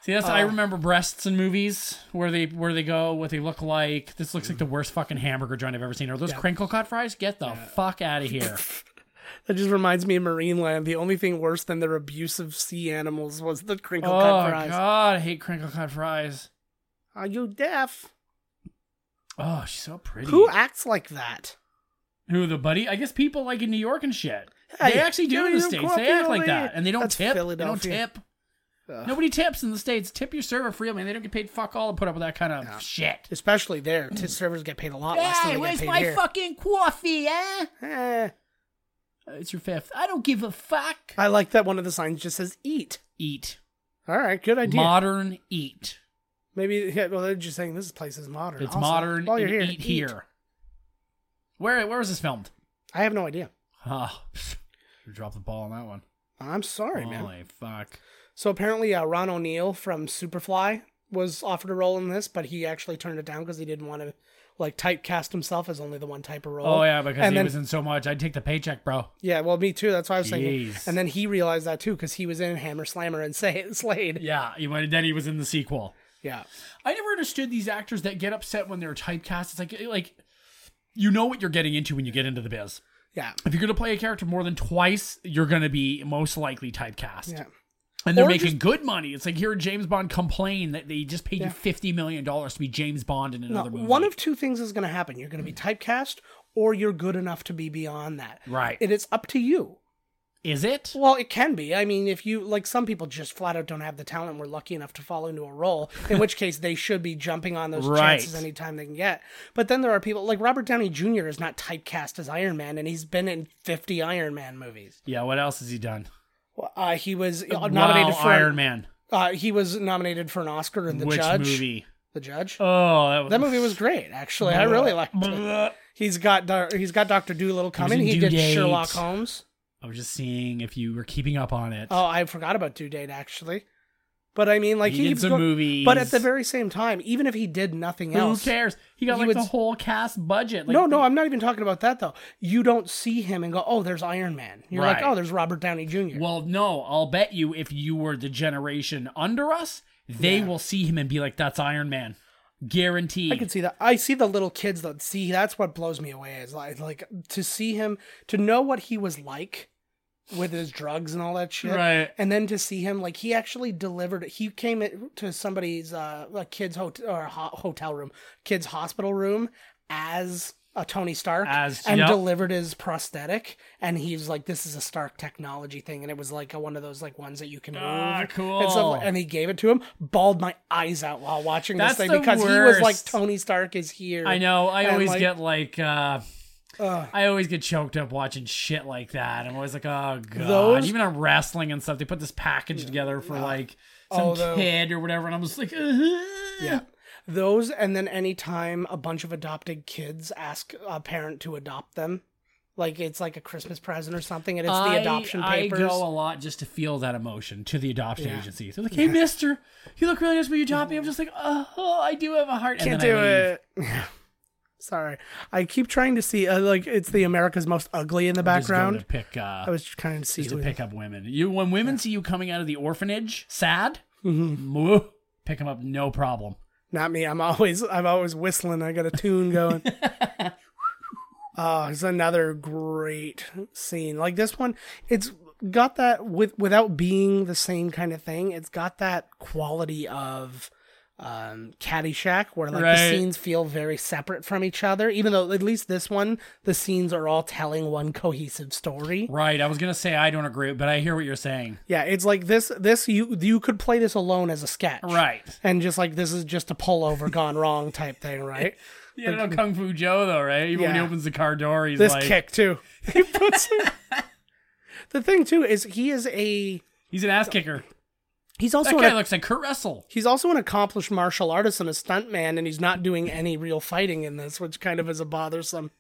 [SPEAKER 1] See, that's I remember breasts in movies where they where they go, what they look like. This looks like the worst fucking hamburger joint I've ever seen. Are those crinkle cut fries? Get the fuck out of here.
[SPEAKER 2] That just reminds me of Marine Land. The only thing worse than their abusive sea animals was the crinkle
[SPEAKER 1] oh
[SPEAKER 2] cut fries.
[SPEAKER 1] god, I hate crinkle cut fries.
[SPEAKER 2] Are you deaf?
[SPEAKER 1] Oh, she's so pretty.
[SPEAKER 2] Who acts like that?
[SPEAKER 1] Who the buddy? I guess people like in New York and shit.
[SPEAKER 2] Hey,
[SPEAKER 1] they actually do in
[SPEAKER 2] you
[SPEAKER 1] the states. They act like that, and they don't
[SPEAKER 2] That's
[SPEAKER 1] tip. They don't
[SPEAKER 2] Philadelphia.
[SPEAKER 1] tip. Nobody tips in the states. Tip your server free, man. They don't get paid fuck all to put up with that kind of shit.
[SPEAKER 2] Especially there, t- servers get paid a lot less than they get paid here.
[SPEAKER 1] fucking coffee, eh? Uh,
[SPEAKER 2] Eh,
[SPEAKER 1] It's your fifth. I don't give a fuck.
[SPEAKER 2] I like that one of the signs just says "eat."
[SPEAKER 1] Eat.
[SPEAKER 2] All right, good idea.
[SPEAKER 1] Modern eat.
[SPEAKER 2] Maybe yeah, well, they're just saying this place is modern.
[SPEAKER 1] It's
[SPEAKER 2] Also,
[SPEAKER 1] modern
[SPEAKER 2] While you're
[SPEAKER 1] and
[SPEAKER 2] here,
[SPEAKER 1] eat, here. Where where was this filmed?
[SPEAKER 2] I have no idea.
[SPEAKER 1] Ah, you dropped the ball on that one.
[SPEAKER 2] I'm sorry, man.
[SPEAKER 1] Holy fuck.
[SPEAKER 2] So apparently, uh, Ron O'Neill from Superfly was offered a role in this, but he actually turned it down because he didn't want to like typecast himself as only the one type of role.
[SPEAKER 1] Oh yeah, because
[SPEAKER 2] and
[SPEAKER 1] he
[SPEAKER 2] then,
[SPEAKER 1] was in so much. I'd take the paycheck, bro.
[SPEAKER 2] yeah. Well, me too. That's why I was thinking.
[SPEAKER 1] Jeez.
[SPEAKER 2] And then he realized that too because he was in Hammer Slammer and Say Slade.
[SPEAKER 1] Yeah, he went, then he was in the sequel.
[SPEAKER 2] Yeah.
[SPEAKER 1] I never understood these actors that get upset when they're typecast. It's like like you know what you're getting into when you get into the biz.
[SPEAKER 2] Yeah.
[SPEAKER 1] If you're gonna play a character more than twice, you're gonna be most likely typecast.
[SPEAKER 2] Yeah.
[SPEAKER 1] And they're
[SPEAKER 2] Or
[SPEAKER 1] making good money. It's like hearing James Bond complain that they just paid you fifty million dollars to be James Bond in
[SPEAKER 2] No,
[SPEAKER 1] another movie.
[SPEAKER 2] one of two things is going to happen. You're going to be typecast, or you're good enough to be beyond that.
[SPEAKER 1] Right.
[SPEAKER 2] And it's up to you.
[SPEAKER 1] is it?
[SPEAKER 2] Well, it can be. I mean, if you like, some people just flat out don't have the talent. We're lucky enough to fall into a role, in which case they should be jumping on those
[SPEAKER 1] Right.
[SPEAKER 2] chances anytime they can get. But then there are people like Robert Downey Jr. is not typecast as Iron Man, and he's been in 50 Iron Man movies.
[SPEAKER 1] Yeah, what else has he done?
[SPEAKER 2] Well, Uh, he was uh,
[SPEAKER 1] Wow,
[SPEAKER 2] nominated for
[SPEAKER 1] Iron Man.
[SPEAKER 2] Uh, he was nominated for an Oscar in The
[SPEAKER 1] Which
[SPEAKER 2] Judge.
[SPEAKER 1] movie?
[SPEAKER 2] The Judge.
[SPEAKER 1] Oh, that was
[SPEAKER 2] that movie was great, actually. I really liked it. He's got Dar- he's got Doctor Doolittle coming.
[SPEAKER 1] in
[SPEAKER 2] He
[SPEAKER 1] Due
[SPEAKER 2] did
[SPEAKER 1] Date.
[SPEAKER 2] Sherlock Holmes.
[SPEAKER 1] I was just seeing if you were keeping up on it.
[SPEAKER 2] Oh, I forgot about due date actually. But I mean, like
[SPEAKER 1] He
[SPEAKER 2] he,
[SPEAKER 1] did
[SPEAKER 2] keeps
[SPEAKER 1] some
[SPEAKER 2] going-
[SPEAKER 1] movies.
[SPEAKER 2] But at the very same time, even if he did nothing
[SPEAKER 1] Who
[SPEAKER 2] else,
[SPEAKER 1] cares? He got
[SPEAKER 2] He
[SPEAKER 1] like
[SPEAKER 2] would-
[SPEAKER 1] the whole cast budget. Like,
[SPEAKER 2] no, no, I'm not even talking about that though. You don't see him and go, "Oh, there's Iron Man." You're like,
[SPEAKER 1] Right.
[SPEAKER 2] "Oh, there's Robert Downey Jr."
[SPEAKER 1] Well, no, I'll bet you if you were the generation under us, they will see him and be like, "That's Iron Man," guaranteed.
[SPEAKER 2] I can see that. I see the little kids that see. That's what blows me away. Is like, like to see him, to know what he was like with his drugs and all that shit.
[SPEAKER 1] Right.
[SPEAKER 2] And then to see him, like he actually delivered. He came at- to somebody's uh, a kid's hotel or ho- hotel room, kid's hospital room, as a Tony Stark,
[SPEAKER 1] As-
[SPEAKER 2] and
[SPEAKER 1] yep.
[SPEAKER 2] delivered his prosthetic. And he's like, "This is a Stark technology thing," and it was like a, one of those like ones that you can move.
[SPEAKER 1] Ah,
[SPEAKER 2] And, stuff
[SPEAKER 1] cool.
[SPEAKER 2] like- and he gave it to him. Bawled my eyes out while watching
[SPEAKER 1] That's
[SPEAKER 2] this
[SPEAKER 1] the
[SPEAKER 2] thing because he was like
[SPEAKER 1] worst.
[SPEAKER 2] Tony Stark is here.
[SPEAKER 1] I know. I
[SPEAKER 2] And,
[SPEAKER 1] always
[SPEAKER 2] like,
[SPEAKER 1] get like, uh,
[SPEAKER 2] Ugh.
[SPEAKER 1] I always get choked up watching shit like that. I'm always like, oh god.
[SPEAKER 2] Those-
[SPEAKER 1] Even on wrestling and stuff, they put this package together for like some
[SPEAKER 2] Although-
[SPEAKER 1] kid or whatever, and I'm just like,
[SPEAKER 2] Oh, Yeah. Those and then anytime a bunch of adopted kids ask a parent to adopt them, like it's like a Christmas present or something, and it's
[SPEAKER 1] I,
[SPEAKER 2] the adoption papers.
[SPEAKER 1] I go a lot just to feel that emotion to the adoption agency. They're like, hey, mister, you look really nice. Will you adopt me? I'm just like, oh, I do have a heart.
[SPEAKER 2] Can't
[SPEAKER 1] and then
[SPEAKER 2] do
[SPEAKER 1] I leave.
[SPEAKER 2] it. Sorry, I keep trying to see. Uh, like it's the America's Most Ugly in the
[SPEAKER 1] Just go
[SPEAKER 2] background.
[SPEAKER 1] to pick, uh,
[SPEAKER 2] I was just trying to see.
[SPEAKER 1] just to
[SPEAKER 2] who-
[SPEAKER 1] pick up women. You when women see you coming out of the orphanage, sad,
[SPEAKER 2] Mm-hmm.
[SPEAKER 1] moo, pick them up, no problem.
[SPEAKER 2] Not me. I'm always I'm always whistling. I got a tune going. oh, it's another great scene. Like this one, it's got that with without being the same kind of thing. It's got that quality of um Caddyshack where like the
[SPEAKER 1] Right.
[SPEAKER 2] scenes feel very separate from each other even though at least this one the scenes are all telling one cohesive story.
[SPEAKER 1] Right. I was gonna say I don't agree, but I hear what you're saying.
[SPEAKER 2] Yeah, it's like this this you you could play this alone as a sketch.
[SPEAKER 1] Right.
[SPEAKER 2] And just like this is just a pullover gone wrong type thing, right?
[SPEAKER 1] You know Kung Fu Joe though, right? Even when he
[SPEAKER 2] Yeah.
[SPEAKER 1] opens the car door, he's
[SPEAKER 2] this
[SPEAKER 1] like,
[SPEAKER 2] kick too. He puts it- the thing too is he is a
[SPEAKER 1] he's an ass kicker.
[SPEAKER 2] he's
[SPEAKER 1] That
[SPEAKER 2] also
[SPEAKER 1] guy
[SPEAKER 2] an,
[SPEAKER 1] looks like Kurt Russell.
[SPEAKER 2] he's also an accomplished martial artist and a stuntman, and he's not doing any real fighting in this, which kind of is a bothersome.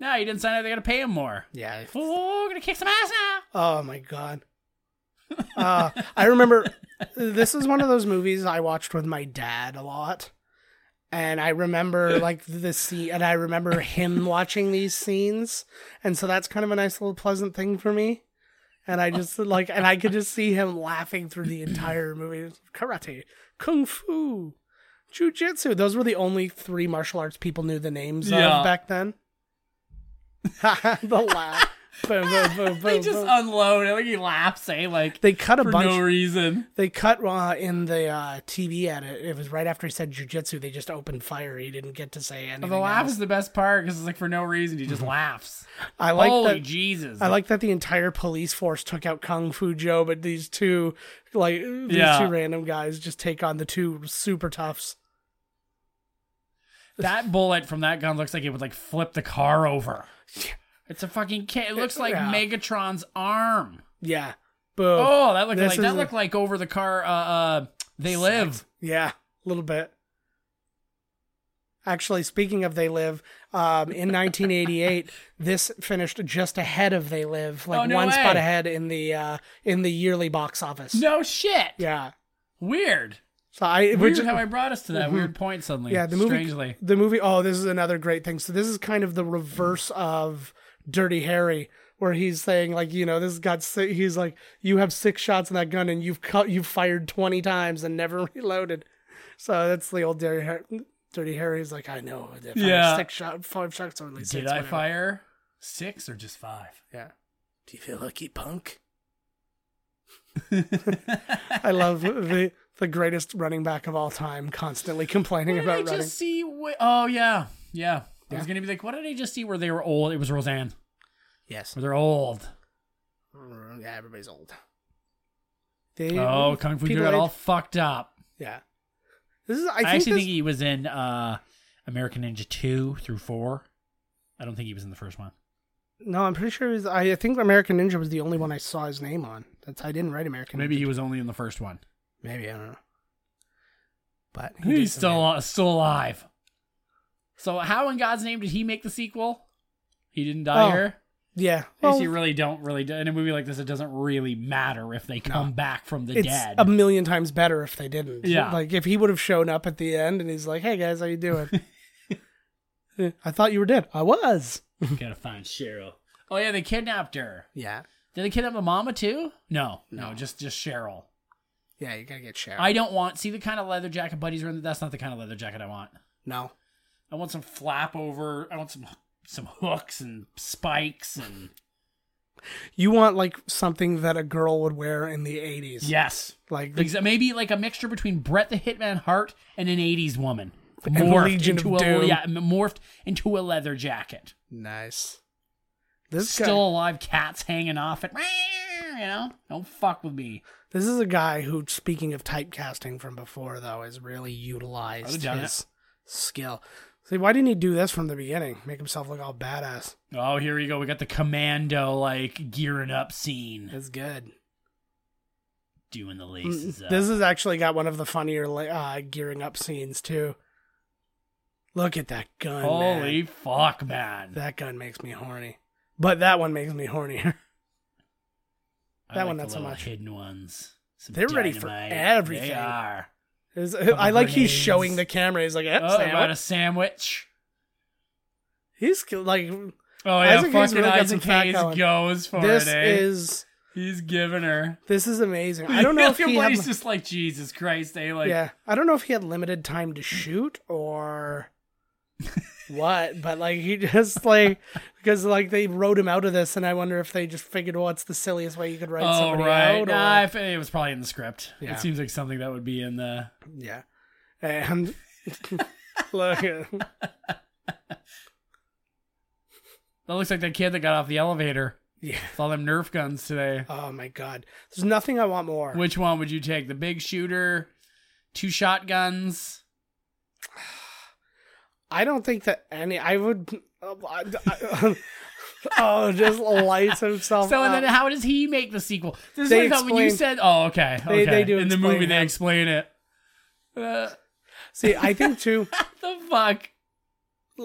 [SPEAKER 1] No, he didn't sign up. They gotta pay him more.
[SPEAKER 2] Yeah.
[SPEAKER 1] Oh, we're gonna kick some ass now.
[SPEAKER 2] Oh my god. Uh, I remember this is one of those movies I watched with my dad a lot. And I remember like the scene, and I remember him watching these scenes, and so that's kind of a nice little pleasant thing for me. and I just like, and I could just see him laughing through the entire movie. Karate, kung fu, jujitsu. Those were the only three martial arts people knew the names
[SPEAKER 1] Yeah.
[SPEAKER 2] of back then. the laugh. boom, boom, boom,
[SPEAKER 1] they
[SPEAKER 2] boom,
[SPEAKER 1] just
[SPEAKER 2] boom.
[SPEAKER 1] unload. I think he laughs, eh? Like
[SPEAKER 2] they cut a
[SPEAKER 1] for
[SPEAKER 2] bunch.
[SPEAKER 1] no reason.
[SPEAKER 2] They cut uh, in the uh, TV edit. It was right after he said jujitsu. They just opened fire. He didn't get to say anything.
[SPEAKER 1] The laugh
[SPEAKER 2] else.
[SPEAKER 1] is the best part because it's like for no reason he just laughs.
[SPEAKER 2] Mm-hmm. I like
[SPEAKER 1] Holy
[SPEAKER 2] that.
[SPEAKER 1] Jesus!
[SPEAKER 2] I like that the entire police force took out Kung Fu Joe, but these two, like these
[SPEAKER 1] Yeah.
[SPEAKER 2] two random guys, just take on the two super toughs.
[SPEAKER 1] that bullet from that gun. Looks like it would like flip the car over. It's a fucking. Ca- it looks like
[SPEAKER 2] Yeah.
[SPEAKER 1] Megatron's arm.
[SPEAKER 2] Yeah, boom.
[SPEAKER 1] Oh, that looked
[SPEAKER 2] This
[SPEAKER 1] like
[SPEAKER 2] is
[SPEAKER 1] that
[SPEAKER 2] a-
[SPEAKER 1] looked like over the car. Uh, uh they live.
[SPEAKER 2] Yeah, a little bit. Actually, speaking of They Live, um, in 1988, this finished just ahead of They Live, like
[SPEAKER 1] Oh,
[SPEAKER 2] one
[SPEAKER 1] no
[SPEAKER 2] spot
[SPEAKER 1] way.
[SPEAKER 2] ahead in the uh, in the yearly box office.
[SPEAKER 1] No shit.
[SPEAKER 2] Yeah.
[SPEAKER 1] Weird.
[SPEAKER 2] So I
[SPEAKER 1] Weird
[SPEAKER 2] which-
[SPEAKER 1] how I brought us to that weird point suddenly.
[SPEAKER 2] Mm-hmm. yeah the movie
[SPEAKER 1] Strangely.
[SPEAKER 2] the movie oh this is another great thing so this is kind of the reverse of dirty harry where he's saying like you know this has got si- he's like you have six shots in that gun and you've cut you've fired 20 times and never reloaded so that's the old dirty harry dirty harry's like i know I fired
[SPEAKER 1] Yeah.
[SPEAKER 2] six shot five shots or at least
[SPEAKER 1] Did
[SPEAKER 2] six,
[SPEAKER 1] I
[SPEAKER 2] whatever."
[SPEAKER 1] fire six or just five?
[SPEAKER 2] yeah do you feel lucky punk i love the the greatest running back of all time constantly complaining
[SPEAKER 1] What did I
[SPEAKER 2] about
[SPEAKER 1] just
[SPEAKER 2] running
[SPEAKER 1] see? Wh- oh yeah, yeah. I was gonna be like, what did I just see where they were old? It was Roseanne.
[SPEAKER 2] yes
[SPEAKER 1] Where they're old.
[SPEAKER 2] Mm, yeah everybody's old they,
[SPEAKER 1] oh, Kung Fu Joe
[SPEAKER 2] people
[SPEAKER 1] got
[SPEAKER 2] age-
[SPEAKER 1] all fucked up.
[SPEAKER 2] Yeah. This is I,
[SPEAKER 1] I,
[SPEAKER 2] think
[SPEAKER 1] actually
[SPEAKER 2] this,
[SPEAKER 1] think he was in uh, American Ninja two through four. I don't think he was in the first one.
[SPEAKER 2] No, I'm pretty sure it was, I think American Ninja was the only one I saw his name on. That's I didn't write American
[SPEAKER 1] Maybe
[SPEAKER 2] Ninja.
[SPEAKER 1] he was only in the first one.
[SPEAKER 2] Maybe I don't know. But he did
[SPEAKER 1] He's
[SPEAKER 2] some
[SPEAKER 1] still
[SPEAKER 2] man-
[SPEAKER 1] al- still alive. So how in God's name did he make the sequel? He didn't die
[SPEAKER 2] Oh,
[SPEAKER 1] here.
[SPEAKER 2] Yeah.
[SPEAKER 1] I guess
[SPEAKER 2] Well,
[SPEAKER 1] you really don't really do, in a movie like this. It doesn't really matter if they come back from the
[SPEAKER 2] it's
[SPEAKER 1] dead.
[SPEAKER 2] a million times better if they didn't.
[SPEAKER 1] Yeah.
[SPEAKER 2] Like if he would have shown up at the end and he's like, "Hey guys, how you doing?" "Eh, I thought you were dead. I was.
[SPEAKER 1] Gotta find Cheryl. Oh yeah, they kidnapped her.
[SPEAKER 2] Yeah.
[SPEAKER 1] Did they kidnap the mama too? No, no, just just Cheryl.
[SPEAKER 2] Yeah, you gotta get Sharon.
[SPEAKER 1] I don't want see the kind of leather jacket buddies are in. That's not the kind of leather jacket I want.
[SPEAKER 2] no.
[SPEAKER 1] I want some flap over. I want some some hooks and spikes and
[SPEAKER 2] You want like something that a girl would wear in the '80s.
[SPEAKER 1] yes,
[SPEAKER 2] Like the
[SPEAKER 1] Exa- maybe like a mixture between Brett the Hitman Hart and an '80s woman
[SPEAKER 2] And
[SPEAKER 1] morphed
[SPEAKER 2] Legion of
[SPEAKER 1] into a
[SPEAKER 2] Doom.
[SPEAKER 1] yeah, morphed into a leather jacket.
[SPEAKER 2] nice. This guy-
[SPEAKER 1] Still alive, cats hanging off it. You know, don't fuck with me.
[SPEAKER 2] This is a guy who, speaking of typecasting from before, though, has really
[SPEAKER 1] I've
[SPEAKER 2] utilized
[SPEAKER 1] done
[SPEAKER 2] his skill. See, why didn't he do this from the beginning? Make himself look all badass.
[SPEAKER 1] Oh, here we go. We got the commando like gearing up scene,
[SPEAKER 2] That's good. Mm,
[SPEAKER 1] doing the laces up.
[SPEAKER 2] This has actually got one of the funnier la- uh, gearing up scenes too. Look at that gun! man.
[SPEAKER 1] Holy fuck, man!
[SPEAKER 2] That gun makes me horny, but that one makes me hornier.
[SPEAKER 1] I
[SPEAKER 2] that
[SPEAKER 1] like
[SPEAKER 2] one
[SPEAKER 1] the
[SPEAKER 2] not so
[SPEAKER 1] little
[SPEAKER 2] much.
[SPEAKER 1] Hidden ones. Some
[SPEAKER 2] They're ready for
[SPEAKER 1] dynamite.
[SPEAKER 2] everything.
[SPEAKER 1] They are.
[SPEAKER 2] It's-
[SPEAKER 1] Couple
[SPEAKER 2] I like he's
[SPEAKER 1] grenades.
[SPEAKER 2] showing the camera. He's like, "Eh,
[SPEAKER 1] Oh,
[SPEAKER 2] Sam,
[SPEAKER 1] about
[SPEAKER 2] what?"
[SPEAKER 1] a sandwich.
[SPEAKER 2] he's like,
[SPEAKER 1] Oh yeah,
[SPEAKER 2] Isaac Hayes
[SPEAKER 1] fucking
[SPEAKER 2] really got some
[SPEAKER 1] Isaac
[SPEAKER 2] fat
[SPEAKER 1] Hayes
[SPEAKER 2] going.
[SPEAKER 1] goes for
[SPEAKER 2] this
[SPEAKER 1] it. eh?
[SPEAKER 2] is
[SPEAKER 1] He's giving her.
[SPEAKER 2] this is amazing. I don't know if he had
[SPEAKER 1] he's just like Jesus Christ. They like
[SPEAKER 2] yeah, I don't know if he had limited time to shoot or what, but like he just like because like they wrote him out of this, and I wonder if they just figured well, what's the silliest way you could write
[SPEAKER 1] oh
[SPEAKER 2] somebody
[SPEAKER 1] right.
[SPEAKER 2] out.
[SPEAKER 1] Nah,
[SPEAKER 2] or-
[SPEAKER 1] if- eh, it was probably in the script.
[SPEAKER 2] Yeah.
[SPEAKER 1] It seems like something that would be in the.
[SPEAKER 2] yeah, and look, at-
[SPEAKER 1] That looks like that kid that got off the elevator
[SPEAKER 2] yeah.
[SPEAKER 1] with all them Nerf guns today.
[SPEAKER 2] Oh my god, there's nothing I want more.
[SPEAKER 1] Which one would you take? The big shooter, two shotguns.
[SPEAKER 2] I don't think that any. I would. I- I- oh, just lights himself.
[SPEAKER 1] So and then
[SPEAKER 2] up.
[SPEAKER 1] how does he make the sequel? This
[SPEAKER 2] uh, They
[SPEAKER 1] is what I thought when you
[SPEAKER 2] explain-
[SPEAKER 1] said, "Oh, okay,
[SPEAKER 2] They-
[SPEAKER 1] okay."
[SPEAKER 2] they do
[SPEAKER 1] in the
[SPEAKER 2] explain
[SPEAKER 1] movie. They
[SPEAKER 2] that.
[SPEAKER 1] explain it. Uh,
[SPEAKER 2] see, I think too.
[SPEAKER 1] the fuck!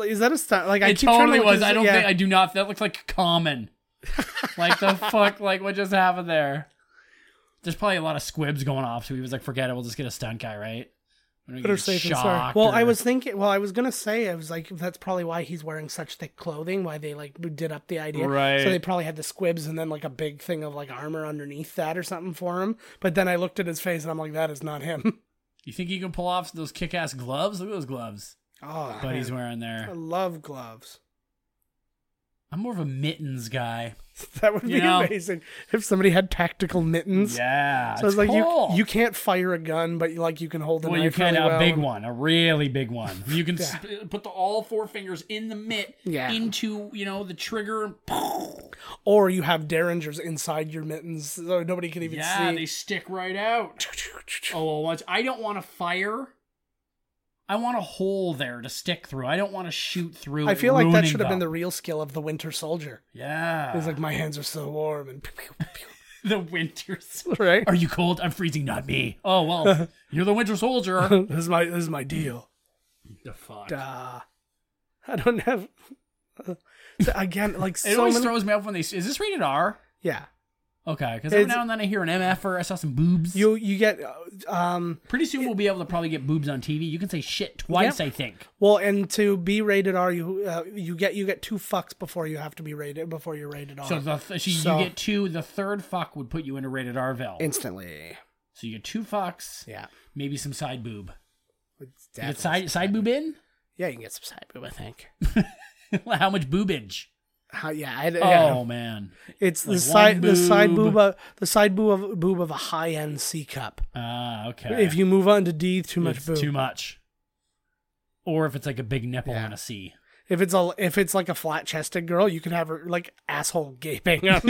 [SPEAKER 2] Is that a stunt? Like I
[SPEAKER 1] It
[SPEAKER 2] keep trying to
[SPEAKER 1] totally
[SPEAKER 2] look at
[SPEAKER 1] was.
[SPEAKER 2] this-
[SPEAKER 1] I don't
[SPEAKER 2] yeah.
[SPEAKER 1] think. I do not. That looks like common. like the fuck. Like what just happened there? There's probably a lot of squibs going off, so he was like, "Forget it. We'll just get a stunt guy, right?" I don't
[SPEAKER 2] Better
[SPEAKER 1] get
[SPEAKER 2] safe than sorry.
[SPEAKER 1] shocked
[SPEAKER 2] Well, I
[SPEAKER 1] or-
[SPEAKER 2] was thinking. Well, I was gonna say I was like that's probably why he's wearing such thick clothing. Why they like did up the idea.
[SPEAKER 1] Right.
[SPEAKER 2] So they probably had the squibs and then like a big thing of like armor underneath that or something for him. But then I looked at his face and I'm like, that is not him.
[SPEAKER 1] You think you can pull off those kick-ass gloves? Look at those gloves,
[SPEAKER 2] Oh,
[SPEAKER 1] buddy's
[SPEAKER 2] man.
[SPEAKER 1] wearing
[SPEAKER 2] I
[SPEAKER 1] there.
[SPEAKER 2] love gloves.
[SPEAKER 1] I'm more of a mittens guy.
[SPEAKER 2] That would
[SPEAKER 1] You
[SPEAKER 2] be
[SPEAKER 1] know?
[SPEAKER 2] amazing if somebody had tactical mittens.
[SPEAKER 1] Yeah,
[SPEAKER 2] So it's like
[SPEAKER 1] cool.
[SPEAKER 2] you you can't fire a gun, but like you can hold a
[SPEAKER 1] well, you
[SPEAKER 2] knife
[SPEAKER 1] can
[SPEAKER 2] really
[SPEAKER 1] a
[SPEAKER 2] well.
[SPEAKER 1] big one, a really big one. You can
[SPEAKER 2] Yeah.
[SPEAKER 1] sp- put the all four fingers in the mitt
[SPEAKER 2] Yeah.
[SPEAKER 1] into you know the trigger. and
[SPEAKER 2] Or you have derringers inside your mittens, so nobody can even
[SPEAKER 1] Yeah,
[SPEAKER 2] see.
[SPEAKER 1] they stick right out. Oh, well, once I don't want to fire. I want a hole there to stick through. I don't want to shoot through.
[SPEAKER 2] I
[SPEAKER 1] it,
[SPEAKER 2] feel like that
[SPEAKER 1] ruining
[SPEAKER 2] should have been the
[SPEAKER 1] them.
[SPEAKER 2] real skill of the Winter Soldier.
[SPEAKER 1] yeah.
[SPEAKER 2] He's like, my hands are so warm, and pew, pew, pew."
[SPEAKER 1] the winter. Soldier.
[SPEAKER 2] right.
[SPEAKER 1] Are you cold? I'm freezing, not me. Oh well, you're the Winter Soldier.
[SPEAKER 2] this is my this is my deal.
[SPEAKER 1] the fuck.
[SPEAKER 2] Duh. I don't have. uh, So again, like
[SPEAKER 1] It
[SPEAKER 2] so
[SPEAKER 1] always
[SPEAKER 2] many.
[SPEAKER 1] throws me off when they. Is this rated R?
[SPEAKER 2] yeah,
[SPEAKER 1] Okay, because every
[SPEAKER 2] It's-
[SPEAKER 1] now and then I hear an MF or I saw some boobs.
[SPEAKER 2] you you get uh, um
[SPEAKER 1] Pretty soon we'll be able to probably get boobs on TV. You can say shit twice, I think.
[SPEAKER 2] well, and to be rated R, you uh, you get you get two fucks before you have to be rated before you're rated R.
[SPEAKER 1] So the th- she,
[SPEAKER 2] Uh, So-
[SPEAKER 1] you get two. The third fuck would put you into rated Rville.
[SPEAKER 2] instantly.
[SPEAKER 1] so you get two fucks,
[SPEAKER 2] Yeah.
[SPEAKER 1] maybe some side boob.
[SPEAKER 2] It's
[SPEAKER 1] You get
[SPEAKER 2] definitely-
[SPEAKER 1] side side boob in.
[SPEAKER 2] yeah, you can get some side boob, I think.
[SPEAKER 1] How much boobage?
[SPEAKER 2] How, yeah, I, yeah.
[SPEAKER 1] Oh man.
[SPEAKER 2] it's the
[SPEAKER 1] like
[SPEAKER 2] side
[SPEAKER 1] one
[SPEAKER 2] the side
[SPEAKER 1] boob.
[SPEAKER 2] boob of, the side boob of, boob of a high end C cup.
[SPEAKER 1] Ah, okay.
[SPEAKER 2] If you move on to D, too much
[SPEAKER 1] It's
[SPEAKER 2] boob.
[SPEAKER 1] too much. Or if it's like a big nipple
[SPEAKER 2] Yeah.
[SPEAKER 1] on a C.
[SPEAKER 2] If it's a if it's like a flat chested girl, you can have her like asshole gaping. up.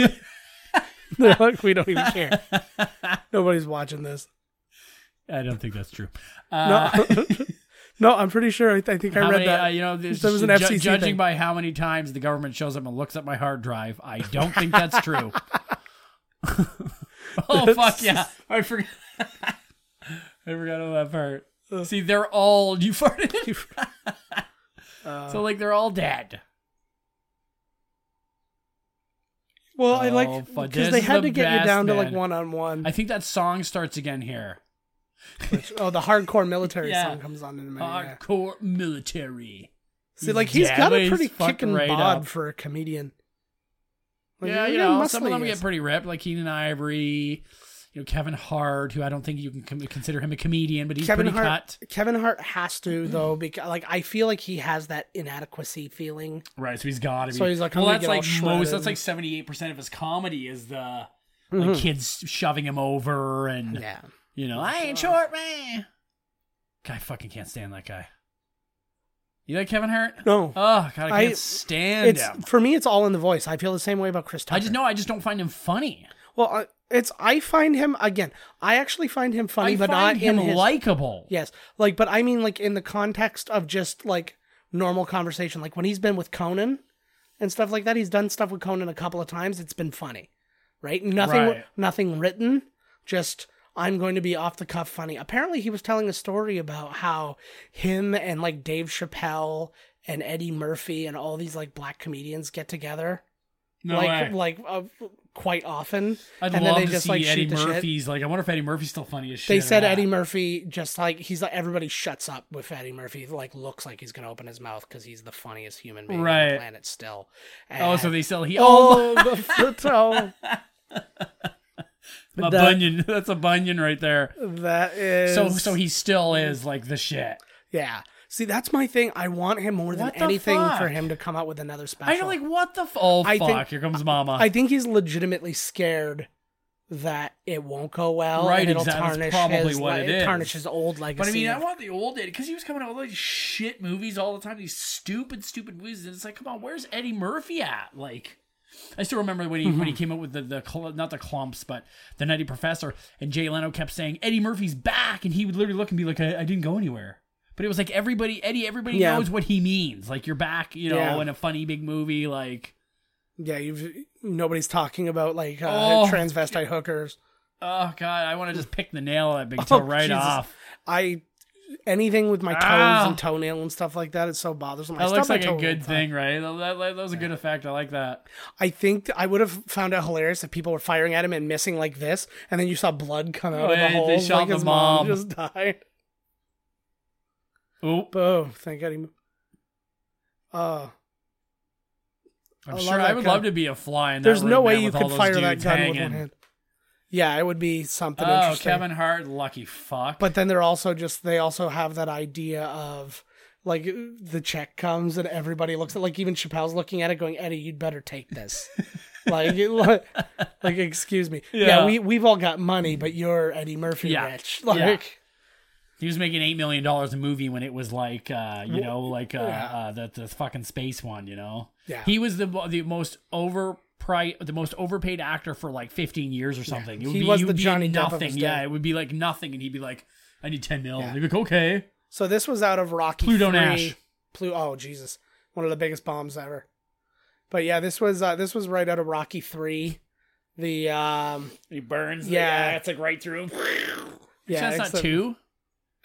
[SPEAKER 2] They're like, we don't even care. Nobody's watching this.
[SPEAKER 1] I don't think that's true.
[SPEAKER 2] No,
[SPEAKER 1] Uh,
[SPEAKER 2] no, I'm pretty sure. I, th- I think I
[SPEAKER 1] how
[SPEAKER 2] read
[SPEAKER 1] many,
[SPEAKER 2] that.
[SPEAKER 1] uh, you know, this,
[SPEAKER 2] there was an
[SPEAKER 1] ju-
[SPEAKER 2] FCC
[SPEAKER 1] judging
[SPEAKER 2] thing.
[SPEAKER 1] by how many times the government shows up and looks at my hard drive, I don't think that's true. oh fuck yeah! I forgot. I forgot all that part.
[SPEAKER 2] Uh.
[SPEAKER 1] See, they're all you farted. so
[SPEAKER 2] Uh.
[SPEAKER 1] like they're all dead.
[SPEAKER 2] well, I
[SPEAKER 1] Oh,
[SPEAKER 2] like
[SPEAKER 1] fuck,
[SPEAKER 2] because
[SPEAKER 1] this
[SPEAKER 2] they
[SPEAKER 1] is
[SPEAKER 2] had
[SPEAKER 1] the
[SPEAKER 2] to get
[SPEAKER 1] best,
[SPEAKER 2] you down to like
[SPEAKER 1] man.
[SPEAKER 2] one on one.
[SPEAKER 1] I think that song starts again here.
[SPEAKER 2] Oh, the hardcore military
[SPEAKER 1] Yeah.
[SPEAKER 2] song comes on in a minute. yeah.
[SPEAKER 1] Hardcore military.
[SPEAKER 2] See, like he's
[SPEAKER 1] Yeah,
[SPEAKER 2] got
[SPEAKER 1] but
[SPEAKER 2] a
[SPEAKER 1] he's
[SPEAKER 2] pretty
[SPEAKER 1] fucking
[SPEAKER 2] kicking
[SPEAKER 1] right
[SPEAKER 2] bod
[SPEAKER 1] up.
[SPEAKER 2] for a comedian. Like,
[SPEAKER 1] Yeah,
[SPEAKER 2] look
[SPEAKER 1] you
[SPEAKER 2] how
[SPEAKER 1] know, some
[SPEAKER 2] muscly
[SPEAKER 1] of them
[SPEAKER 2] he
[SPEAKER 1] get
[SPEAKER 2] is.
[SPEAKER 1] pretty ripped, like Keenan Ivory, you know, Kevin Hart, who I don't think you can com- consider him a comedian, but he's
[SPEAKER 2] Kevin
[SPEAKER 1] pretty
[SPEAKER 2] Hart.
[SPEAKER 1] cut.
[SPEAKER 2] Kevin Hart has to though, because like I feel like he has that inadequacy feeling.
[SPEAKER 1] Right, so he's got to be.
[SPEAKER 2] So he's like, I'm
[SPEAKER 1] well,
[SPEAKER 2] gonna
[SPEAKER 1] that's
[SPEAKER 2] get
[SPEAKER 1] like
[SPEAKER 2] all
[SPEAKER 1] most.
[SPEAKER 2] shredded. Mm-hmm.
[SPEAKER 1] That's like seventy eight percent of his comedy is the like kids shoving him over and
[SPEAKER 2] Yeah.
[SPEAKER 1] you know, I ain't short man. I fucking can't stand that guy. You like Kevin Hart?
[SPEAKER 2] No.
[SPEAKER 1] Oh God, I can't
[SPEAKER 2] I-
[SPEAKER 1] stand
[SPEAKER 2] It's
[SPEAKER 1] him.
[SPEAKER 2] for me. It's all in the voice. I feel the same way about Chris Tucker.
[SPEAKER 1] I just know I just don't find him funny.
[SPEAKER 2] Well, I- it's I find him again. I actually find him funny,
[SPEAKER 1] I
[SPEAKER 2] but
[SPEAKER 1] find
[SPEAKER 2] not
[SPEAKER 1] him
[SPEAKER 2] in his,
[SPEAKER 1] likable.
[SPEAKER 2] Yes, like, but I mean, like in the context of just like normal conversation, like when he's been with Conan and stuff like that. He's done stuff with Conan a couple of times. It's been funny, right? Nothing,
[SPEAKER 1] Right.
[SPEAKER 2] nothing written. Just I'm going to be off the cuff funny. Apparently, he was telling a story about how him and like Dave Chappelle and Eddie Murphy and all these like black comedians get together
[SPEAKER 1] No
[SPEAKER 2] like
[SPEAKER 1] way.
[SPEAKER 2] like uh, quite often.
[SPEAKER 1] I'd
[SPEAKER 2] and
[SPEAKER 1] love
[SPEAKER 2] then they
[SPEAKER 1] to
[SPEAKER 2] just
[SPEAKER 1] see
[SPEAKER 2] like
[SPEAKER 1] Eddie
[SPEAKER 2] shoot the shit.
[SPEAKER 1] Murphy's. Like, I wonder if Eddie Murphy's still funny as shit.
[SPEAKER 2] They
[SPEAKER 1] or
[SPEAKER 2] said
[SPEAKER 1] not.
[SPEAKER 2] Eddie Murphy just like he's like everybody shuts up with Eddie Murphy. Like looks like he's gonna open his mouth because he's the funniest human being on
[SPEAKER 1] Right.
[SPEAKER 2] the planet still.
[SPEAKER 1] Oh,
[SPEAKER 2] And-
[SPEAKER 1] so they sell he. Oh,
[SPEAKER 2] oh the foot- oh,
[SPEAKER 1] a
[SPEAKER 2] that-
[SPEAKER 1] bunion. That's a bunion right there.
[SPEAKER 2] that is
[SPEAKER 1] So, so he still is like the shit.
[SPEAKER 2] yeah. See, that's my thing. I want him more than
[SPEAKER 1] What the
[SPEAKER 2] anything for
[SPEAKER 1] fuck?
[SPEAKER 2] him to come out with another special.
[SPEAKER 1] I know, like, what the f- oh
[SPEAKER 2] I
[SPEAKER 1] fuck?
[SPEAKER 2] think-
[SPEAKER 1] Here comes Mama.
[SPEAKER 2] I think he's legitimately scared that it won't go well.
[SPEAKER 1] Right,
[SPEAKER 2] and it'll
[SPEAKER 1] exactly. That's
[SPEAKER 2] tarnish
[SPEAKER 1] probably
[SPEAKER 2] his,
[SPEAKER 1] what
[SPEAKER 2] le-
[SPEAKER 1] it is.
[SPEAKER 2] tarnish his old legacy.
[SPEAKER 1] but I mean, I
[SPEAKER 2] of-
[SPEAKER 1] want the old Eddie because he was coming out with all these shit movies all the time. These stupid, stupid movies. And it's like, come on, where's Eddie Murphy at? Like. I still remember when he when he came out with the, the cl- not the clumps but the Nutty Professor and Jay Leno kept saying Eddie Murphy's back and he would literally look and be like I, I didn't go anywhere but it was like everybody Eddie everybody
[SPEAKER 2] Yeah.
[SPEAKER 1] knows what he means like you're back you know
[SPEAKER 2] Yeah.
[SPEAKER 1] in a funny big movie like
[SPEAKER 2] Yeah, you've nobody's talking about like uh,
[SPEAKER 1] Oh.
[SPEAKER 2] transvestite hookers.
[SPEAKER 1] oh god I want to just pick the nail on that big toe
[SPEAKER 2] Oh,
[SPEAKER 1] right
[SPEAKER 2] Jesus.
[SPEAKER 1] off
[SPEAKER 2] I anything with my toes
[SPEAKER 1] Ah.
[SPEAKER 2] and toenail and stuff like that, it's so bothersome. I
[SPEAKER 1] That
[SPEAKER 2] stub
[SPEAKER 1] looks
[SPEAKER 2] my
[SPEAKER 1] like
[SPEAKER 2] toe
[SPEAKER 1] a
[SPEAKER 2] all
[SPEAKER 1] good
[SPEAKER 2] the time.
[SPEAKER 1] thing, right? That, that- that- that was a good effect. I like that.
[SPEAKER 2] I think th- I would have found it hilarious if people were firing at him and missing like this, and then you saw blood come out
[SPEAKER 1] Oh,
[SPEAKER 2] of
[SPEAKER 1] yeah,
[SPEAKER 2] the
[SPEAKER 1] they
[SPEAKER 2] holes.
[SPEAKER 1] shot
[SPEAKER 2] like
[SPEAKER 1] the
[SPEAKER 2] his
[SPEAKER 1] mom.
[SPEAKER 2] just died.
[SPEAKER 1] Oh,
[SPEAKER 2] Oh, thank God he moved. Oh,
[SPEAKER 1] I'm
[SPEAKER 2] I love
[SPEAKER 1] sure
[SPEAKER 2] that
[SPEAKER 1] I would
[SPEAKER 2] gun.
[SPEAKER 1] love to be a fly in that
[SPEAKER 2] there's
[SPEAKER 1] room,
[SPEAKER 2] no way
[SPEAKER 1] man,
[SPEAKER 2] you
[SPEAKER 1] with all
[SPEAKER 2] could
[SPEAKER 1] those
[SPEAKER 2] fire that
[SPEAKER 1] dudes
[SPEAKER 2] gun with
[SPEAKER 1] hanging.
[SPEAKER 2] one hand. Yeah, it would be something
[SPEAKER 1] Oh,
[SPEAKER 2] interesting.
[SPEAKER 1] Kevin Hart, lucky fuck.
[SPEAKER 2] But then they're also just they also have that idea of like the check comes and everybody looks at like even Chappelle's looking at it going Eddie you'd better take this like you- like excuse me yeah.
[SPEAKER 1] Yeah.
[SPEAKER 2] we we've all got money but you're Eddie Murphy
[SPEAKER 1] Yeah.
[SPEAKER 2] rich
[SPEAKER 1] Yeah.
[SPEAKER 2] like
[SPEAKER 1] he was making eight million dollars a movie when it was like, uh, you know, like uh,
[SPEAKER 2] Yeah.
[SPEAKER 1] uh, the the fucking space one. You know,
[SPEAKER 2] Yeah.
[SPEAKER 1] He was the the most over the most overpaid actor for like 15 years or something. It would
[SPEAKER 2] He
[SPEAKER 1] be,
[SPEAKER 2] was
[SPEAKER 1] it would
[SPEAKER 2] the
[SPEAKER 1] be
[SPEAKER 2] Johnny Depp of
[SPEAKER 1] nothing.
[SPEAKER 2] his
[SPEAKER 1] yeah,
[SPEAKER 2] day.
[SPEAKER 1] it would be like nothing, and he'd be like, "I need 10 mil." He'd be like, "Okay."
[SPEAKER 2] so this was out of Rocky
[SPEAKER 1] Pluto
[SPEAKER 2] III.
[SPEAKER 1] Nash.
[SPEAKER 2] Plu- oh Jesus one of the biggest bombs ever but yeah this was uh, this was right out of Rocky three the um
[SPEAKER 1] He burns.
[SPEAKER 2] the Yeah. guy,
[SPEAKER 1] it's like right through.
[SPEAKER 2] yeah
[SPEAKER 1] that's not
[SPEAKER 2] it's the-
[SPEAKER 1] two.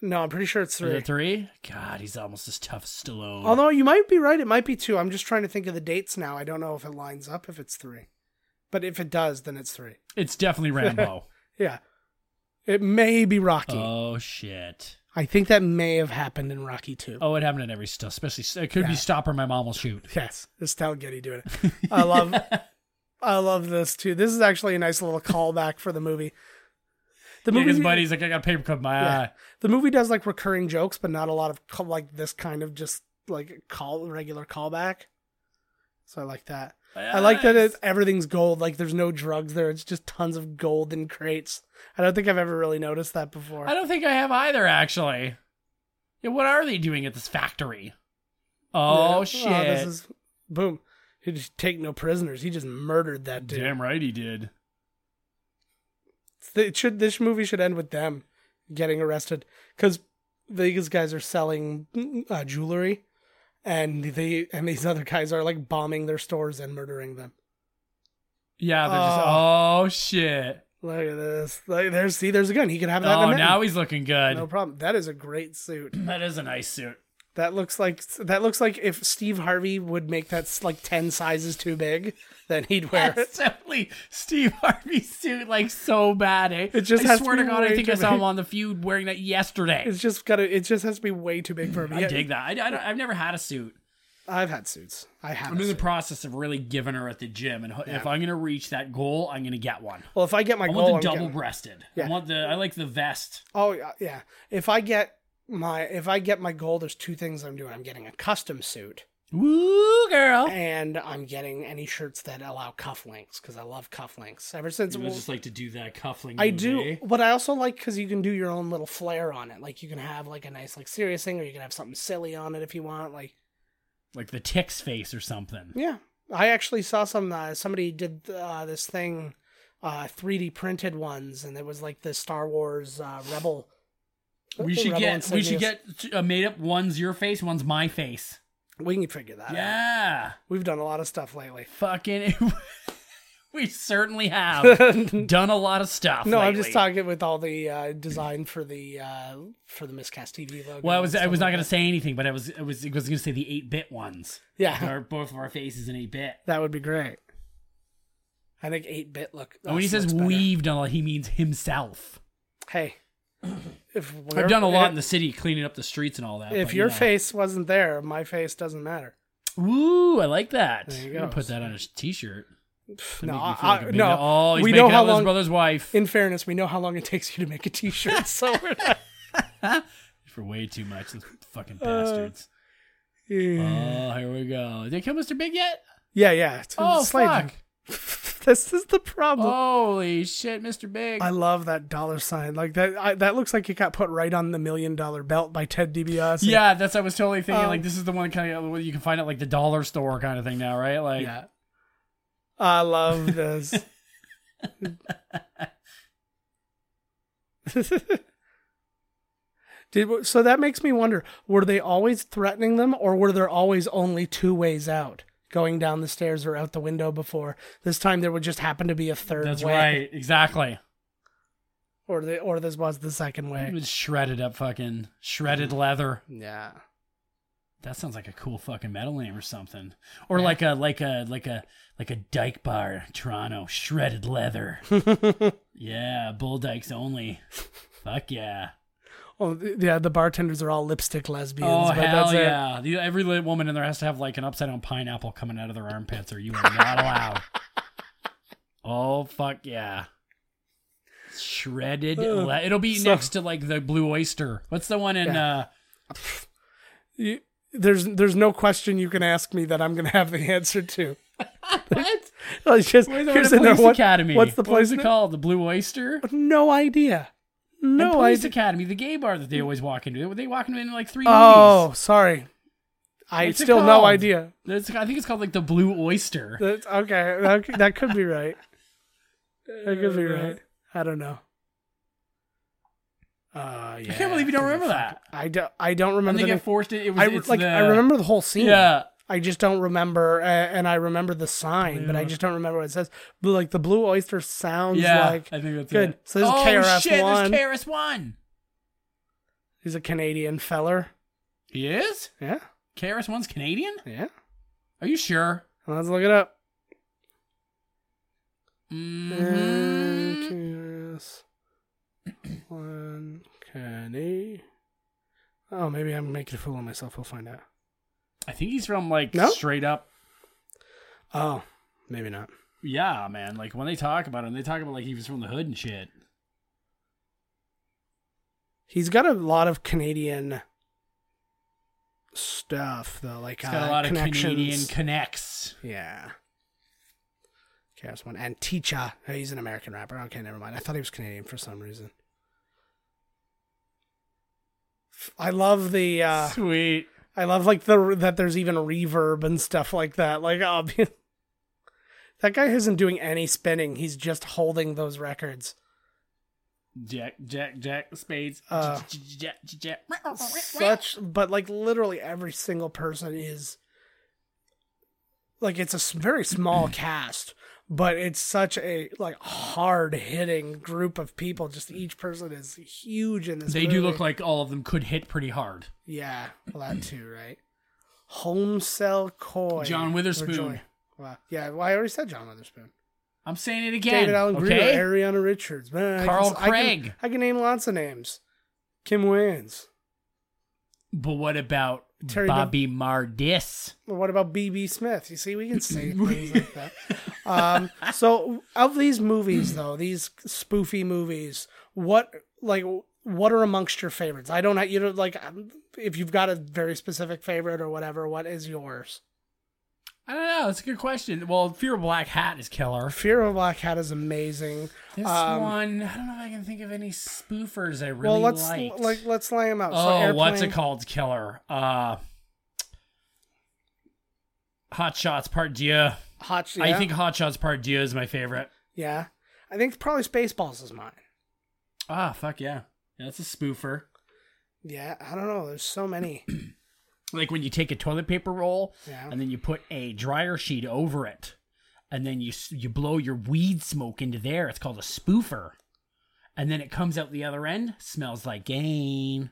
[SPEAKER 2] no I'm pretty sure it's
[SPEAKER 1] Is
[SPEAKER 2] three
[SPEAKER 1] it three? God, he's almost as tough as Stallone.
[SPEAKER 2] Although you might be right, it might be two. I'm just trying to think of the dates now. I don't know if it lines up if it's three, but if it does, then it's three.
[SPEAKER 1] it's definitely Rambo.
[SPEAKER 2] Yeah, it may be Rocky.
[SPEAKER 1] oh shit!
[SPEAKER 2] I think that may have happened in Rocky too.
[SPEAKER 1] Oh, it happened in every stuff. Especially it could
[SPEAKER 2] Yeah.
[SPEAKER 1] be Stop or My Mom Will Shoot.
[SPEAKER 2] Yes, it's Tal Getty doing it. I love, I love this too. This is actually a nice little callback for the movie. The
[SPEAKER 1] Yeah,
[SPEAKER 2] movie,
[SPEAKER 1] his buddy's like, I got a paper cut in my
[SPEAKER 2] Yeah.
[SPEAKER 1] eye.
[SPEAKER 2] the movie does like recurring jokes, but not a lot of co- like this kind of just like call regular callback. So I like that. I like that it, everything's gold. Like there's no drugs there. It's just tons of gold in crates. I don't think I've ever really noticed that before.
[SPEAKER 1] I don't think I have either, actually. Yeah, what are they doing at this factory? Oh
[SPEAKER 2] Yeah.
[SPEAKER 1] shit!
[SPEAKER 2] this is boom. He just take no prisoners. He just murdered that dude.
[SPEAKER 1] Damn right he did.
[SPEAKER 2] It should this movie should end with them getting arrested because these guys are selling uh, jewelry, and they and these other guys are like bombing their stores and murdering them.
[SPEAKER 1] Yeah, they're just
[SPEAKER 2] Oh.
[SPEAKER 1] oh shit.
[SPEAKER 2] Look at this. Like there's see there's a gun. He could have that. in a
[SPEAKER 1] Oh,
[SPEAKER 2] minute.
[SPEAKER 1] now he's looking good.
[SPEAKER 2] no problem. That is a great suit.
[SPEAKER 1] That is a nice suit.
[SPEAKER 2] That looks like that looks like if Steve Harvey would make that s- like ten sizes too big, then he'd wear it.
[SPEAKER 1] That's definitely Steve Harvey's suit, like so bad. Eh?
[SPEAKER 2] It just
[SPEAKER 1] I
[SPEAKER 2] has to
[SPEAKER 1] swear
[SPEAKER 2] be
[SPEAKER 1] to God, I
[SPEAKER 2] way
[SPEAKER 1] think
[SPEAKER 2] too
[SPEAKER 1] I saw him
[SPEAKER 2] big.
[SPEAKER 1] on the feud wearing that yesterday.
[SPEAKER 2] It's just gotta. It just has to be way too big for me.
[SPEAKER 1] I dig that. I, I don't, I've never had a suit.
[SPEAKER 2] I've had suits. I have.
[SPEAKER 1] I'm
[SPEAKER 2] a
[SPEAKER 1] in the
[SPEAKER 2] suit.
[SPEAKER 1] process of really giving her at the gym, and ho- if I'm gonna reach that goal, I'm gonna get one.
[SPEAKER 2] well, if I get my
[SPEAKER 1] I want
[SPEAKER 2] goal,
[SPEAKER 1] the
[SPEAKER 2] Oh, I'm
[SPEAKER 1] double
[SPEAKER 2] getting-
[SPEAKER 1] breasted. I
[SPEAKER 2] Yeah.
[SPEAKER 1] want the. I like the vest.
[SPEAKER 2] oh yeah, yeah. If I get my if I get my goal, there's two things I'm doing. I'm getting a custom suit,
[SPEAKER 1] Woo, girl.
[SPEAKER 2] and I'm getting any shirts that allow cufflinks because I love cufflinks. Ever since
[SPEAKER 1] I just like to do that cuffling.
[SPEAKER 2] I
[SPEAKER 1] move, eh?
[SPEAKER 2] do, but I also like because you can do your own little flair on it. Like you can have like a nice like serious thing, or you can have something silly on it if you want. Like
[SPEAKER 1] like the tick's face or something.
[SPEAKER 2] yeah, I actually saw some uh, somebody did uh, this thing, uh, 3D printed ones, and it was like the Star Wars uh, Rebel.
[SPEAKER 1] We should
[SPEAKER 2] Rebel
[SPEAKER 1] get. We should
[SPEAKER 2] insignias.
[SPEAKER 1] get uh, made up. One's your face. One's my face.
[SPEAKER 2] We can figure that. out.
[SPEAKER 1] Yeah.
[SPEAKER 2] we've done a lot of stuff lately.
[SPEAKER 1] Fucking. we certainly have
[SPEAKER 2] no,
[SPEAKER 1] done a lot of stuff.
[SPEAKER 2] I'm
[SPEAKER 1] Oh, lately.
[SPEAKER 2] just talking with all the uh, design for the uh, for the miscast TV logo.
[SPEAKER 1] Well, I was
[SPEAKER 2] and
[SPEAKER 1] I was
[SPEAKER 2] stuff
[SPEAKER 1] not
[SPEAKER 2] like
[SPEAKER 1] gonna say anything, but I was I was I was gonna say the eight bit ones.
[SPEAKER 2] that. Yeah,
[SPEAKER 1] Our, both of our faces in eight bit.
[SPEAKER 2] that would be great. I think eight bit look.
[SPEAKER 1] And Oh, when he
[SPEAKER 2] us
[SPEAKER 1] says
[SPEAKER 2] looks better.
[SPEAKER 1] we've done a lot, he means himself.
[SPEAKER 2] hey, if we're,
[SPEAKER 1] I've done a lot in the city, cleaning up the streets and all that.
[SPEAKER 2] If
[SPEAKER 1] but,
[SPEAKER 2] your
[SPEAKER 1] you know.
[SPEAKER 2] face wasn't there, my face doesn't matter.
[SPEAKER 1] ooh, I like that.
[SPEAKER 2] There you
[SPEAKER 1] I'm gonna
[SPEAKER 2] go.
[SPEAKER 1] put that on his t-shirt. To
[SPEAKER 2] No,
[SPEAKER 1] make me
[SPEAKER 2] I,
[SPEAKER 1] feel like a
[SPEAKER 2] I-
[SPEAKER 1] big
[SPEAKER 2] no.
[SPEAKER 1] guy. Oh, he's
[SPEAKER 2] we
[SPEAKER 1] making
[SPEAKER 2] know
[SPEAKER 1] out
[SPEAKER 2] how
[SPEAKER 1] with
[SPEAKER 2] long.
[SPEAKER 1] his brother's wife
[SPEAKER 2] in fairness, we know how long it takes you to make a T-shirt. So we're not-
[SPEAKER 1] for way too much. Those fucking
[SPEAKER 2] Uh,
[SPEAKER 1] bastards.
[SPEAKER 2] yeah,
[SPEAKER 1] Oh, here we go. Did they kill Mr. Big yet?
[SPEAKER 2] yeah. yeah. It's-
[SPEAKER 1] Oh
[SPEAKER 2] it's
[SPEAKER 1] fuck!
[SPEAKER 2] like-
[SPEAKER 1] Oh.
[SPEAKER 2] this is the problem.
[SPEAKER 1] Holy shit, Mr. Big.
[SPEAKER 2] I love that dollar sign. Like that. I, that looks like it got put right on the million dollar belt by Ted DiBiase.
[SPEAKER 1] Yeah, that's I was totally thinking.
[SPEAKER 2] Um,
[SPEAKER 1] like this is the one kind of you can find at like the dollar store kind of thing now, right? Like
[SPEAKER 2] yeah. I love this. Did so that makes me wonder: Were they always threatening them, or were there always only two ways out? Going down the stairs or out the window before this time, there would just happen to be a third.
[SPEAKER 1] that's
[SPEAKER 2] way,
[SPEAKER 1] right, exactly.
[SPEAKER 2] Or the or this was the second
[SPEAKER 1] It
[SPEAKER 2] way. Mm.
[SPEAKER 1] was shredded up, fucking shredded leather.
[SPEAKER 2] Yeah.
[SPEAKER 1] That sounds like a cool fucking metal name or something, or like a like a like a like a dyke bar, Toronto shredded leather. yeah, bull dykes only. Fuck yeah.
[SPEAKER 2] Well, Oh, th- yeah, the bartenders are all lipstick lesbians.
[SPEAKER 1] Oh
[SPEAKER 2] but
[SPEAKER 1] hell
[SPEAKER 2] that's it.
[SPEAKER 1] yeah! The- every lit woman in there has to have like an upside down pineapple coming out of their armpits, or you are not allowed. oh fuck yeah! Shredded.
[SPEAKER 2] Ugh.
[SPEAKER 1] le- It'll be
[SPEAKER 2] So-
[SPEAKER 1] next to like the blue oyster. What's the one in? uh
[SPEAKER 2] You, there's there's no question you can ask me that I'm going to have the answer to.
[SPEAKER 1] What?
[SPEAKER 2] Well, It's just
[SPEAKER 1] Where's the
[SPEAKER 2] here's
[SPEAKER 1] one in
[SPEAKER 2] another
[SPEAKER 1] Police
[SPEAKER 2] one.
[SPEAKER 1] Academy?
[SPEAKER 2] What's the
[SPEAKER 1] What was
[SPEAKER 2] place
[SPEAKER 1] it
[SPEAKER 2] name?
[SPEAKER 1] called? The Blue Oyster.
[SPEAKER 2] No idea.
[SPEAKER 1] And
[SPEAKER 2] No
[SPEAKER 1] Police
[SPEAKER 2] idea.
[SPEAKER 1] Academy, the gay bar that they always walk into. They- They walk into in like three
[SPEAKER 2] Oh, sorry. I
[SPEAKER 1] What's it
[SPEAKER 2] still
[SPEAKER 1] called?
[SPEAKER 2] no idea.
[SPEAKER 1] movies. It's- I think it's called like the Blue Oyster.
[SPEAKER 2] That's, okay, that, c- that could be right. That could be right. I don't know. Uh, yeah.
[SPEAKER 1] I can't believe you don't remember that.
[SPEAKER 2] I don't. I don't
[SPEAKER 1] And
[SPEAKER 2] remember
[SPEAKER 1] they
[SPEAKER 2] the.
[SPEAKER 1] get
[SPEAKER 2] Name.
[SPEAKER 1] forced. It, it was
[SPEAKER 2] I re-
[SPEAKER 1] it's
[SPEAKER 2] like.
[SPEAKER 1] the-
[SPEAKER 2] I remember the whole scene.
[SPEAKER 1] Yeah.
[SPEAKER 2] I just don't remember, uh, and I remember the sign, but I
[SPEAKER 1] Yeah.
[SPEAKER 2] just don't remember what it says. But like the blue oyster sounds
[SPEAKER 1] Yeah,
[SPEAKER 2] like
[SPEAKER 1] I think that's
[SPEAKER 2] good.
[SPEAKER 1] It.
[SPEAKER 2] So this is
[SPEAKER 1] oh,
[SPEAKER 2] KRS-One.
[SPEAKER 1] shit, there's KRS One.
[SPEAKER 2] he's a Canadian feller.
[SPEAKER 1] He is?
[SPEAKER 2] Yeah,
[SPEAKER 1] KRS One's Canadian?
[SPEAKER 2] yeah.
[SPEAKER 1] Are you sure?
[SPEAKER 2] Let's look it up. Mm-hmm.
[SPEAKER 1] Mm-hmm. Mhm.
[SPEAKER 2] Kiss. One candy. Oh, maybe I'm making a fool of myself. We'll find out.
[SPEAKER 1] I think he's from like
[SPEAKER 2] No?
[SPEAKER 1] straight up.
[SPEAKER 2] Oh, maybe not.
[SPEAKER 1] Yeah, man. Like when they talk about him, they talk about like he was from the hood and shit.
[SPEAKER 2] He's got a lot of Canadian stuff, though. Like
[SPEAKER 1] He's got
[SPEAKER 2] uh,
[SPEAKER 1] a lot of
[SPEAKER 2] connections.
[SPEAKER 1] Canadian connects.
[SPEAKER 2] yeah. Okay, that's one. And Teacha. Oh, he's an American rapper. Okay, never mind. I thought he was Canadian for some reason. F- I love the. Uh,
[SPEAKER 1] Sweet.
[SPEAKER 2] I love like the that there's even reverb and stuff like that. Like obvious. That guy isn't doing any spinning. He's just holding those records.
[SPEAKER 1] Jack, Jack, Jack, spades.
[SPEAKER 2] Uh,
[SPEAKER 1] J- j- Jack, j- Jack.
[SPEAKER 2] Such, but like literally every single person is like it's a s- very small cast, but it's such a like hard hitting group of people. Just each person is huge in this.
[SPEAKER 1] They do
[SPEAKER 2] movie.
[SPEAKER 1] look like all of them could hit pretty hard.
[SPEAKER 2] yeah, well, that too, right? Home Cell Coy,
[SPEAKER 1] John
[SPEAKER 2] Or
[SPEAKER 1] Witherspoon.
[SPEAKER 2] Joy. Wow. Yeah, well, I already said John Witherspoon.
[SPEAKER 1] I'm saying it again.
[SPEAKER 2] David Allen Greer,
[SPEAKER 1] okay?
[SPEAKER 2] Ariana Richards, man, I
[SPEAKER 1] Carl
[SPEAKER 2] can- I can-
[SPEAKER 1] Craig.
[SPEAKER 2] I can, name lots of names. Kim Wayans.
[SPEAKER 1] But what about
[SPEAKER 2] Terry
[SPEAKER 1] Bobby Mardis?
[SPEAKER 2] Well, What about BB Smith? You see, we can say things like that. Um, so, of these movies, though, these spoofy movies, what like what are amongst your favorites? I don't, you know, like um, if you've got a very specific favorite or whatever, what is yours?
[SPEAKER 1] I don't know. That's a good question. Well, Fear of Black Hat is killer.
[SPEAKER 2] Fear of a Black Hat is amazing.
[SPEAKER 1] This
[SPEAKER 2] Um,
[SPEAKER 1] one, I don't know if I can think of any spoofers I really
[SPEAKER 2] well, let's
[SPEAKER 1] liked.
[SPEAKER 2] like let's lay them out. So
[SPEAKER 1] oh, what's
[SPEAKER 2] Airplane-
[SPEAKER 1] it called's killer? Uh, Hot Shots Part Dieu.
[SPEAKER 2] Hot,
[SPEAKER 1] I
[SPEAKER 2] yeah?
[SPEAKER 1] think Hot Shots Part Dieu is my favorite.
[SPEAKER 2] Yeah. I think probably Spaceballs is mine.
[SPEAKER 1] Ah, fuck yeah. yeah. That's a spoofer.
[SPEAKER 2] Yeah, I don't know. There's so many.
[SPEAKER 1] like when you take a toilet paper roll
[SPEAKER 2] Yeah.
[SPEAKER 1] and then you put a dryer sheet over it and then you s- you blow your weed smoke into there it's called a spoofer and then it comes out the other end smells like gain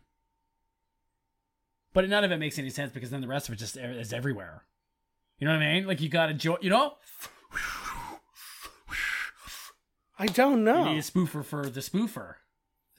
[SPEAKER 1] but none of it makes any sense because then the rest of it just e- is everywhere you know what i mean like you gotta jo- you know
[SPEAKER 2] I don't
[SPEAKER 1] you
[SPEAKER 2] know.
[SPEAKER 1] need a spoofer for the spoofer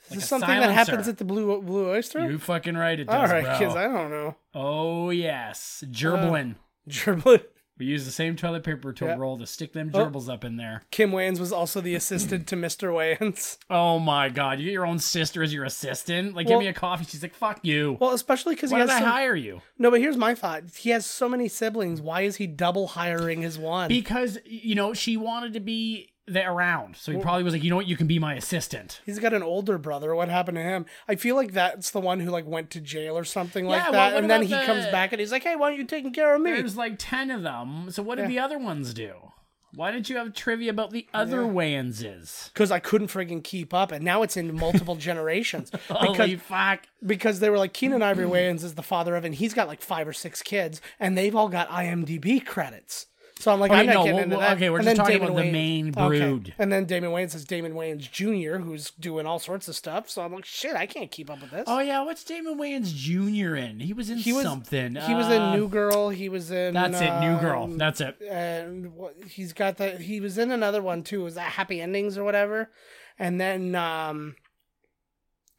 [SPEAKER 2] Is
[SPEAKER 1] like
[SPEAKER 2] this
[SPEAKER 1] a
[SPEAKER 2] something that
[SPEAKER 1] silencer.
[SPEAKER 2] happens at the Blue Blue Oyster?
[SPEAKER 1] you fucking right it does
[SPEAKER 2] All right,
[SPEAKER 1] bro.
[SPEAKER 2] because I don't know.
[SPEAKER 1] oh yes gerbilin
[SPEAKER 2] Gerbil.
[SPEAKER 1] we use the same toilet paper to
[SPEAKER 2] Yeah.
[SPEAKER 1] roll to stick them
[SPEAKER 2] Oh.
[SPEAKER 1] gerbils up in there
[SPEAKER 2] Kim Wayans was also the assistant to Mr. Wayans.
[SPEAKER 1] Oh my god, you get your own sister as your assistant? Like, give
[SPEAKER 2] Well-
[SPEAKER 1] me a coffee. She's like, fuck you.
[SPEAKER 2] Well, especially because he
[SPEAKER 1] Why
[SPEAKER 2] has
[SPEAKER 1] did I
[SPEAKER 2] so-
[SPEAKER 1] hire you?
[SPEAKER 2] no. But here's my thought: he has so many siblings. Why is he double hiring his one?
[SPEAKER 1] Because, you know, she wanted to be there around. So he probably was like, you know what, you can be my assistant.
[SPEAKER 2] He's got an older brother. What happened to him? I feel like that's the one who like went to jail or something like
[SPEAKER 1] Yeah, well,
[SPEAKER 2] that,
[SPEAKER 1] what
[SPEAKER 2] and then he
[SPEAKER 1] about
[SPEAKER 2] comes
[SPEAKER 1] the-
[SPEAKER 2] back and he's like, "Hey, why aren't you taking care of me?"
[SPEAKER 1] There's like 10 of them. So what did
[SPEAKER 2] Yeah.
[SPEAKER 1] the other ones do? Why didn't you have trivia about the other
[SPEAKER 2] Yeah.
[SPEAKER 1] Wayanses?
[SPEAKER 2] because I couldn't friggin' keep up, and now it's in multiple generations. Because
[SPEAKER 1] Holy fuck.
[SPEAKER 2] because they were like Keenan Ivory Wayans is the father of, and he's got like five or six kids, and they've all got IMDb credits. So I'm like,
[SPEAKER 1] Okay,
[SPEAKER 2] I'm not
[SPEAKER 1] no,
[SPEAKER 2] getting
[SPEAKER 1] well,
[SPEAKER 2] into
[SPEAKER 1] well,
[SPEAKER 2] that.
[SPEAKER 1] okay, we're
[SPEAKER 2] And
[SPEAKER 1] just
[SPEAKER 2] then
[SPEAKER 1] talking about the main brood.
[SPEAKER 2] And then Damon Wayans is Damon Wayans Jr., who's doing all sorts of stuff. So I'm like, shit, I can't keep up with this.
[SPEAKER 1] Oh yeah, what's Damon Wayans Jr. in? He was in
[SPEAKER 2] he was
[SPEAKER 1] something.
[SPEAKER 2] He was
[SPEAKER 1] Uh,
[SPEAKER 2] in New Girl. He was in.
[SPEAKER 1] That's it, New Girl.
[SPEAKER 2] um,
[SPEAKER 1] That's it.
[SPEAKER 2] and what, he's got the he was in another one too was that happy endings or whatever and then um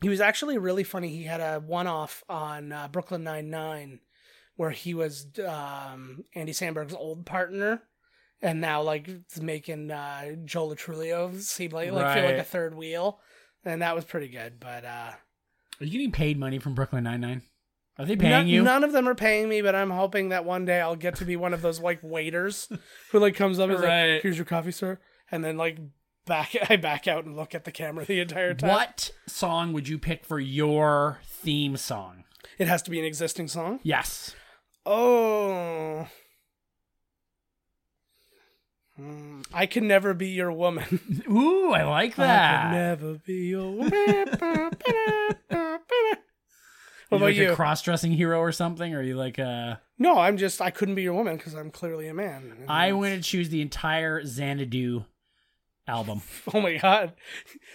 [SPEAKER 2] he was actually really funny. He had a one-off on uh, Brooklyn Nine Nine, where he was um, Andy Sandberg's old partner, and now like is making uh, Joe Latrulio seem like, like feel like
[SPEAKER 1] Right.
[SPEAKER 2] a third wheel, and that was pretty good. But uh,
[SPEAKER 1] Are you getting paid money from Brooklyn Nine Nine? Are they paying
[SPEAKER 2] no-
[SPEAKER 1] you?
[SPEAKER 2] none of them are paying me, but I'm hoping that one day I'll get to be one of those like waiters who like comes up and is
[SPEAKER 1] Right.
[SPEAKER 2] like, "Here's your coffee, sir," and then like back I back out and look at the camera the entire time.
[SPEAKER 1] What song would you pick for your theme song?
[SPEAKER 2] It has to be an existing song.
[SPEAKER 1] Yes.
[SPEAKER 2] Oh. Hmm, I can never be your woman.
[SPEAKER 1] Ooh, I like
[SPEAKER 2] Oh, I can
[SPEAKER 1] that.
[SPEAKER 2] never be your woman. what
[SPEAKER 1] Are you
[SPEAKER 2] about
[SPEAKER 1] like
[SPEAKER 2] you?
[SPEAKER 1] a cross-dressing hero or something? Or are you like a?
[SPEAKER 2] no, I'm just I couldn't be your woman because I'm clearly a man.
[SPEAKER 1] I want to choose the entire Xanadu album.
[SPEAKER 2] Oh my god.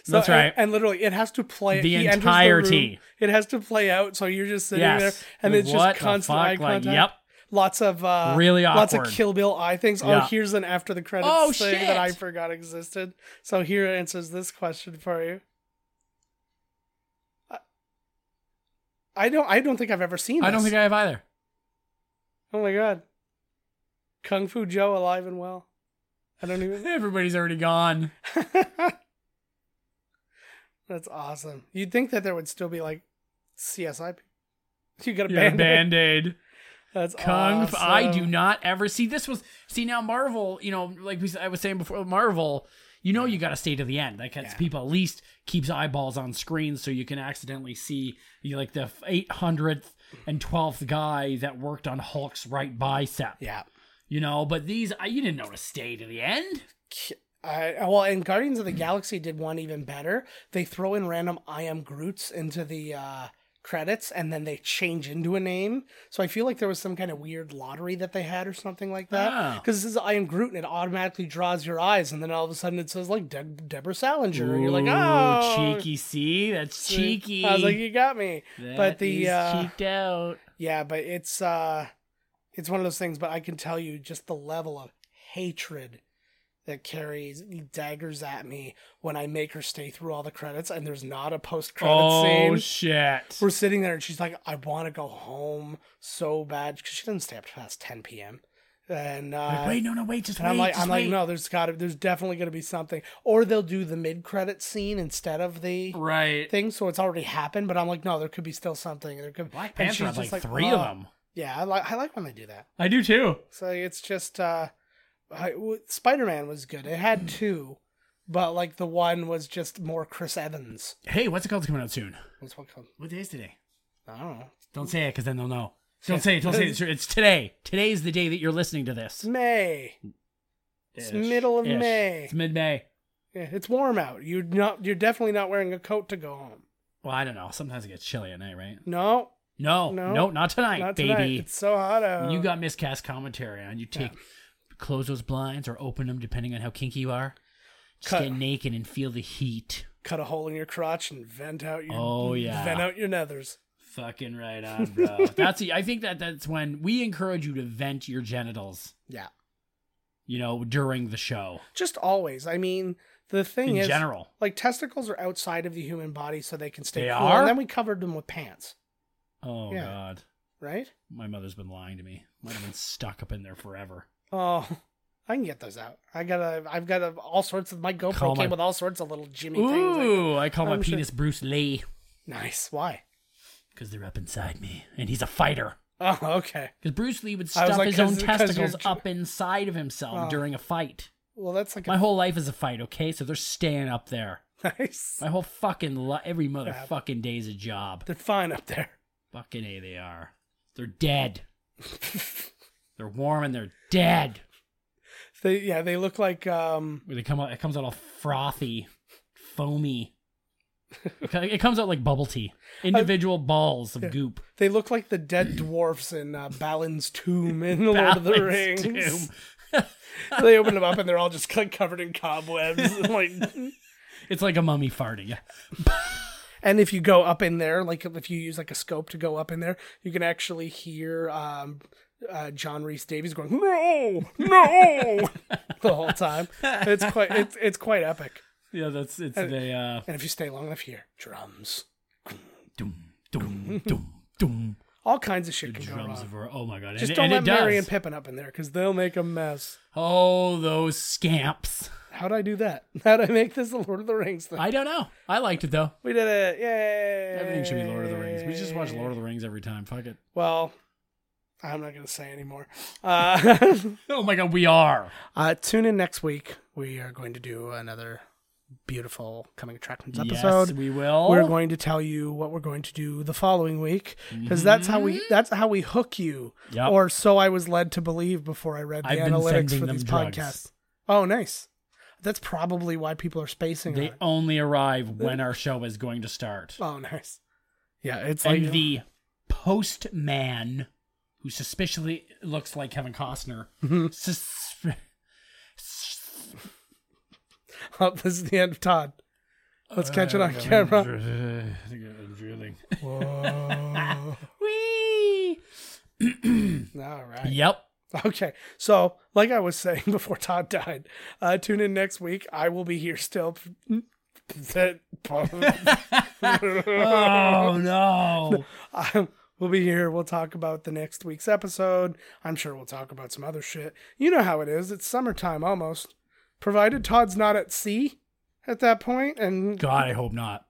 [SPEAKER 2] So,
[SPEAKER 1] That's right.
[SPEAKER 2] And, and literally, it has to play
[SPEAKER 1] The
[SPEAKER 2] he enters
[SPEAKER 1] entirety.
[SPEAKER 2] room, it has to play out. So you're just sitting
[SPEAKER 1] Yes.
[SPEAKER 2] there, and it's
[SPEAKER 1] What
[SPEAKER 2] just
[SPEAKER 1] the
[SPEAKER 2] constant
[SPEAKER 1] fuck?
[SPEAKER 2] eye
[SPEAKER 1] Like,
[SPEAKER 2] contact.
[SPEAKER 1] yep.
[SPEAKER 2] Lots of uh,
[SPEAKER 1] Really
[SPEAKER 2] Lots of
[SPEAKER 1] awkward.
[SPEAKER 2] Kill Bill eye things. Oh,
[SPEAKER 1] Yeah.
[SPEAKER 2] here's an after the credits
[SPEAKER 1] Oh,
[SPEAKER 2] thing that I
[SPEAKER 1] shit.
[SPEAKER 2] forgot existed. So here answers this question for you. I- I don't. I don't think I've ever seen. This.
[SPEAKER 1] I don't think I have either.
[SPEAKER 2] oh my god. Kung Fu Joe alive and well. I don't even.
[SPEAKER 1] Everybody's already gone.
[SPEAKER 2] That's awesome. You'd think that there would still be like CSI. pe- You got a
[SPEAKER 1] You got a
[SPEAKER 2] band.
[SPEAKER 1] band aid.
[SPEAKER 2] That's
[SPEAKER 1] Kung Fu.
[SPEAKER 2] awesome.
[SPEAKER 1] I do not ever see this was see now Marvel. You know, like we, I was saying before, Marvel. You know, you got to stay to the end. Like it's
[SPEAKER 2] Yeah.
[SPEAKER 1] people at least keeps eyeballs on screen, so you can accidentally see you know, like the eight hundredth and twelfth guy that worked on Hulk's right bicep.
[SPEAKER 2] Yeah.
[SPEAKER 1] You know, but these I, you didn't know to stay to the end.
[SPEAKER 2] K- I, well, and Guardians of the Galaxy did one even better. They throw in random I am Groots into the uh, credits, and then they change into a name. So I feel like there was some kind of weird lottery that they had or something like that.
[SPEAKER 1] Oh.
[SPEAKER 2] Because this is I am Groot, and it automatically draws your eyes, and then all of a sudden it says like Deb Deborah Salinger, and you're like,
[SPEAKER 1] Ooh,
[SPEAKER 2] oh,
[SPEAKER 1] cheeky. See, that's
[SPEAKER 2] See?
[SPEAKER 1] cheeky.
[SPEAKER 2] I was like, you got me.
[SPEAKER 1] That
[SPEAKER 2] but the
[SPEAKER 1] is
[SPEAKER 2] uh,
[SPEAKER 1] cheeked out.
[SPEAKER 2] yeah, but it's uh, it's one of those things. But I can tell you just the level of hatred that carries daggers at me when I make her stay through all the credits and there's not a post credit
[SPEAKER 1] Oh
[SPEAKER 2] scene.
[SPEAKER 1] shit.
[SPEAKER 2] We're sitting there and she's like, I want to go home so bad because she doesn't stay up past 10 p.m. And uh,
[SPEAKER 1] Like, wait, no, no, wait, just
[SPEAKER 2] and
[SPEAKER 1] wait.
[SPEAKER 2] I'm like,
[SPEAKER 1] just
[SPEAKER 2] I'm like,
[SPEAKER 1] wait.
[SPEAKER 2] no, there's got to, there's definitely going to be something, or they'll do the mid credit scene instead of the
[SPEAKER 1] right.
[SPEAKER 2] thing, so it's already happened. But I'm like, no, there could be still something. There could
[SPEAKER 1] Black
[SPEAKER 2] and
[SPEAKER 1] Panther
[SPEAKER 2] she's
[SPEAKER 1] had like,
[SPEAKER 2] just
[SPEAKER 1] three
[SPEAKER 2] "Oh."
[SPEAKER 1] of them.
[SPEAKER 2] Yeah, I like I like when they do that.
[SPEAKER 1] I do too.
[SPEAKER 2] So it's just uh, Spider Man was good. It
[SPEAKER 1] Hmm.
[SPEAKER 2] had two, but like the one was just more Chris Evans.
[SPEAKER 1] Hey, what's it called? Coming out soon.
[SPEAKER 2] That's what comes.
[SPEAKER 1] What day is today?
[SPEAKER 2] I don't know.
[SPEAKER 1] Don't say it, because then they'll know. Don't say it. Don't say it. It's today. Today is the day that you're listening to this.
[SPEAKER 2] It's May. It's middle of
[SPEAKER 1] Ish.
[SPEAKER 2] May.
[SPEAKER 1] It's mid-May.
[SPEAKER 2] Yeah, it's warm out. You're not. You're definitely not wearing a coat to go home.
[SPEAKER 1] Well, I don't know. Sometimes it gets chilly at night, right?
[SPEAKER 2] No,
[SPEAKER 1] No,
[SPEAKER 2] No.
[SPEAKER 1] no, not tonight,
[SPEAKER 2] not
[SPEAKER 1] baby.
[SPEAKER 2] tonight. It's uh, so hot out.
[SPEAKER 1] you got miscast commentary on. You take close those blinds or open them, depending on how kinky you are. Just
[SPEAKER 2] Cut.
[SPEAKER 1] get naked and feel the heat.
[SPEAKER 2] cut a hole in your crotch and vent out your.
[SPEAKER 1] Oh, yeah.
[SPEAKER 2] Vent out your nethers.
[SPEAKER 1] Fucking right on, bro. that's. the- I think that that's when we encourage you to vent your genitals.
[SPEAKER 2] Yeah.
[SPEAKER 1] You know, during the show.
[SPEAKER 2] Just always. I mean, the thing
[SPEAKER 1] in
[SPEAKER 2] is,
[SPEAKER 1] general.
[SPEAKER 2] like testicles are outside of the human body, so they can stay
[SPEAKER 1] They
[SPEAKER 2] cool.
[SPEAKER 1] are?
[SPEAKER 2] And then we covered them with pants,
[SPEAKER 1] Oh
[SPEAKER 2] Yeah.
[SPEAKER 1] God,
[SPEAKER 2] right?
[SPEAKER 1] my mother's been lying to me. Might have been stuck up in there forever.
[SPEAKER 2] Oh, I can get those out. I got a, I've got a, all sorts of my GoPro
[SPEAKER 1] Call
[SPEAKER 2] came
[SPEAKER 1] my-
[SPEAKER 2] with all sorts of little Jimmy things. like- Oh,
[SPEAKER 1] Ooh, I call my
[SPEAKER 2] I'm sure-
[SPEAKER 1] penis Bruce Lee
[SPEAKER 2] nice. Why?
[SPEAKER 1] because they're up inside me, and he's a fighter.
[SPEAKER 2] Oh, okay.
[SPEAKER 1] Because Bruce Lee would
[SPEAKER 2] I was
[SPEAKER 1] stuff
[SPEAKER 2] like,
[SPEAKER 1] his
[SPEAKER 2] 'cause-
[SPEAKER 1] own
[SPEAKER 2] 'cause you're
[SPEAKER 1] testicles
[SPEAKER 2] dr-
[SPEAKER 1] up inside of himself
[SPEAKER 2] Oh.
[SPEAKER 1] during a fight.
[SPEAKER 2] Well, that's like
[SPEAKER 1] My
[SPEAKER 2] a
[SPEAKER 1] whole life is a fight, okay? So they're staying up there.
[SPEAKER 2] nice.
[SPEAKER 1] My whole fucking li every motherfucking day is a job.
[SPEAKER 2] They're fine up there.
[SPEAKER 1] Fucking a, they are. They're dead. they're warm and they're dead.
[SPEAKER 2] They, yeah, they look like um.
[SPEAKER 1] Where they come out, it comes out all frothy, foamy. It co- it comes out like bubble tea. Individual balls of goop.
[SPEAKER 2] They look like the dead dwarfs in uh, Balin's tomb in Lord of the
[SPEAKER 1] Balance
[SPEAKER 2] Rings.
[SPEAKER 1] tube.
[SPEAKER 2] they open them up and they're all just like covered in cobwebs. and, like,
[SPEAKER 1] It's like a mummy farting.
[SPEAKER 2] And if you go up in there, like if you use like a scope to go up in there, you can actually hear um, uh, John Reese Davies going no, no, the whole time. It's quite it's it's quite epic.
[SPEAKER 1] Yeah, that's it's the uh
[SPEAKER 2] And if you stay long enough, you hear drums,
[SPEAKER 1] dum, dum, dum, dum.
[SPEAKER 2] All kinds of shit can go
[SPEAKER 1] Drums
[SPEAKER 2] wrong.
[SPEAKER 1] of her. Oh my god!
[SPEAKER 2] Just
[SPEAKER 1] and,
[SPEAKER 2] don't
[SPEAKER 1] and
[SPEAKER 2] let
[SPEAKER 1] it does.
[SPEAKER 2] Mary and Pippin up in there because they'll make a mess.
[SPEAKER 1] Oh, those scamps!
[SPEAKER 2] How'd I do that? How'd I make this the Lord of the Rings thing?
[SPEAKER 1] I don't know. I liked it though.
[SPEAKER 2] we did it. Yay.
[SPEAKER 1] Everything should be Lord of the Rings. We just watch Lord of the Rings every time. Fuck it.
[SPEAKER 2] Well, I'm not going to say anymore. Uh,
[SPEAKER 1] Oh my god, we are.
[SPEAKER 2] uh, tune in next week. We are going to do another beautiful Coming Attractions episode.
[SPEAKER 1] Yes, we will.
[SPEAKER 2] we're going to tell you what we're going to do the following week because that's how
[SPEAKER 1] Mm-hmm.
[SPEAKER 2] we that's how we hook you
[SPEAKER 1] Yep.
[SPEAKER 2] or so i was led to believe before i read the
[SPEAKER 1] I've been
[SPEAKER 2] analytics
[SPEAKER 1] sending
[SPEAKER 2] for
[SPEAKER 1] them
[SPEAKER 2] these
[SPEAKER 1] drugs.
[SPEAKER 2] podcasts oh nice that's probably why people are spacing
[SPEAKER 1] They
[SPEAKER 2] on it.
[SPEAKER 1] only arrive when our show is going to start.
[SPEAKER 2] oh nice yeah it's like
[SPEAKER 1] And the postman, who suspiciously looks like Kevin Costner,
[SPEAKER 2] Mm-hmm.
[SPEAKER 1] sus-
[SPEAKER 2] oh, this is the end of todd let's catch it on camera
[SPEAKER 1] Uh, I think I'm drooling.
[SPEAKER 2] Whoa.
[SPEAKER 1] Whee!
[SPEAKER 2] all right
[SPEAKER 1] Yep.
[SPEAKER 2] Okay. So, like I was saying before Todd died, uh, tune in next week. I will be here still.
[SPEAKER 1] Oh no.
[SPEAKER 2] Um, we'll be here. We'll talk about the next week's episode. I'm sure we'll talk about some other shit. You know how it is. It's summertime almost. Provided Todd's not at sea at that point, and
[SPEAKER 1] God, I hope not.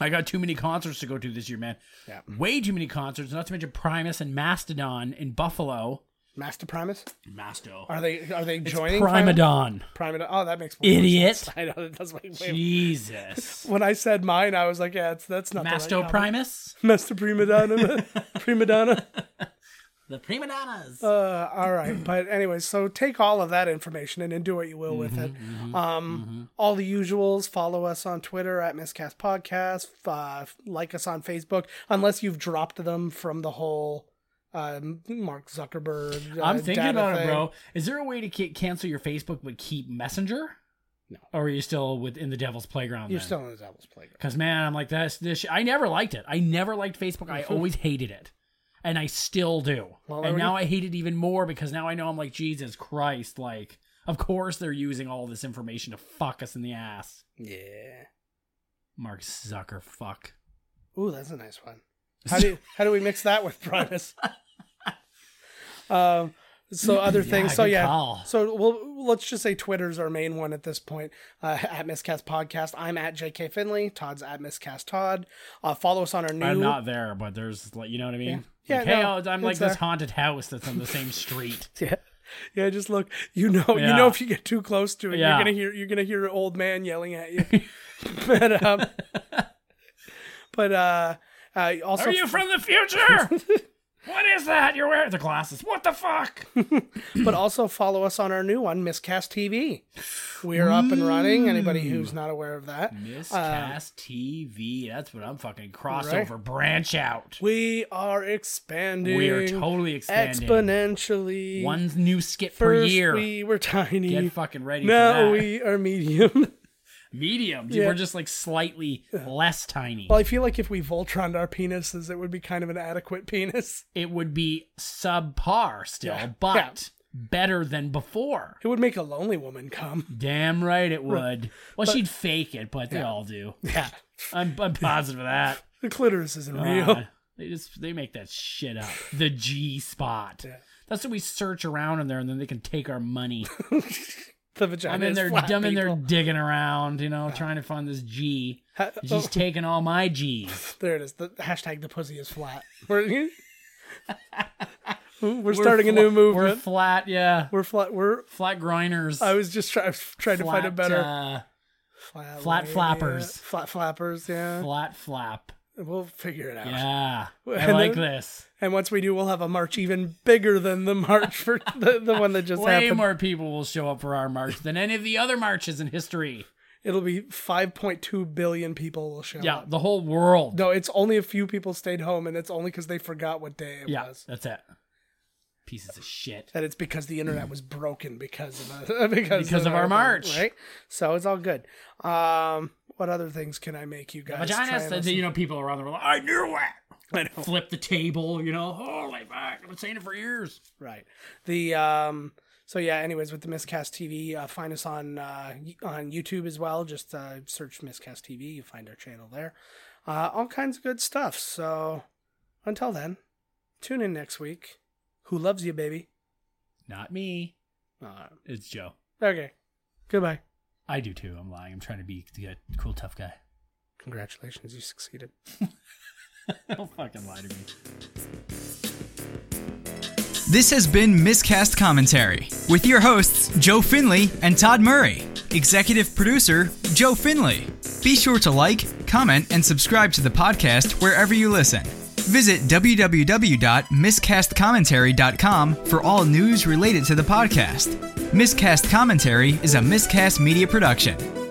[SPEAKER 1] I got too many concerts to go to this year, man.
[SPEAKER 2] Yeah.
[SPEAKER 1] Way too many concerts, not to mention Primus and Mastodon in Buffalo.
[SPEAKER 2] Master Primus
[SPEAKER 1] Masto.
[SPEAKER 2] are they are they
[SPEAKER 1] It's
[SPEAKER 2] joining
[SPEAKER 1] Primadon.
[SPEAKER 2] Primadon. Oh, that makes more
[SPEAKER 1] Idiot.
[SPEAKER 2] sense. I know that does make way.
[SPEAKER 1] Jesus.
[SPEAKER 2] When I said mine, I was like, yeah, it's, that's not the
[SPEAKER 1] Masto
[SPEAKER 2] right combo.
[SPEAKER 1] Primus?
[SPEAKER 2] Master Primadonna. Primadonna.
[SPEAKER 1] The prima donnas.
[SPEAKER 2] Uh, all right, but anyway, so take all of that information and then do what you will with it.
[SPEAKER 1] Mm-hmm,
[SPEAKER 2] um, All the usuals. Follow us on Twitter at Miscast Podcast. Uh, like us on Facebook, unless you've dropped them from the whole um, Mark Zuckerberg. uh,
[SPEAKER 1] I'm thinking
[SPEAKER 2] data
[SPEAKER 1] about it,
[SPEAKER 2] thing.
[SPEAKER 1] bro. Is there a way to ca- cancel your Facebook but keep Messenger? No. Or are you still within the devil's playground?
[SPEAKER 2] You're still in the devil's playground.
[SPEAKER 1] Because, man, I'm like, this, this, sh- I never liked it. I never liked Facebook. I always hated it. And I still do.
[SPEAKER 2] Well, there
[SPEAKER 1] and
[SPEAKER 2] we
[SPEAKER 1] now
[SPEAKER 2] go.
[SPEAKER 1] I hate it even more because now I know I'm like, Jesus Christ. Like, of course they're using all this information to fuck us in the ass.
[SPEAKER 2] Yeah.
[SPEAKER 1] Mark Zucker, fuck.
[SPEAKER 2] Ooh, that's a nice one. How do how do we mix that with promise? um, so other things. so
[SPEAKER 1] good
[SPEAKER 2] yeah.
[SPEAKER 1] call.
[SPEAKER 2] So we'll let's just say Twitter's our main one at this point. Uh, at Miscast Podcast, I'm at J.K. Finley. Todd's at Miscast Todd. Uh, follow us on our new.
[SPEAKER 1] I'm not there, but there's like you know what I mean.
[SPEAKER 2] Yeah.
[SPEAKER 1] Like,
[SPEAKER 2] Yeah,
[SPEAKER 1] hey,
[SPEAKER 2] no,
[SPEAKER 1] oh, I'm
[SPEAKER 2] it's
[SPEAKER 1] like this
[SPEAKER 2] there.
[SPEAKER 1] haunted house that's on the same street.
[SPEAKER 2] Yeah. Yeah, just look. You know, you
[SPEAKER 1] Yeah.
[SPEAKER 2] know, if you get too close to it,
[SPEAKER 1] Yeah.
[SPEAKER 2] you're gonna hear you're gonna hear an old man yelling at you. but um, but uh, uh, also
[SPEAKER 1] Are you from the future? what is that? You're wearing the glasses. What the fuck?
[SPEAKER 2] but also follow us on our new one, Miscast TV. We are up and running. Anybody who's not aware of that, uh,
[SPEAKER 1] Miscast TV. That's what I'm fucking crossover branch out.
[SPEAKER 2] we are expanding.
[SPEAKER 1] We are totally expanding.
[SPEAKER 2] exponentially.
[SPEAKER 1] One new skit per
[SPEAKER 2] First
[SPEAKER 1] year.
[SPEAKER 2] we were tiny.
[SPEAKER 1] Get fucking ready
[SPEAKER 2] now
[SPEAKER 1] for that.
[SPEAKER 2] we are medium.
[SPEAKER 1] Medium.
[SPEAKER 2] Yeah.
[SPEAKER 1] We're just like slightly less tiny.
[SPEAKER 2] well, I feel like if we Voltroned our penises, it would be kind of an adequate penis.
[SPEAKER 1] it would be subpar still,
[SPEAKER 2] Yeah.
[SPEAKER 1] but
[SPEAKER 2] Yeah.
[SPEAKER 1] better than before.
[SPEAKER 2] It would make a lonely woman come.
[SPEAKER 1] Damn right it would. Well, she'd fake it, but they all do.
[SPEAKER 2] Yeah,
[SPEAKER 1] I'm, I'm positive of that.
[SPEAKER 2] the clitoris isn't real.
[SPEAKER 1] God. They just they make that shit up. The G spot.
[SPEAKER 2] Yeah.
[SPEAKER 1] That's what we search around in there, and then they can take our money.
[SPEAKER 2] The vagina.
[SPEAKER 1] I'm in
[SPEAKER 2] is
[SPEAKER 1] there,
[SPEAKER 2] flat,
[SPEAKER 1] dumb in there,
[SPEAKER 2] people.
[SPEAKER 1] digging around, you know, trying to find this G.
[SPEAKER 2] Ha-
[SPEAKER 1] She's
[SPEAKER 2] oh.
[SPEAKER 1] taking all my G's.
[SPEAKER 2] There it is. The hashtag the pussy is flat. We're, we're starting a new movement.
[SPEAKER 1] We're flat, yeah,
[SPEAKER 2] We're flat. We're.
[SPEAKER 1] flat grinders.
[SPEAKER 2] I was just trying trying to find a
[SPEAKER 1] Flat,
[SPEAKER 2] better
[SPEAKER 1] uh,
[SPEAKER 2] flat,
[SPEAKER 1] flat
[SPEAKER 2] lady.
[SPEAKER 1] flappers.
[SPEAKER 2] Flat flappers. Yeah,
[SPEAKER 1] flat flap.
[SPEAKER 2] we'll figure it out.
[SPEAKER 1] Yeah, I
[SPEAKER 2] And
[SPEAKER 1] like
[SPEAKER 2] then-
[SPEAKER 1] this.
[SPEAKER 2] And once we do, we'll have a march even bigger than the march for the, the one that just
[SPEAKER 1] Way
[SPEAKER 2] happened.
[SPEAKER 1] more people will show up for our march than any of the other marches in history.
[SPEAKER 2] It'll be 5.2 billion people will show
[SPEAKER 1] Yeah,
[SPEAKER 2] up.
[SPEAKER 1] the whole world.
[SPEAKER 2] No, it's only a few people stayed home, and it's only because they forgot what day it
[SPEAKER 1] Yeah,
[SPEAKER 2] was.
[SPEAKER 1] that's it. Pieces of shit.
[SPEAKER 2] And it's because the internet was broken because of us-
[SPEAKER 1] Mm.
[SPEAKER 2] because,
[SPEAKER 1] Because of our march.
[SPEAKER 2] right? So it's all good. Um, what other things can I make you guys? try
[SPEAKER 1] Vaginas,
[SPEAKER 2] and
[SPEAKER 1] that-
[SPEAKER 2] listen-
[SPEAKER 1] you know, people around the world, I knew it. Flip the table, you know, holy fuck, I've been saying it for years.
[SPEAKER 2] Right. The um so yeah, anyways with the Miscast TV, uh, find us on uh y- on YouTube as well, just uh search Miscast TV, you find our channel there. Uh, all kinds of good stuff. So until then, tune in next week. Who loves you, baby?
[SPEAKER 1] Not me.
[SPEAKER 2] Uh,
[SPEAKER 1] It's Joe.
[SPEAKER 2] okay. Goodbye.
[SPEAKER 1] I do too. I'm lying. I'm trying to be the cool tough guy.
[SPEAKER 2] Congratulations, you succeeded.
[SPEAKER 1] Don't fucking lie to me.
[SPEAKER 5] This has been Miscast Commentary with your hosts, Joe Finley and Todd Murray. Executive producer, Joe Finley. Be sure to like, comment, and subscribe to the podcast wherever you listen. Visit www.miscastcommentary.com for all news related to the podcast. Miscast Commentary is a miscast media production.